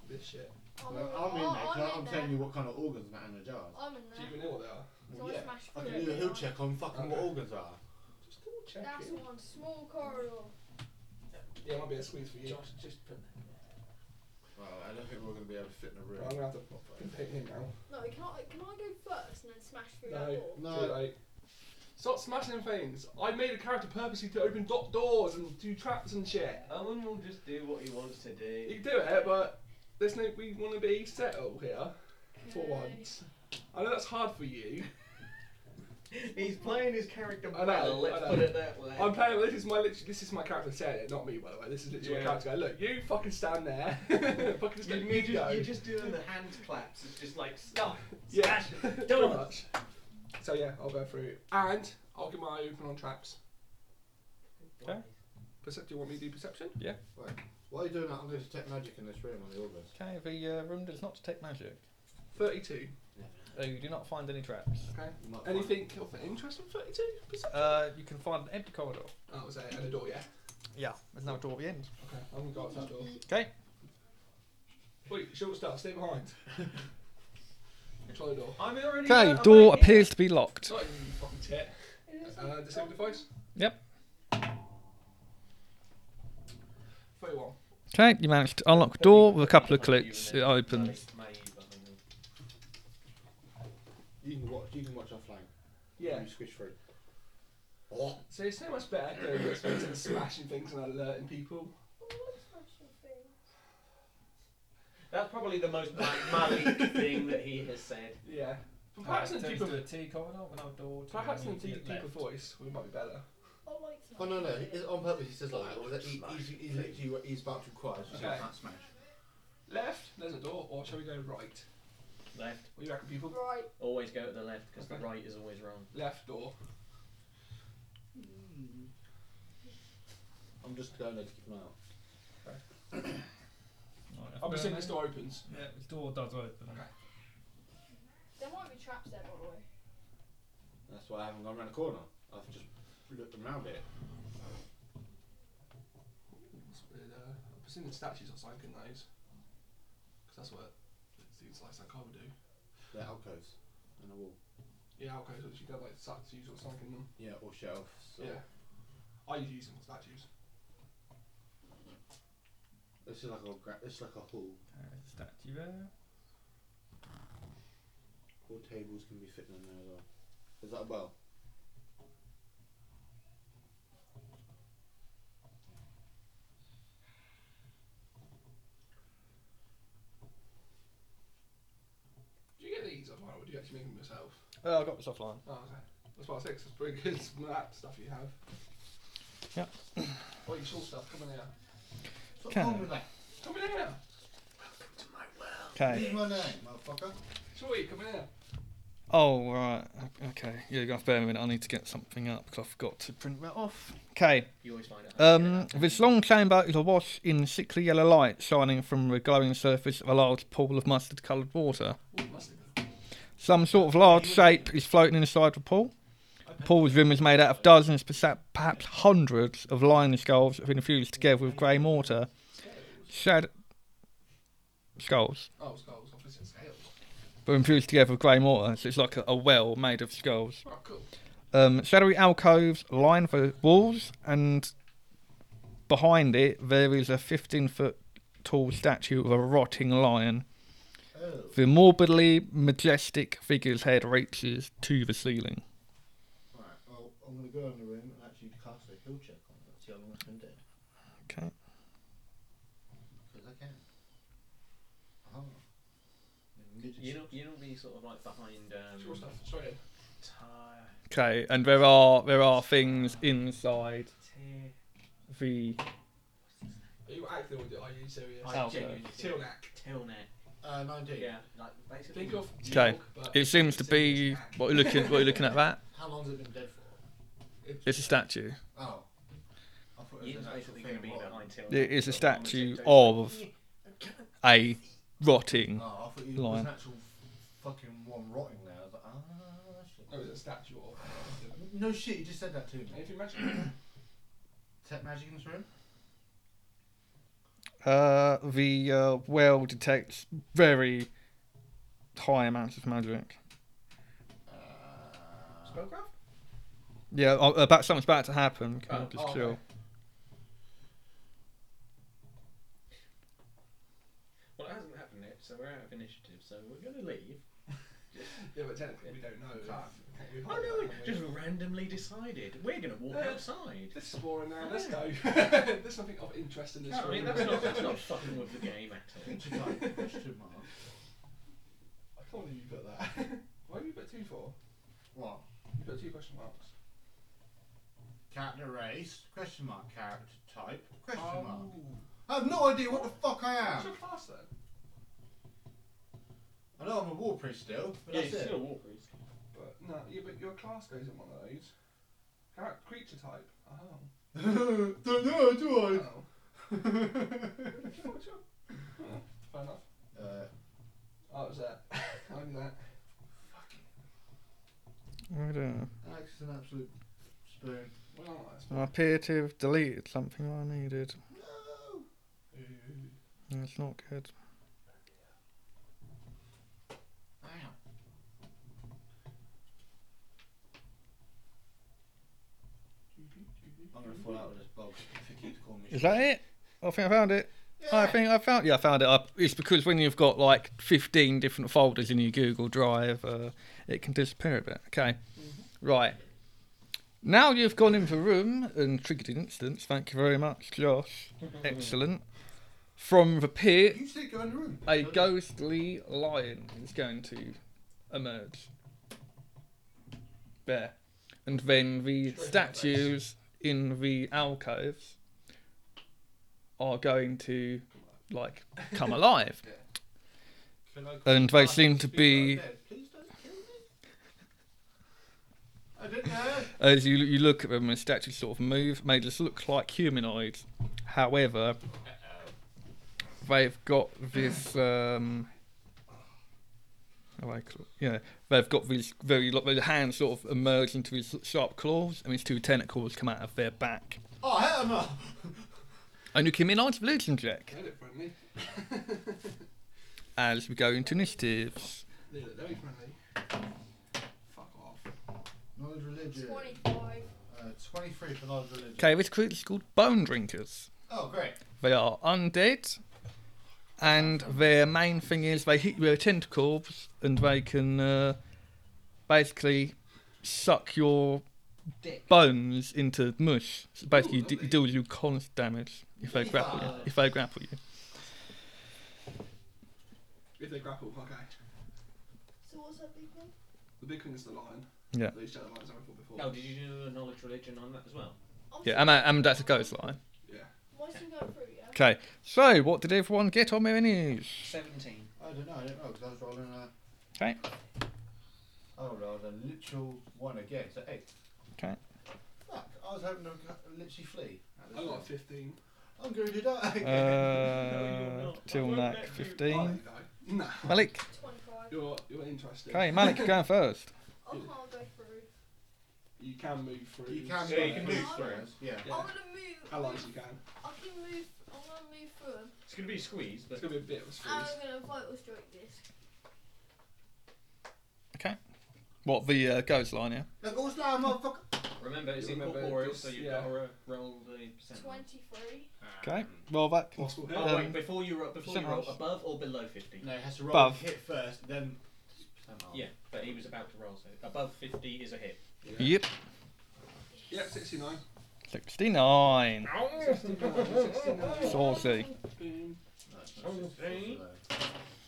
[SPEAKER 3] this shit.
[SPEAKER 6] I'm,
[SPEAKER 5] Well, I'm in there Oh, 'cause
[SPEAKER 6] Oh, I'm,
[SPEAKER 5] Oh, I'm
[SPEAKER 6] in
[SPEAKER 5] telling
[SPEAKER 6] there.
[SPEAKER 5] you what kind of organs are in the jars.
[SPEAKER 6] I'm in
[SPEAKER 3] Do you
[SPEAKER 6] there.
[SPEAKER 3] even know what they are?
[SPEAKER 6] So
[SPEAKER 5] Well,
[SPEAKER 6] I
[SPEAKER 5] yeah,
[SPEAKER 6] smash
[SPEAKER 5] I
[SPEAKER 6] through
[SPEAKER 5] can do a
[SPEAKER 6] it,
[SPEAKER 5] hill
[SPEAKER 6] right?
[SPEAKER 5] check on fucking what
[SPEAKER 3] Okay.
[SPEAKER 5] organs are.
[SPEAKER 3] Just double
[SPEAKER 6] That's
[SPEAKER 3] checking.
[SPEAKER 6] one small corridor.
[SPEAKER 3] Yeah, it might be a squeeze for you.
[SPEAKER 4] Josh, just put that.
[SPEAKER 5] Well, I don't think we're going to be able to fit in a
[SPEAKER 3] But I'm
[SPEAKER 5] room.
[SPEAKER 3] gonna have to fucking pick him now.
[SPEAKER 6] No, can I, can I go first and then smash through
[SPEAKER 3] No.
[SPEAKER 6] that door?
[SPEAKER 5] No.
[SPEAKER 3] Too late. Stop smashing things. I made a character purposely to open dock doors and do traps and shit.
[SPEAKER 4] Owen will just do what he wants to do.
[SPEAKER 3] <laughs> You can do it, but there's no. We want to be settled here for once. I know that's hard for you.
[SPEAKER 4] He's playing his character
[SPEAKER 3] I know,
[SPEAKER 4] well. let's
[SPEAKER 3] I know.
[SPEAKER 4] put it that way.
[SPEAKER 3] I'm playing. This is my literally. This is my character saying it, not me. By the way, this is literally
[SPEAKER 4] Yeah.
[SPEAKER 3] my character. Going, Look, you fucking stand there. <laughs> fucking just
[SPEAKER 4] You,
[SPEAKER 3] let
[SPEAKER 4] you
[SPEAKER 3] me
[SPEAKER 4] just,
[SPEAKER 3] go.
[SPEAKER 4] you're just doing the hand claps. It's just like stop.
[SPEAKER 3] Yeah. <laughs>
[SPEAKER 4] Smash it.
[SPEAKER 3] Pretty
[SPEAKER 4] Don't.
[SPEAKER 3] much. So yeah, I'll go through, and I'll give my eye open on traps.
[SPEAKER 8] Okay.
[SPEAKER 3] Percep- do you want me to do perception?
[SPEAKER 5] While you're doing that, I'm going to detect magic in this room on the organs.
[SPEAKER 8] Okay, the uh, room does not detect magic.
[SPEAKER 3] Thirty-two.
[SPEAKER 8] Uh, you do not find any traps.
[SPEAKER 3] Okay.
[SPEAKER 5] You might find-
[SPEAKER 3] Anything of interest in thirty-two? Perception.
[SPEAKER 8] Uh, you can find an empty corridor.
[SPEAKER 3] Oh, was that and a door? Yeah.
[SPEAKER 8] Yeah, there's no door at the end.
[SPEAKER 3] Okay. I'm gonna go up that door.
[SPEAKER 8] Okay.
[SPEAKER 3] Wait, short stuff. Stay behind. Try the door.
[SPEAKER 4] I'm already.
[SPEAKER 8] Okay,
[SPEAKER 4] I'm
[SPEAKER 8] door
[SPEAKER 4] already-
[SPEAKER 8] appears to be locked.
[SPEAKER 3] Not even you fucking tit. Uh, disable device.
[SPEAKER 8] Yep.
[SPEAKER 3] Thirty-one.
[SPEAKER 8] Okay, you managed to unlock the door with a couple of clicks. It opens.
[SPEAKER 5] You can watch. You can watch offline.
[SPEAKER 3] Yeah.
[SPEAKER 5] You squish through. Oh.
[SPEAKER 3] So it's so much better doing this than smashing things and alerting people.
[SPEAKER 6] Oh,
[SPEAKER 4] That's probably the most Ma- Malik thing that he has said.
[SPEAKER 3] Yeah. But perhaps in the deeper,
[SPEAKER 2] T corridor with no door.
[SPEAKER 3] perhaps in the deep- deeper voice, we might be better.
[SPEAKER 6] I like
[SPEAKER 5] Oh
[SPEAKER 6] that.
[SPEAKER 5] no no! It's on purpose. He says like that. Or that he, he's, he's literally what he's about to require. So
[SPEAKER 3] Okay.
[SPEAKER 5] okay. can't smash.
[SPEAKER 3] Left, there's a door, or shall we go right?
[SPEAKER 4] Left.
[SPEAKER 3] What do you reckon, people?
[SPEAKER 6] Right.
[SPEAKER 4] Always go to the left because
[SPEAKER 3] Okay.
[SPEAKER 4] the right is always wrong.
[SPEAKER 3] Left door.
[SPEAKER 5] I'm just going there to keep an eye out.
[SPEAKER 3] I'm assuming this door opens.
[SPEAKER 2] Yeah, this door does open.
[SPEAKER 6] There might be traps there, by the way.
[SPEAKER 5] That's why I haven't gone around the corner. I've just looked around it.
[SPEAKER 3] It's weird, uh, I've seen the statues or something in those. Because that's what it seems like Sankai would do.
[SPEAKER 5] They're alcoves and a wall.
[SPEAKER 3] Yeah, okay, so you got like sacks, you sort of sank in them.
[SPEAKER 5] Yeah, or shelves. Or
[SPEAKER 3] Yeah. I usually use them as statues.
[SPEAKER 5] It's like a gra- it's like a hall.
[SPEAKER 2] There's a statue there.
[SPEAKER 5] All tables can be fitting in there as well. Is that a well?
[SPEAKER 3] Do you get these online or do you actually make them yourself?
[SPEAKER 2] Oh, I got this offline.
[SPEAKER 3] Oh, okay. That's what I said, 'cause it's pretty good <laughs> some of that stuff you have. <coughs>
[SPEAKER 2] Yeah.
[SPEAKER 3] Oh, you saw stuff coming out.
[SPEAKER 5] What's
[SPEAKER 2] Can
[SPEAKER 5] wrong with that?
[SPEAKER 3] Coming out!
[SPEAKER 2] Okay.
[SPEAKER 5] Leave my name, motherfucker.
[SPEAKER 3] Sorry, coming out.
[SPEAKER 2] Oh, right. o- Okay. Yeah, you got to bear with me a minute. I need to get something up because I forgot to print that off. Okay.
[SPEAKER 4] You always find out. how to get
[SPEAKER 2] Um,
[SPEAKER 4] it out.
[SPEAKER 2] this long chamber is awash in sickly yellow light shining from the glowing surface of a large pool of mustard coloured water.
[SPEAKER 3] Ooh, must have been.
[SPEAKER 2] Some sort of large shape is floating inside the pool. The pool's rim is made out of dozens, persa- perhaps hundreds, of lion skulls that have been fused together with grey mortar. Shad- skulls.
[SPEAKER 3] Oh, skulls. I've said scales.
[SPEAKER 2] But infused together with grey mortar, so it's like a, a well made of skulls.
[SPEAKER 3] Oh, cool.
[SPEAKER 2] Um, shadowy alcoves line the walls, and behind it there is a 15 foot tall statue of a rotting lion.
[SPEAKER 5] Oh.
[SPEAKER 2] The morbidly majestic figure's head reaches to the ceiling.
[SPEAKER 5] Right, well, I'm going to go in the room and actually cast a heal check on it. See how long it's been dead.
[SPEAKER 2] Okay.
[SPEAKER 5] Because I can. Oh. Midget
[SPEAKER 4] You're not, you're not really sort of like behind. Um,
[SPEAKER 3] Sure stuff. Straight in.
[SPEAKER 4] Tire,
[SPEAKER 2] Okay, and there are there are things inside
[SPEAKER 4] tear.
[SPEAKER 2] the
[SPEAKER 3] Are you acting with it? Are you serious?
[SPEAKER 4] I
[SPEAKER 2] Alpha.
[SPEAKER 4] genuinely
[SPEAKER 3] Till
[SPEAKER 4] think
[SPEAKER 3] neck.
[SPEAKER 4] till net.
[SPEAKER 5] Uh, 19.
[SPEAKER 4] Yeah, like basically.
[SPEAKER 3] Think of.
[SPEAKER 2] Okay.
[SPEAKER 3] York, but
[SPEAKER 2] It seems to be what you're looking what you're looking at that.
[SPEAKER 5] How long's it been dead for?
[SPEAKER 2] It's a statue.
[SPEAKER 5] Oh. I thought it
[SPEAKER 4] Ian's
[SPEAKER 5] was an actual thing.
[SPEAKER 4] basically going to be
[SPEAKER 5] what-
[SPEAKER 4] behind till
[SPEAKER 2] It
[SPEAKER 4] net.
[SPEAKER 2] is a
[SPEAKER 4] sort of
[SPEAKER 2] statue
[SPEAKER 4] conversation.
[SPEAKER 2] of a rotting.
[SPEAKER 5] Oh, I thought it was
[SPEAKER 2] Lion.
[SPEAKER 5] an actual f- fucking one rotting there. I was like, ah,
[SPEAKER 3] No,
[SPEAKER 5] shit.
[SPEAKER 3] it's a statue or.
[SPEAKER 5] No shit, you just said that to me.
[SPEAKER 3] Anything magical?
[SPEAKER 5] Tech magic in this room?
[SPEAKER 2] Uh, the uh, well detects very high amounts of magic.
[SPEAKER 5] Uh,
[SPEAKER 3] Spellcraft?
[SPEAKER 2] Yeah, uh, about something's about to happen. Can I
[SPEAKER 3] Oh,
[SPEAKER 2] just
[SPEAKER 3] oh,
[SPEAKER 2] chill?
[SPEAKER 3] okay.
[SPEAKER 4] Well, it hasn't happened yet, so we're out of initiative, so we're going to leave.
[SPEAKER 3] <coughs> Yeah, but technically we don't know. We
[SPEAKER 4] Oh
[SPEAKER 3] can't
[SPEAKER 4] no, Uh, we
[SPEAKER 3] can
[SPEAKER 4] just randomly decided we're going to walk
[SPEAKER 3] Yeah.
[SPEAKER 4] outside.
[SPEAKER 3] This is boring now. Let's go. <laughs> There's nothing of interest in this.
[SPEAKER 4] I
[SPEAKER 3] room.
[SPEAKER 4] mean,
[SPEAKER 3] <laughs>
[SPEAKER 4] that's not, that's <laughs> not fucking with the game at
[SPEAKER 5] question
[SPEAKER 4] all. <laughs>
[SPEAKER 5] mark, question mark.
[SPEAKER 3] I can't believe you put that. <laughs> Why have you put two for?
[SPEAKER 5] What?
[SPEAKER 3] You put two question marks.
[SPEAKER 5] Character race? Question mark. Character type? Question mark.
[SPEAKER 3] Oh.
[SPEAKER 5] I have no idea what the fuck I am.
[SPEAKER 3] What's your class then?
[SPEAKER 5] I know I'm a war priest still, but
[SPEAKER 4] Yeah,
[SPEAKER 5] that's
[SPEAKER 4] it's
[SPEAKER 5] it. <laughs>
[SPEAKER 4] still a walk risk.
[SPEAKER 3] But no, yeah, but your class goes in one of those. Char- creature type. Oh.
[SPEAKER 5] Don't know,
[SPEAKER 3] oh.
[SPEAKER 5] do
[SPEAKER 3] What's your?
[SPEAKER 9] <laughs>
[SPEAKER 3] Oh, fair enough.
[SPEAKER 5] I? <laughs> Uh,
[SPEAKER 3] Oh, it was that. I knew that.
[SPEAKER 2] I don't know.
[SPEAKER 5] Alex is an absolute spoon.
[SPEAKER 3] Well, I like
[SPEAKER 2] I appear to have deleted something I needed.
[SPEAKER 5] No!
[SPEAKER 3] Ooh.
[SPEAKER 2] That's not good.
[SPEAKER 5] Wow. I'm gonna fall out with this bug if it keeps calling me.
[SPEAKER 2] Is that it? I think I found it. I
[SPEAKER 5] Yeah.
[SPEAKER 2] think I found. Yeah, I found it. I, it's because when you've got like 15 different folders in your Google Drive, uh, it can disappear a bit. Okay, right. Now you've gone into the room and triggered an instance. Thank you very much, Josh. Excellent. From the pit,
[SPEAKER 5] You said go in the room.
[SPEAKER 2] a ghostly lion is going to emerge. There. And then the statues in the alcoves are going to, like, come alive.
[SPEAKER 5] Can I call
[SPEAKER 2] And
[SPEAKER 5] the
[SPEAKER 2] they
[SPEAKER 5] class
[SPEAKER 2] seem
[SPEAKER 5] and
[SPEAKER 2] to
[SPEAKER 5] speak like
[SPEAKER 2] be-
[SPEAKER 5] that? Please don't kill me. I didn't know.
[SPEAKER 2] As you, you look at them, the statues sort of move. They just look like humanoids. However, they've got this. Um, how I call- yeah, they've got these very like, their hands sort of emerge into these sharp claws, and these two tentacles come out of their back.
[SPEAKER 5] Oh hell no!
[SPEAKER 2] And you can me an isolation check.
[SPEAKER 3] Edit friendly.
[SPEAKER 2] as we go into initiatives.
[SPEAKER 9] They look very friendly. Fuck off.
[SPEAKER 5] Knowledge religion.
[SPEAKER 6] 25.
[SPEAKER 5] Uh, 23 for knowledge religion.
[SPEAKER 2] Okay, this group is called Bone Drinkers.
[SPEAKER 5] Oh, great.
[SPEAKER 2] They are undead, and their main thing is they hit you with tentacles, and they can uh, basically suck your
[SPEAKER 4] Dick.
[SPEAKER 2] bones into mush. So basically, you d-
[SPEAKER 9] lovely.
[SPEAKER 2] it deals you constant damage if they grapple you. If they grapple you,
[SPEAKER 9] If they grapple, okay.
[SPEAKER 6] So what's that big thing?
[SPEAKER 9] The big thing is the lion.
[SPEAKER 2] Yeah.
[SPEAKER 9] These shadow lions I thought before.
[SPEAKER 4] Oh, did you do a knowledge religion on that as well?
[SPEAKER 6] I'm
[SPEAKER 2] yeah, I'm, I'm that's a ghost line.
[SPEAKER 9] Yeah.
[SPEAKER 6] Mine's still going through, yeah?
[SPEAKER 2] Okay, so what did everyone get on their news?
[SPEAKER 4] 17.
[SPEAKER 5] I don't know, I don't know, because I was rolling a.
[SPEAKER 2] Okay.
[SPEAKER 5] I rolled a literal one again, so eight.
[SPEAKER 2] Okay.
[SPEAKER 5] Fuck, I was hoping to g- literally flee. at this
[SPEAKER 9] I got
[SPEAKER 5] time.
[SPEAKER 9] 15.
[SPEAKER 5] I'm going to die again.
[SPEAKER 2] Uh, till Mac
[SPEAKER 9] Oh,
[SPEAKER 2] 15.
[SPEAKER 9] you know. Nah.
[SPEAKER 2] Malik,
[SPEAKER 6] 25.
[SPEAKER 9] You're, you're interesting.
[SPEAKER 2] okay, Malik, you're going first.
[SPEAKER 6] I can't go through.
[SPEAKER 9] You can move through.
[SPEAKER 5] you can
[SPEAKER 9] so-
[SPEAKER 5] move.
[SPEAKER 7] you can
[SPEAKER 6] move
[SPEAKER 5] through. Yeah.
[SPEAKER 9] Yeah.
[SPEAKER 6] I'm gonna move.
[SPEAKER 9] Allies you can.
[SPEAKER 6] I can move. I'm gonna move through 'em,
[SPEAKER 4] It's going to be a squeeze,
[SPEAKER 9] It's
[SPEAKER 4] but
[SPEAKER 9] going to be a bit of a
[SPEAKER 6] And
[SPEAKER 9] squeeze.
[SPEAKER 6] I'm gonna vital strike this.
[SPEAKER 2] What the uh, ghost line? Yeah.
[SPEAKER 5] Now go slow, motherfucker.
[SPEAKER 4] remember it's
[SPEAKER 9] You
[SPEAKER 4] in
[SPEAKER 9] remember
[SPEAKER 4] corporeal,
[SPEAKER 9] this,
[SPEAKER 4] so you've
[SPEAKER 9] yeah.
[SPEAKER 4] got to ro- roll the percent. Ah. line.
[SPEAKER 6] 23.
[SPEAKER 2] Okay. Well, that can
[SPEAKER 9] Possible hit.
[SPEAKER 4] Oh,
[SPEAKER 2] Um,
[SPEAKER 4] wait, before you roll, before you roll,
[SPEAKER 2] percent rolls.
[SPEAKER 4] above or below 50?
[SPEAKER 5] No, it has to roll
[SPEAKER 2] Above.
[SPEAKER 5] hit first, then.
[SPEAKER 4] Yeah, but he was about to roll, so above 50 is a hit.
[SPEAKER 2] Yep.
[SPEAKER 9] Yep, 69.
[SPEAKER 2] 69.
[SPEAKER 9] 69. 69.
[SPEAKER 4] Oh.
[SPEAKER 2] Saucy.
[SPEAKER 9] Boom.
[SPEAKER 5] No, it's not six,
[SPEAKER 4] Okay.
[SPEAKER 5] it's also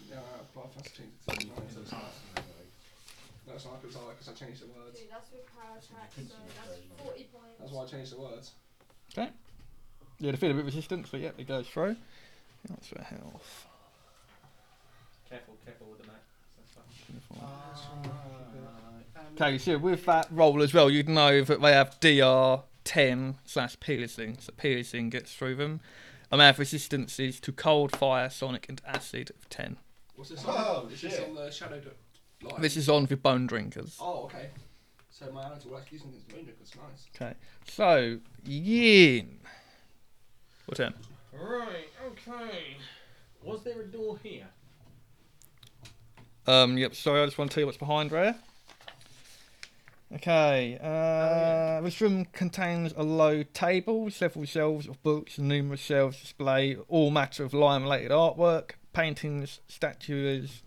[SPEAKER 9] Yeah, but I've had to change it to 69, so
[SPEAKER 5] Oh,
[SPEAKER 9] it's half. That's not because I, because I changed the words.
[SPEAKER 6] Dude, that's with power attack, so that's 40 points.
[SPEAKER 9] That's why I changed the words.
[SPEAKER 2] Yeah, they feel a bit resistant, but yep, it goes through. That's for health.
[SPEAKER 4] Careful, careful with the map. That's fine.
[SPEAKER 5] Ah,
[SPEAKER 2] Okay, so with that roll as well, you'd know that they have DR 10 slash piercing, so piercing gets through them. And they have resistances to cold, fire, sonic, and acid of 10.
[SPEAKER 9] What's this on?
[SPEAKER 5] Oh,
[SPEAKER 9] is this
[SPEAKER 5] shit.
[SPEAKER 9] on the shadow d- line?
[SPEAKER 2] This is on the bone drinkers.
[SPEAKER 9] Oh, okay. So my hands were actually using this window because nice.
[SPEAKER 2] Okay, so, Yin. What turn?
[SPEAKER 4] Right, okay. Was there a door here?
[SPEAKER 2] Um, yep, sorry, I just want to tell you what's behind there. Okay, uh, this room contains a low table, several shelves of books, and numerous shelves display all matter of lion related artwork, paintings, statues,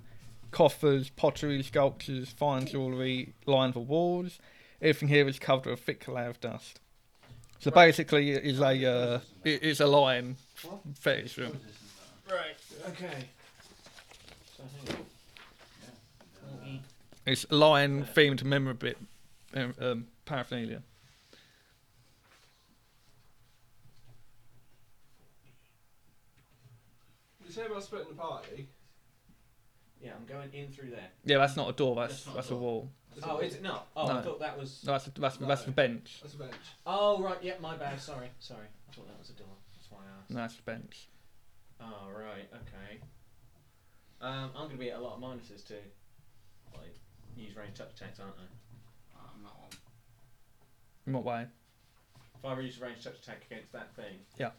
[SPEAKER 2] coffers, pottery, sculptures, fine jewellery, line for walls. Everything here is covered with a thick layer of dust. So basically, it is a, uh, it is a lion fetish room.
[SPEAKER 4] Right, okay. So hang on. Okay.
[SPEAKER 2] It's lion themed memorabilia, um, um, paraphernalia.
[SPEAKER 9] You say about splitting the party?
[SPEAKER 4] Yeah, I'm going in through there.
[SPEAKER 2] Yeah, that's not a door. That's
[SPEAKER 5] That's
[SPEAKER 2] that's,
[SPEAKER 5] not a
[SPEAKER 2] a
[SPEAKER 5] door.
[SPEAKER 2] wall.
[SPEAKER 4] Oh, is it not? Oh, I
[SPEAKER 2] No.
[SPEAKER 4] thought that was.
[SPEAKER 2] No, that's a, that's that's a bench.
[SPEAKER 9] That's a bench.
[SPEAKER 4] Oh, right, yeah, my bad. Sorry, sorry. I thought that was a door. That's why I asked.
[SPEAKER 2] No, that's a bench.
[SPEAKER 4] Oh, right, okay. Um, I'm going to be at a lot of minuses to like, use range touch attacks, aren't I?
[SPEAKER 5] I'm not on.
[SPEAKER 2] In what way?
[SPEAKER 4] If I use a range touch attack against that thing,
[SPEAKER 2] Yeah.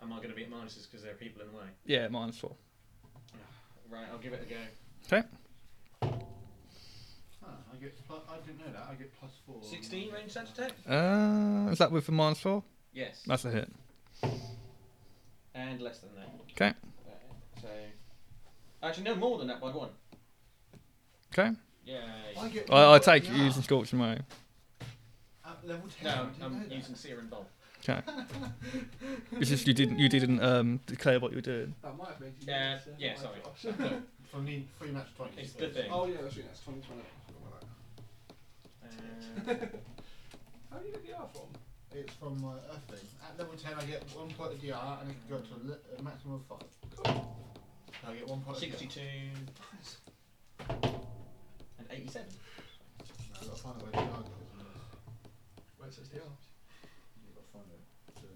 [SPEAKER 4] am I going to be at minuses because there are people in the way?
[SPEAKER 2] Yeah, minus four.
[SPEAKER 4] <sighs> Right, I'll give it a go.
[SPEAKER 5] Huh, I, get plus, I didn't know that. I get plus four.
[SPEAKER 4] 16 range touch attack?
[SPEAKER 2] Uh, is that with the minus four?
[SPEAKER 4] Yes.
[SPEAKER 2] That's a hit.
[SPEAKER 4] And less than that.
[SPEAKER 2] 'Kay.
[SPEAKER 4] Uh, so. Actually, no more than that by one.
[SPEAKER 2] Okay.
[SPEAKER 4] Yay.
[SPEAKER 5] I get.
[SPEAKER 2] I, I take it
[SPEAKER 5] Yeah.
[SPEAKER 2] using scorching ray.
[SPEAKER 5] At level 10.
[SPEAKER 4] No,
[SPEAKER 5] I didn't know
[SPEAKER 4] I'm
[SPEAKER 5] that.
[SPEAKER 4] using sear and bolt.
[SPEAKER 5] <laughs>
[SPEAKER 2] Okay. it's just you didn't you didn't um declare what you were doing.
[SPEAKER 9] That might have made you.
[SPEAKER 4] Yeah,
[SPEAKER 9] use, uh,
[SPEAKER 4] yeah,
[SPEAKER 9] my
[SPEAKER 4] sorry.
[SPEAKER 9] drops.
[SPEAKER 5] From the free match 20.
[SPEAKER 4] It's the thing.
[SPEAKER 9] <laughs> oh, yeah, that's right. That's 2020. I forgot about that.
[SPEAKER 4] Uh,
[SPEAKER 9] How do you get the R from?
[SPEAKER 5] It's from my earth thing. At level 10, I get one point of DR and it can go up to a, li- a maximum of 5. I get one point of
[SPEAKER 4] 62. And 87.
[SPEAKER 5] DR. I've got to find a way to DR goes. I've
[SPEAKER 9] Where it says the R.
[SPEAKER 5] got to find a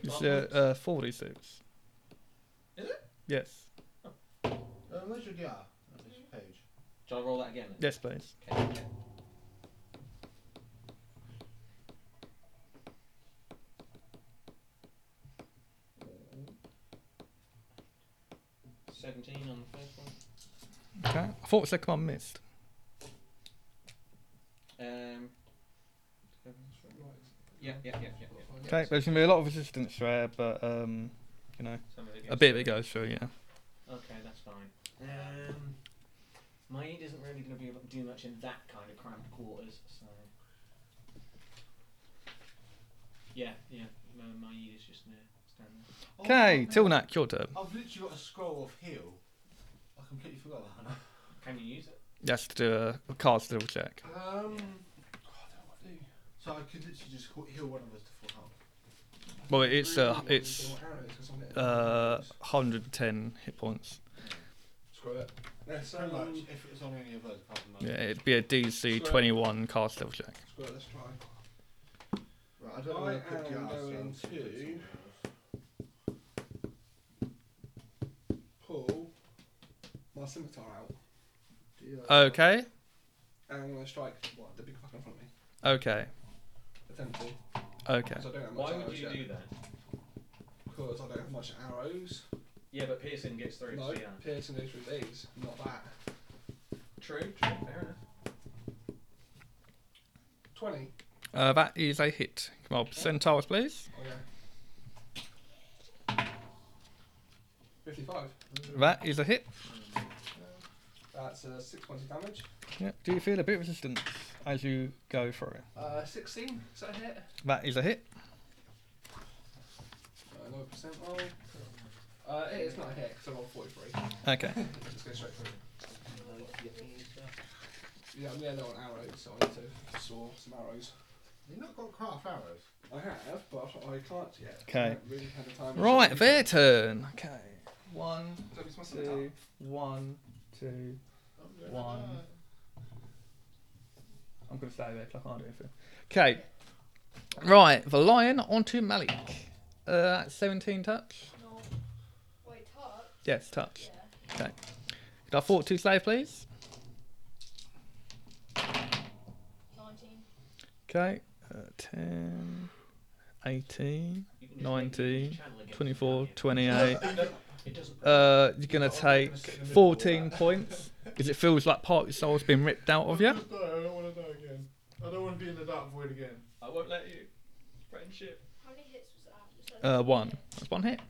[SPEAKER 2] It's uh, uh forty six.
[SPEAKER 4] Is it?
[SPEAKER 2] Yes.
[SPEAKER 5] Uh, where's your DR? On this page.
[SPEAKER 4] Shall I roll that again?
[SPEAKER 2] Yes, please.
[SPEAKER 4] Okay, okay. Seventeen on the first one.
[SPEAKER 2] Okay. I thought the second one missed.
[SPEAKER 4] Um, yeah, yeah, yeah, yeah. yeah.
[SPEAKER 2] Okay. There's gonna be a lot of resistance there, but um, you know,
[SPEAKER 4] Some of it
[SPEAKER 2] a
[SPEAKER 4] goes
[SPEAKER 2] bit of
[SPEAKER 4] through.
[SPEAKER 2] it goes through. Yeah.
[SPEAKER 4] Okay, that's fine. Um, my aid isn't really going to be able to do much in that kind of cramped quarters, so. Yeah, yeah. My, my aid is just going to stand there.
[SPEAKER 5] Oh,
[SPEAKER 2] Okay. Till Tilnak, your turn.
[SPEAKER 5] I've literally got a scroll of heal. I completely forgot about that.
[SPEAKER 4] Can you use it?
[SPEAKER 2] Yes, to do a, a card still check.
[SPEAKER 5] Um, God, what do I do? So I could literally just ho- heal one of us to full health.
[SPEAKER 2] Well, it's uh, it's uh, 110 hit points.
[SPEAKER 3] Scroll it.
[SPEAKER 5] Yeah, so
[SPEAKER 3] um,
[SPEAKER 5] much. If it's on any of us, apart from us.
[SPEAKER 2] Yeah, it'd be a DC 21 card still check.
[SPEAKER 3] Scroll it, let's try.
[SPEAKER 5] Right, I don't know
[SPEAKER 3] I
[SPEAKER 5] where I could get
[SPEAKER 3] am
[SPEAKER 5] ourselves
[SPEAKER 3] going
[SPEAKER 5] if it's
[SPEAKER 3] to-
[SPEAKER 5] on us.
[SPEAKER 3] Pull my scimitar out.
[SPEAKER 2] Okay.
[SPEAKER 3] And I'm going to strike what, the big fucker in front of me.
[SPEAKER 2] Okay.
[SPEAKER 3] Attempt to.
[SPEAKER 2] Okay.
[SPEAKER 3] So I don't have much
[SPEAKER 4] Why
[SPEAKER 3] arrows
[SPEAKER 4] would you
[SPEAKER 3] yet.
[SPEAKER 4] do that?
[SPEAKER 3] Because I don't have much arrows.
[SPEAKER 4] Yeah, but Pearson gets through.
[SPEAKER 3] No,
[SPEAKER 4] So yeah.
[SPEAKER 3] piercing goes through these, not that.
[SPEAKER 4] True, true, fair enough.
[SPEAKER 3] 20.
[SPEAKER 2] Uh, that is a hit. Come on, percentiles, please.
[SPEAKER 3] Oh, yeah. 55.
[SPEAKER 2] That is a hit.
[SPEAKER 3] That's uh, 6 points of damage.
[SPEAKER 2] Yep. Do you feel a bit of resistance as you go through?
[SPEAKER 3] Uh, 16, is that a hit?
[SPEAKER 2] That is a hit.
[SPEAKER 3] Uh, another percent roll. Uh, it is not a hit because I rolled 43.
[SPEAKER 2] Okay.
[SPEAKER 3] It just goes straight through. Yeah, I'm yeah, low on arrows, so I need to saw some arrows.
[SPEAKER 5] You've Uh, not got craft arrows.
[SPEAKER 3] I have, but I can't yet. I
[SPEAKER 2] 'Kay.
[SPEAKER 3] haven't Really had the time.
[SPEAKER 2] Right, their turn. Okay. One,
[SPEAKER 3] So it's my scimitar.
[SPEAKER 2] two, one, two. One. I'm gonna stay there 'cause I can't do anything. Okay. Right, the lion onto Malik. Uh, that's 17 touch.
[SPEAKER 6] No. Wait, touch?
[SPEAKER 2] Yes, touch.
[SPEAKER 6] Yeah.
[SPEAKER 2] Okay. Could I fort two slave, please?
[SPEAKER 6] 19.
[SPEAKER 2] Okay. Uh, 10, 18,
[SPEAKER 4] You can just make it each
[SPEAKER 2] 19,
[SPEAKER 4] channel again.
[SPEAKER 2] 24,
[SPEAKER 4] It
[SPEAKER 2] 28.
[SPEAKER 4] doesn't- It doesn't.
[SPEAKER 2] Uh, you're gonna take 14 points because it feels like part of your soul's been ripped out of you.
[SPEAKER 5] I don't want to die again. I don't want to be in the dark void again.
[SPEAKER 4] I won't let you. Friendship.
[SPEAKER 6] How many hits was that? Was that
[SPEAKER 2] Uh, one. That's one hit.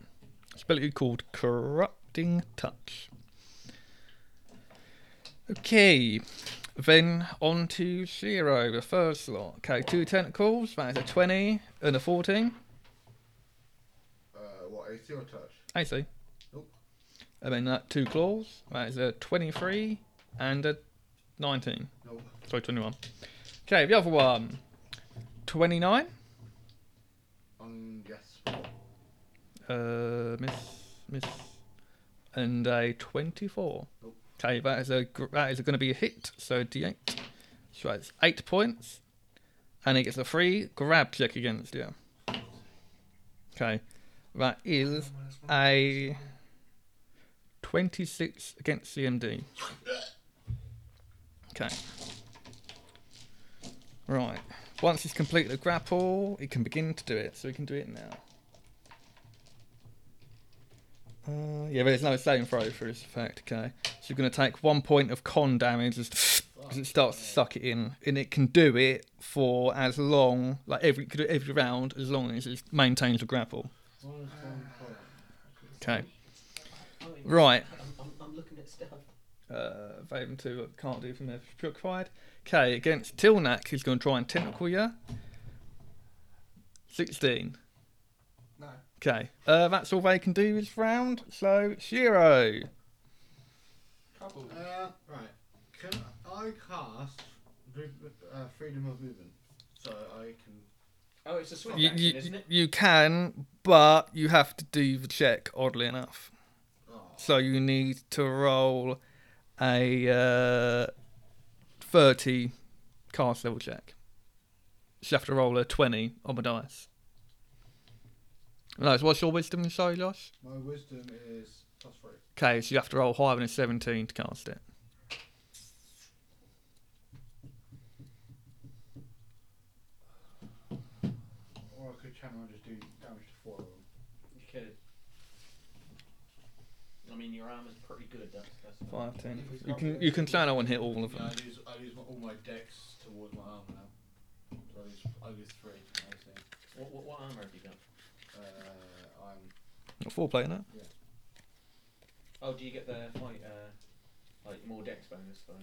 [SPEAKER 2] It's an ability called Corrupting Touch. Okay. Then on to Zero, the first slot. Okay, two tentacles. That is a 20 and a 14.
[SPEAKER 5] Uh, what, AC or touch?
[SPEAKER 2] AC.
[SPEAKER 5] Nope.
[SPEAKER 2] And then uh, two claws. That is a 23 and a 19.
[SPEAKER 5] No.
[SPEAKER 2] Sorry, 21. Okay, the other one. 29.
[SPEAKER 5] Um, yes.
[SPEAKER 2] Uh, miss, miss, and a twenty-four.
[SPEAKER 5] Nope.
[SPEAKER 2] Okay, that is a gr- that is going to be a hit. So D eight. So that's eight points, and it gets a free grab check against you. Okay, that is a twenty-six against CMD. Okay. Right. Once he's completed the grapple, he can begin to do it. So he can do it now. Uh, yeah, but it's no saving throw for this effect. Okay, so you're going to take one point of con damage as, as it starts to suck it in, and it can do it for as long, like every could do it every round, as long as it maintains the grapple. Okay,
[SPEAKER 4] Oh, yeah.
[SPEAKER 2] right.
[SPEAKER 4] I'm, I'm, I'm looking at stuff.
[SPEAKER 2] Uh, Vaven two can't do from there. Required. Okay, against Tilnak, he's going to try and tentacle you. Sixteen.
[SPEAKER 3] No.
[SPEAKER 2] Okay, uh, that's all they can do this round. So Shiro.
[SPEAKER 3] Couple.
[SPEAKER 5] Uh, right. Can I cast mov- uh, freedom of movement? So I can.
[SPEAKER 4] Oh, it's a switch
[SPEAKER 2] you,
[SPEAKER 4] action, isn't
[SPEAKER 2] you,
[SPEAKER 4] it?
[SPEAKER 2] you can, but you have to do the check, oddly enough.
[SPEAKER 5] Oh,
[SPEAKER 2] So you need to roll a uh, 30 cast level check. So you have to roll a 20 on the dice. Nice. What's your wisdom show, Josh?
[SPEAKER 5] my wisdom is plus three.
[SPEAKER 2] Okay, so you have to roll higher than a 17 to cast it.
[SPEAKER 5] Or I could channel and just do damage to four of them.
[SPEAKER 4] You could. I mean, mean, your armor's pretty good. That's, that's not-
[SPEAKER 2] Five, ten. You can you can say no one hit all of
[SPEAKER 5] Yeah,
[SPEAKER 2] them.
[SPEAKER 5] I lose, I lose my, all my decks towards my armor now. So I lose, I lose three. I think.
[SPEAKER 4] What, what, what armor have you got?
[SPEAKER 5] Uh, I'm
[SPEAKER 2] Not four playing it.
[SPEAKER 4] Oh, do you get the fight, uh, like more dex bonus for?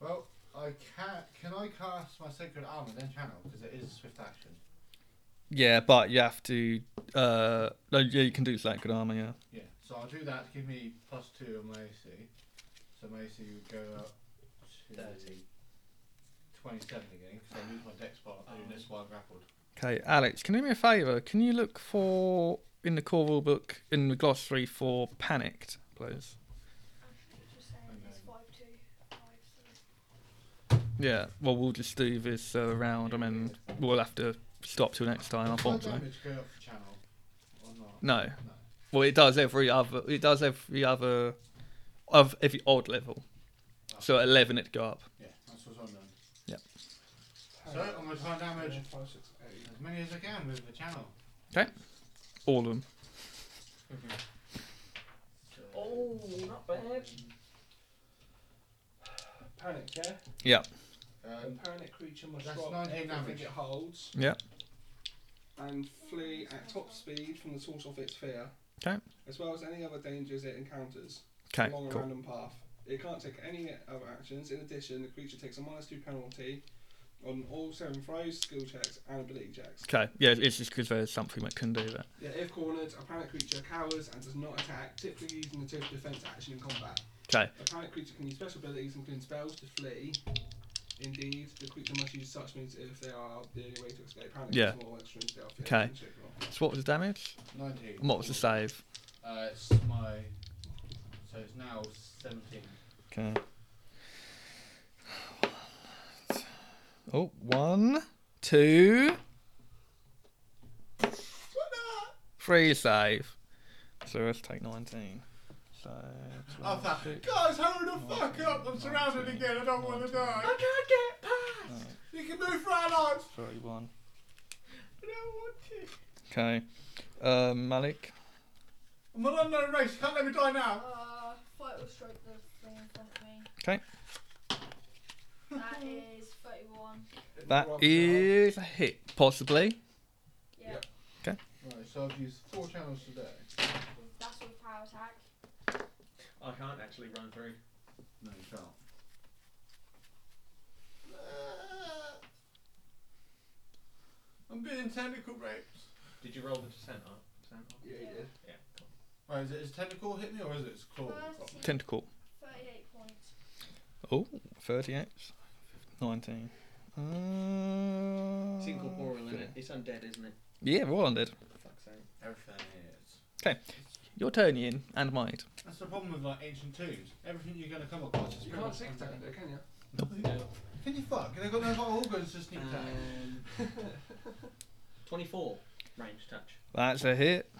[SPEAKER 5] Well, I can. Can I cast my sacred armor then channel because it is a swift action?
[SPEAKER 2] Yeah, but you have to. Uh, no, yeah, you can do sacred armor. Yeah.
[SPEAKER 5] Yeah. So I'll do that to give me plus two on my AC. So my AC would go up to
[SPEAKER 4] Thirty.
[SPEAKER 5] twenty-seven again because I lose my dex bar doing
[SPEAKER 3] Oh.
[SPEAKER 5] this while grappled.
[SPEAKER 2] Okay, Alex, can you do me a favour? Can you look for in the core rule book in the glossary for panicked, please?
[SPEAKER 6] Just saying it's
[SPEAKER 5] Okay.
[SPEAKER 6] five two. Five, so-
[SPEAKER 2] Yeah. Well, we'll just do this uh, round, and then we'll have to stop till next time,
[SPEAKER 5] Does my
[SPEAKER 2] unfortunately.
[SPEAKER 5] damage go up for channel or not?
[SPEAKER 2] No. Well, it does every other. It does every other of every odd level. So at eleven, it go up.
[SPEAKER 5] Yeah, that's what I'm doing.
[SPEAKER 3] Ten,
[SPEAKER 5] So I'm gonna try and damage
[SPEAKER 3] four, five, six, eight.
[SPEAKER 5] as many as I can with the channel.
[SPEAKER 2] All of them.
[SPEAKER 5] So
[SPEAKER 4] Oh, not bad.
[SPEAKER 3] Panic, yeah?
[SPEAKER 2] Yeah.
[SPEAKER 5] uh,
[SPEAKER 3] The panic creature must
[SPEAKER 5] That's
[SPEAKER 3] drop
[SPEAKER 5] 19
[SPEAKER 3] everything
[SPEAKER 5] damage.
[SPEAKER 3] it holds
[SPEAKER 2] Yeah.
[SPEAKER 3] and flee at top speed from the source of its fear.
[SPEAKER 2] 'Kay.
[SPEAKER 3] As well as any other dangers it encounters
[SPEAKER 2] Okay.
[SPEAKER 3] along a
[SPEAKER 2] Cool.
[SPEAKER 3] random path. It can't take any other actions. In addition, the creature takes a minus two penalty on all seven throws, skill checks, and ability checks.
[SPEAKER 2] Okay. Yeah, it's just because there's something that can do that.
[SPEAKER 3] Yeah, if cornered, a panic creature cowers and does not attack, typically using the total defense action in combat.
[SPEAKER 2] Okay.
[SPEAKER 3] A panic creature can use special abilities, including spells, to flee. Indeed, the creature must use such moves if they are the only way to escape panic.
[SPEAKER 2] Yeah.
[SPEAKER 3] Small extra stealth, yeah,
[SPEAKER 2] Okay.
[SPEAKER 3] and shit roll.
[SPEAKER 2] So what was the damage?
[SPEAKER 5] 19.
[SPEAKER 2] And what was the save?
[SPEAKER 5] Uh, it's my. So it's now 17.
[SPEAKER 2] Okay. Oh, one, two, three save. So let's take nineteen. So.
[SPEAKER 5] Oh, fuck. Guys, hurry the fuck up! Oh, I'm surrounded again, I don't want to die! I can't get past! You can move right on!
[SPEAKER 2] 31.
[SPEAKER 5] I don't want to!
[SPEAKER 2] Okay. Um, Malik.
[SPEAKER 5] I'm an unknown race, you can't let me die now!
[SPEAKER 6] Uh, fight will strike the thing in front of me.
[SPEAKER 2] 'Kay.
[SPEAKER 6] That is 31.
[SPEAKER 2] That
[SPEAKER 3] Rock
[SPEAKER 2] is a hit, possibly.
[SPEAKER 6] Yeah.
[SPEAKER 3] Yep.
[SPEAKER 5] Right, so I've used four channels today.
[SPEAKER 6] with- That's with power attack.
[SPEAKER 4] I can't actually run through.
[SPEAKER 5] No, you can't. Uh, I'm being tentacle raped.
[SPEAKER 4] Did you roll the descent up? Descent up?
[SPEAKER 3] Yeah, yeah.
[SPEAKER 4] Yeah. cool.
[SPEAKER 5] Right, Oh, is it his tentacle hit me or is it his claw?
[SPEAKER 6] First, he-
[SPEAKER 2] Tentacle.
[SPEAKER 6] 38 points.
[SPEAKER 2] Oh, 38. 19. Uh,
[SPEAKER 4] It's incorporeal, isn't it? It's undead, isn't it?
[SPEAKER 2] Yeah, we're all undead.
[SPEAKER 4] For fuck's sake.
[SPEAKER 5] Everything is.
[SPEAKER 2] Your turn, Ian, and mine.
[SPEAKER 5] That's the problem with like ancient tombs. Everything you're gonna come across is
[SPEAKER 3] You
[SPEAKER 5] pretty
[SPEAKER 3] can't
[SPEAKER 5] much
[SPEAKER 3] sneak attack
[SPEAKER 5] undead.
[SPEAKER 3] there, can you?
[SPEAKER 5] Can you fuck? They've got no vital organs to sneak attack.
[SPEAKER 4] Um, <laughs> 24 range touch.
[SPEAKER 2] That's a hit.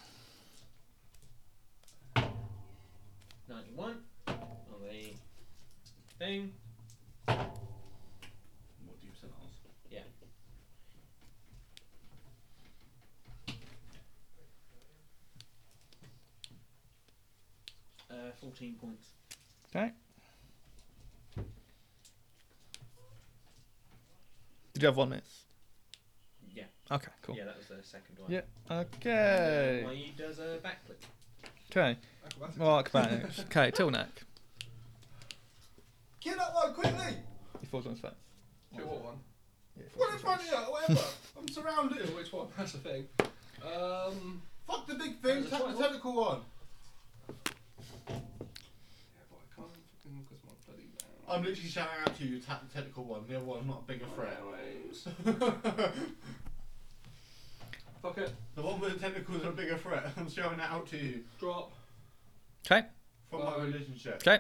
[SPEAKER 4] 91 on the thing.
[SPEAKER 5] What do you say?
[SPEAKER 4] Uh, 14 points.
[SPEAKER 2] Did you have one miss?
[SPEAKER 4] Yeah.
[SPEAKER 2] Okay, cool.
[SPEAKER 4] Yeah, that was the second one.
[SPEAKER 2] Yeah.
[SPEAKER 4] And, uh,
[SPEAKER 2] Okay.
[SPEAKER 4] He does a backflip.
[SPEAKER 2] Okay.
[SPEAKER 3] Acrobatics.
[SPEAKER 2] Mark
[SPEAKER 3] <laughs>
[SPEAKER 2] Bannock. Okay, Tilnak.
[SPEAKER 5] Get up one quickly!
[SPEAKER 2] He falls on his face.
[SPEAKER 3] Do what one?
[SPEAKER 2] Yeah, he falls
[SPEAKER 5] What
[SPEAKER 2] on
[SPEAKER 5] in
[SPEAKER 2] his
[SPEAKER 5] front of you? Whatever. I'm surrounded.
[SPEAKER 3] Do which one? <laughs> That's the thing. Um.
[SPEAKER 5] Fuck the big thing.
[SPEAKER 4] That's
[SPEAKER 5] Tap the
[SPEAKER 4] right.
[SPEAKER 5] tentacle one.
[SPEAKER 3] Yeah, but I can't fucking because my bloody.
[SPEAKER 5] I'm literally shouting out to you. Tap the tentacle one. The other one, I'm not a bigger threat.
[SPEAKER 3] Anyways,
[SPEAKER 5] <laughs> the
[SPEAKER 3] Fuck it.
[SPEAKER 5] one with the tentacles are a bigger threat. I'm shouting that out to you
[SPEAKER 3] Drop.
[SPEAKER 2] Okay.
[SPEAKER 5] from
[SPEAKER 3] Oh.
[SPEAKER 5] my religion check.
[SPEAKER 2] Okay.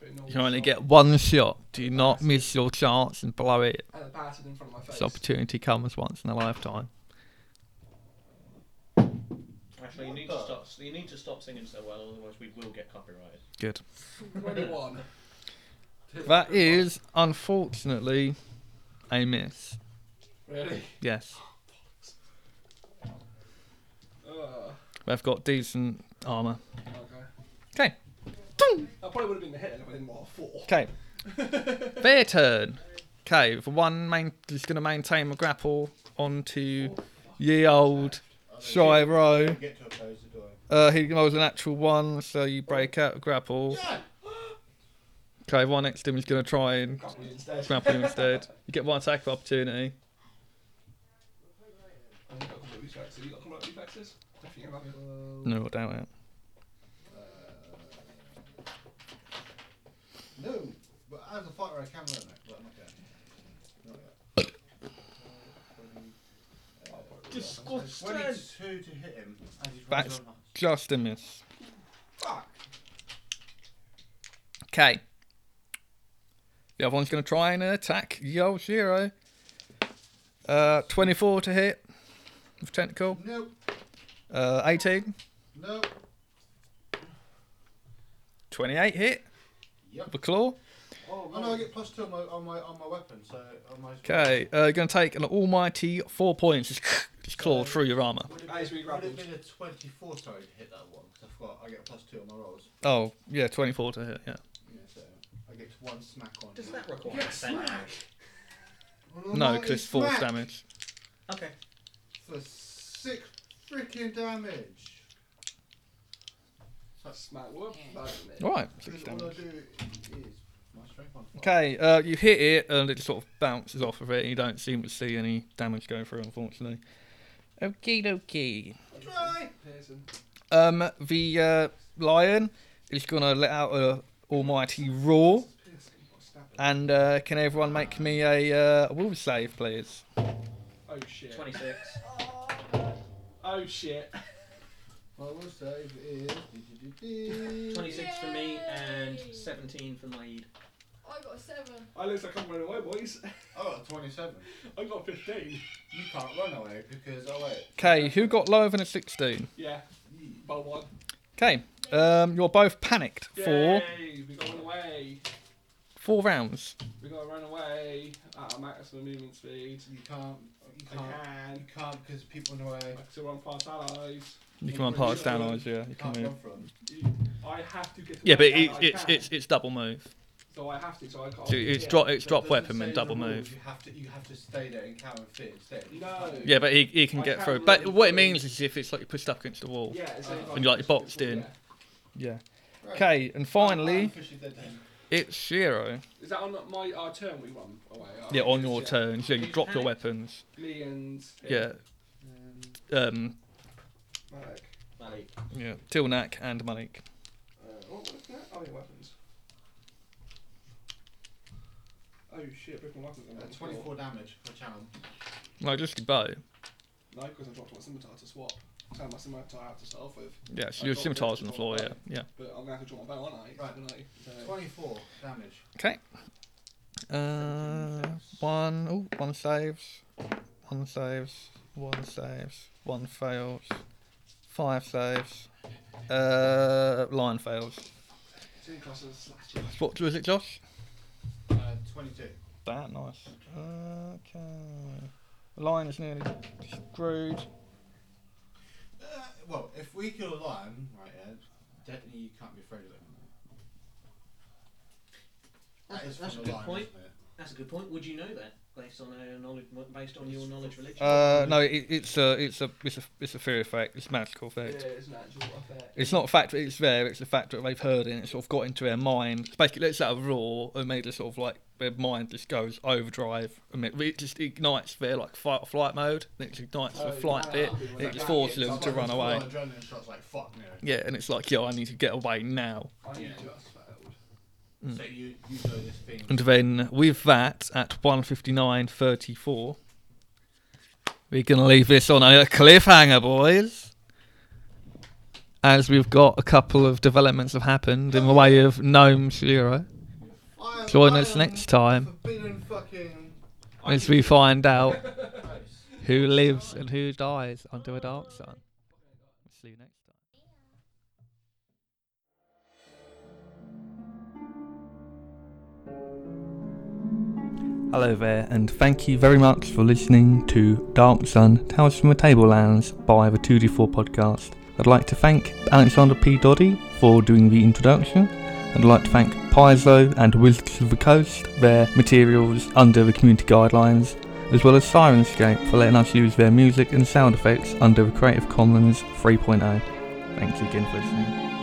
[SPEAKER 3] But no
[SPEAKER 2] You can only
[SPEAKER 3] shot.
[SPEAKER 2] get one shot. Do not miss your chance and blow it.
[SPEAKER 3] And it battered in front of my face.
[SPEAKER 2] This opportunity comes once in a lifetime.
[SPEAKER 4] Actually, you
[SPEAKER 5] What
[SPEAKER 4] need
[SPEAKER 5] the-
[SPEAKER 4] to stop. You need to stop singing so well, otherwise we will get copyrighted.
[SPEAKER 2] Good.
[SPEAKER 3] 21.
[SPEAKER 2] <laughs> That is, unfortunately, a miss. <laughs>
[SPEAKER 3] Really?
[SPEAKER 2] Yes. They've got decent armour.
[SPEAKER 3] Okay.
[SPEAKER 2] Okay.
[SPEAKER 3] That probably would have been the hit if I didn't roll a four.
[SPEAKER 2] Okay. Their turn. Okay, the one main is going to maintain the grapple onto ye old Shy Row.
[SPEAKER 5] Get to oppose the door.
[SPEAKER 2] Uh, he rolls a natural one, so you break out of grapple. Okay, one next to him is going to try and
[SPEAKER 3] Grapple you instead.
[SPEAKER 2] grapple him instead. You get one attack of opportunity.
[SPEAKER 3] I've got combat reflexes. You got combat reflexes? Don't think you have it.
[SPEAKER 2] No, I doubt it.
[SPEAKER 5] Uh, No, but as a fighter, I can learn that, but I'm not going. Not yet. Uh,
[SPEAKER 4] Disgusting.
[SPEAKER 5] 22 to hit him as he's
[SPEAKER 2] That's-
[SPEAKER 5] running on us.
[SPEAKER 2] Just a miss. Okay. The other one's going to try and attack ye old Shiro. Uh, 24 to hit with tentacle.
[SPEAKER 5] Nope,
[SPEAKER 2] Uh, 18.
[SPEAKER 5] nope.
[SPEAKER 2] 28 hit.
[SPEAKER 5] Yep.
[SPEAKER 2] The claw.
[SPEAKER 3] Oh,
[SPEAKER 5] I
[SPEAKER 3] no.
[SPEAKER 5] know I get plus two on my on my on my weapon, so on my.
[SPEAKER 2] Okay, uh, you're going to take an almighty four points. Just, just
[SPEAKER 5] Uh,
[SPEAKER 2] clawed through your armour.
[SPEAKER 5] Would it,
[SPEAKER 3] Ah, he's
[SPEAKER 5] be, would
[SPEAKER 3] re-grappled.
[SPEAKER 5] it been a 24 sorry to hit that one? Because I forgot I get plus two on my rolls.
[SPEAKER 2] Oh, yeah, 24 to hit, yeah.
[SPEAKER 5] Yeah, so I get one smack on.
[SPEAKER 4] Does
[SPEAKER 5] him.
[SPEAKER 4] that require a send?
[SPEAKER 5] An
[SPEAKER 2] No,
[SPEAKER 5] almighty
[SPEAKER 2] because it's force
[SPEAKER 5] smack
[SPEAKER 2] damage.
[SPEAKER 4] Okay.
[SPEAKER 5] For six freaking damage.
[SPEAKER 3] Smack whoop. That
[SPEAKER 2] Right, six
[SPEAKER 5] Because all I
[SPEAKER 2] damage.
[SPEAKER 5] do is my strength modifier.
[SPEAKER 2] Okay, uh, you hit it and it sort of bounces off of it, and you don't seem to see any damage going through, unfortunately. Okay, dokie.
[SPEAKER 5] Try.
[SPEAKER 3] Piercing.
[SPEAKER 2] Um, the uh, lion is going to let out a almighty roar.
[SPEAKER 3] Piercing. Or stabbing.
[SPEAKER 2] And uh, can everyone make me a uh, will save, please?
[SPEAKER 3] Oh shit.
[SPEAKER 4] 26.
[SPEAKER 3] Oh shit.
[SPEAKER 5] My will save is.
[SPEAKER 4] 26 for me and
[SPEAKER 6] Yay.
[SPEAKER 4] 17 for Maid.
[SPEAKER 6] I got a seven.
[SPEAKER 3] I looks like I'm running away, boys. <laughs>
[SPEAKER 5] I got Oh, a 27.
[SPEAKER 3] I got 15.
[SPEAKER 5] You can't run away because oh wait.
[SPEAKER 2] Okay, who got lower than a 16?
[SPEAKER 3] Yeah. By one.
[SPEAKER 2] Okay, um, you're both panicked for
[SPEAKER 3] Yay, We got run away.
[SPEAKER 2] four rounds.
[SPEAKER 3] We got to run away at our maximum movement speed.
[SPEAKER 5] You can't. You
[SPEAKER 3] I
[SPEAKER 2] Uh-huh.
[SPEAKER 5] can't. You
[SPEAKER 3] can.
[SPEAKER 5] can't because people in the way.
[SPEAKER 3] Because run past allies.
[SPEAKER 2] You can run past down eyes, yeah. You can
[SPEAKER 5] can't
[SPEAKER 2] move.
[SPEAKER 5] run from.
[SPEAKER 3] You- I have to get.
[SPEAKER 2] Yeah, but
[SPEAKER 3] away and
[SPEAKER 2] it's
[SPEAKER 3] I
[SPEAKER 2] it's
[SPEAKER 3] can.
[SPEAKER 2] it's, it's double move.
[SPEAKER 3] So I have to. So I can't.
[SPEAKER 2] So it's
[SPEAKER 3] yeah.
[SPEAKER 2] drop it's
[SPEAKER 5] That
[SPEAKER 2] drop
[SPEAKER 5] doesn't
[SPEAKER 2] weapon
[SPEAKER 5] say
[SPEAKER 2] and
[SPEAKER 5] in
[SPEAKER 2] double
[SPEAKER 5] the rules
[SPEAKER 2] move.
[SPEAKER 5] You have to. You have to stay there and cower and fear instead. You
[SPEAKER 3] No.
[SPEAKER 5] can't.
[SPEAKER 2] Yeah, but he he can
[SPEAKER 3] I
[SPEAKER 2] get
[SPEAKER 3] can't
[SPEAKER 2] through.
[SPEAKER 3] run
[SPEAKER 2] But what it
[SPEAKER 3] through.
[SPEAKER 2] means is if it's like you're pushed up against the wall.
[SPEAKER 3] Yeah. It's
[SPEAKER 5] Uh,
[SPEAKER 3] like
[SPEAKER 2] and you're, like, boxed in.
[SPEAKER 3] Yeah.
[SPEAKER 2] Yeah.
[SPEAKER 5] Right.
[SPEAKER 2] Okay, and
[SPEAKER 5] I'm
[SPEAKER 2] finally
[SPEAKER 5] officially dead then.
[SPEAKER 2] it's Shiro.
[SPEAKER 3] Is that on my our turn? We run away. Oh,
[SPEAKER 2] Yeah, on
[SPEAKER 3] shit.
[SPEAKER 2] your turn. So you
[SPEAKER 4] You
[SPEAKER 2] drop your
[SPEAKER 4] panic?
[SPEAKER 2] weapons.
[SPEAKER 3] Me and
[SPEAKER 2] Yeah.
[SPEAKER 3] Um,
[SPEAKER 2] Um.
[SPEAKER 3] Malik.
[SPEAKER 4] Malik.
[SPEAKER 2] Yeah. Tilnak and Malik.
[SPEAKER 3] Uh, what was that? Oh, yeah, weapons. Oh shit! Broken weapons. I'm
[SPEAKER 5] Uh,
[SPEAKER 3] on the floor.
[SPEAKER 5] 24 damage per channel.
[SPEAKER 2] No, just your bow.
[SPEAKER 3] No, because I dropped my scimitar to swap. So my scimitar out to start off with,
[SPEAKER 2] Yeah. So
[SPEAKER 3] I
[SPEAKER 2] your
[SPEAKER 3] dropped it,
[SPEAKER 2] scimitar's on the
[SPEAKER 3] dropped
[SPEAKER 2] floor. Yeah.
[SPEAKER 3] it.
[SPEAKER 2] Yeah.
[SPEAKER 3] but I'm gonna have to drop my bow, aren't I?
[SPEAKER 5] Right.
[SPEAKER 3] Don't I? So,
[SPEAKER 5] 24 damage.
[SPEAKER 2] Okay. Uh, one, ooh, one saves, one saves, one saves, one fails, five saves, uh, line fails.
[SPEAKER 3] two classes slashes.
[SPEAKER 2] What was it, Josh?
[SPEAKER 5] Uh, 22.
[SPEAKER 2] That nice. Okay. Line is nearly screwed.
[SPEAKER 5] Uh, well, if we kill a lion, right, yeah, definitely you can't be afraid of him. That
[SPEAKER 4] That's,
[SPEAKER 5] is
[SPEAKER 4] that's a
[SPEAKER 5] from
[SPEAKER 4] good
[SPEAKER 5] the lion,
[SPEAKER 4] point.
[SPEAKER 5] isn't it?
[SPEAKER 4] That's a good point. Would you know that based on our knowledge, based on your knowledge of religion?
[SPEAKER 2] Uh, no, it, it's a, it's a, it's a, it's a fear effect. It's a magical
[SPEAKER 3] Yeah,
[SPEAKER 2] effect.
[SPEAKER 3] it's an actual effect.
[SPEAKER 2] It's not a fact that it's there, it's the fact that they've heard it and it sort of got into their mind. It's basically lets out a roar and made it sort of like their mind just goes overdrive. And it, it just ignites their like fight or flight mode. And it ignites the
[SPEAKER 3] Oh,
[SPEAKER 2] flight
[SPEAKER 3] wow.
[SPEAKER 2] bit.
[SPEAKER 3] It's
[SPEAKER 2] And
[SPEAKER 3] like
[SPEAKER 2] it just
[SPEAKER 3] that,
[SPEAKER 2] forces
[SPEAKER 3] it's
[SPEAKER 2] them
[SPEAKER 3] like
[SPEAKER 2] to
[SPEAKER 3] that
[SPEAKER 2] run away.
[SPEAKER 5] Adrenaline shots like fuck no.
[SPEAKER 2] Yeah, and it's like, yo, I need to get away now.
[SPEAKER 3] I
[SPEAKER 5] Yeah.
[SPEAKER 3] just failed.
[SPEAKER 2] Mm.
[SPEAKER 5] So you you know this thing.
[SPEAKER 2] And then with that, at 159.34, we can leave this on a cliffhanger, boys. As we've got a couple of developments have happened in the way of Gnome Zero.
[SPEAKER 5] I am
[SPEAKER 2] Join us
[SPEAKER 5] Lion
[SPEAKER 2] next time
[SPEAKER 5] Forbidden fucking.
[SPEAKER 2] as we find out
[SPEAKER 5] Christ.
[SPEAKER 2] who lives and who dies under a dark sun. See you next time. Hello there, and thank you very much for listening to Dark Sun Tales from the Tablelands by the 2D4 podcast. I'd like to thank Alexander P. Doddy for doing the introduction. I'd like to thank Paizo and Wizards of the Coast, their materials under the community guidelines, as well as Sirenscape for letting us use their music and sound effects under the Creative Commons 3.0. Thanks oh. again for listening.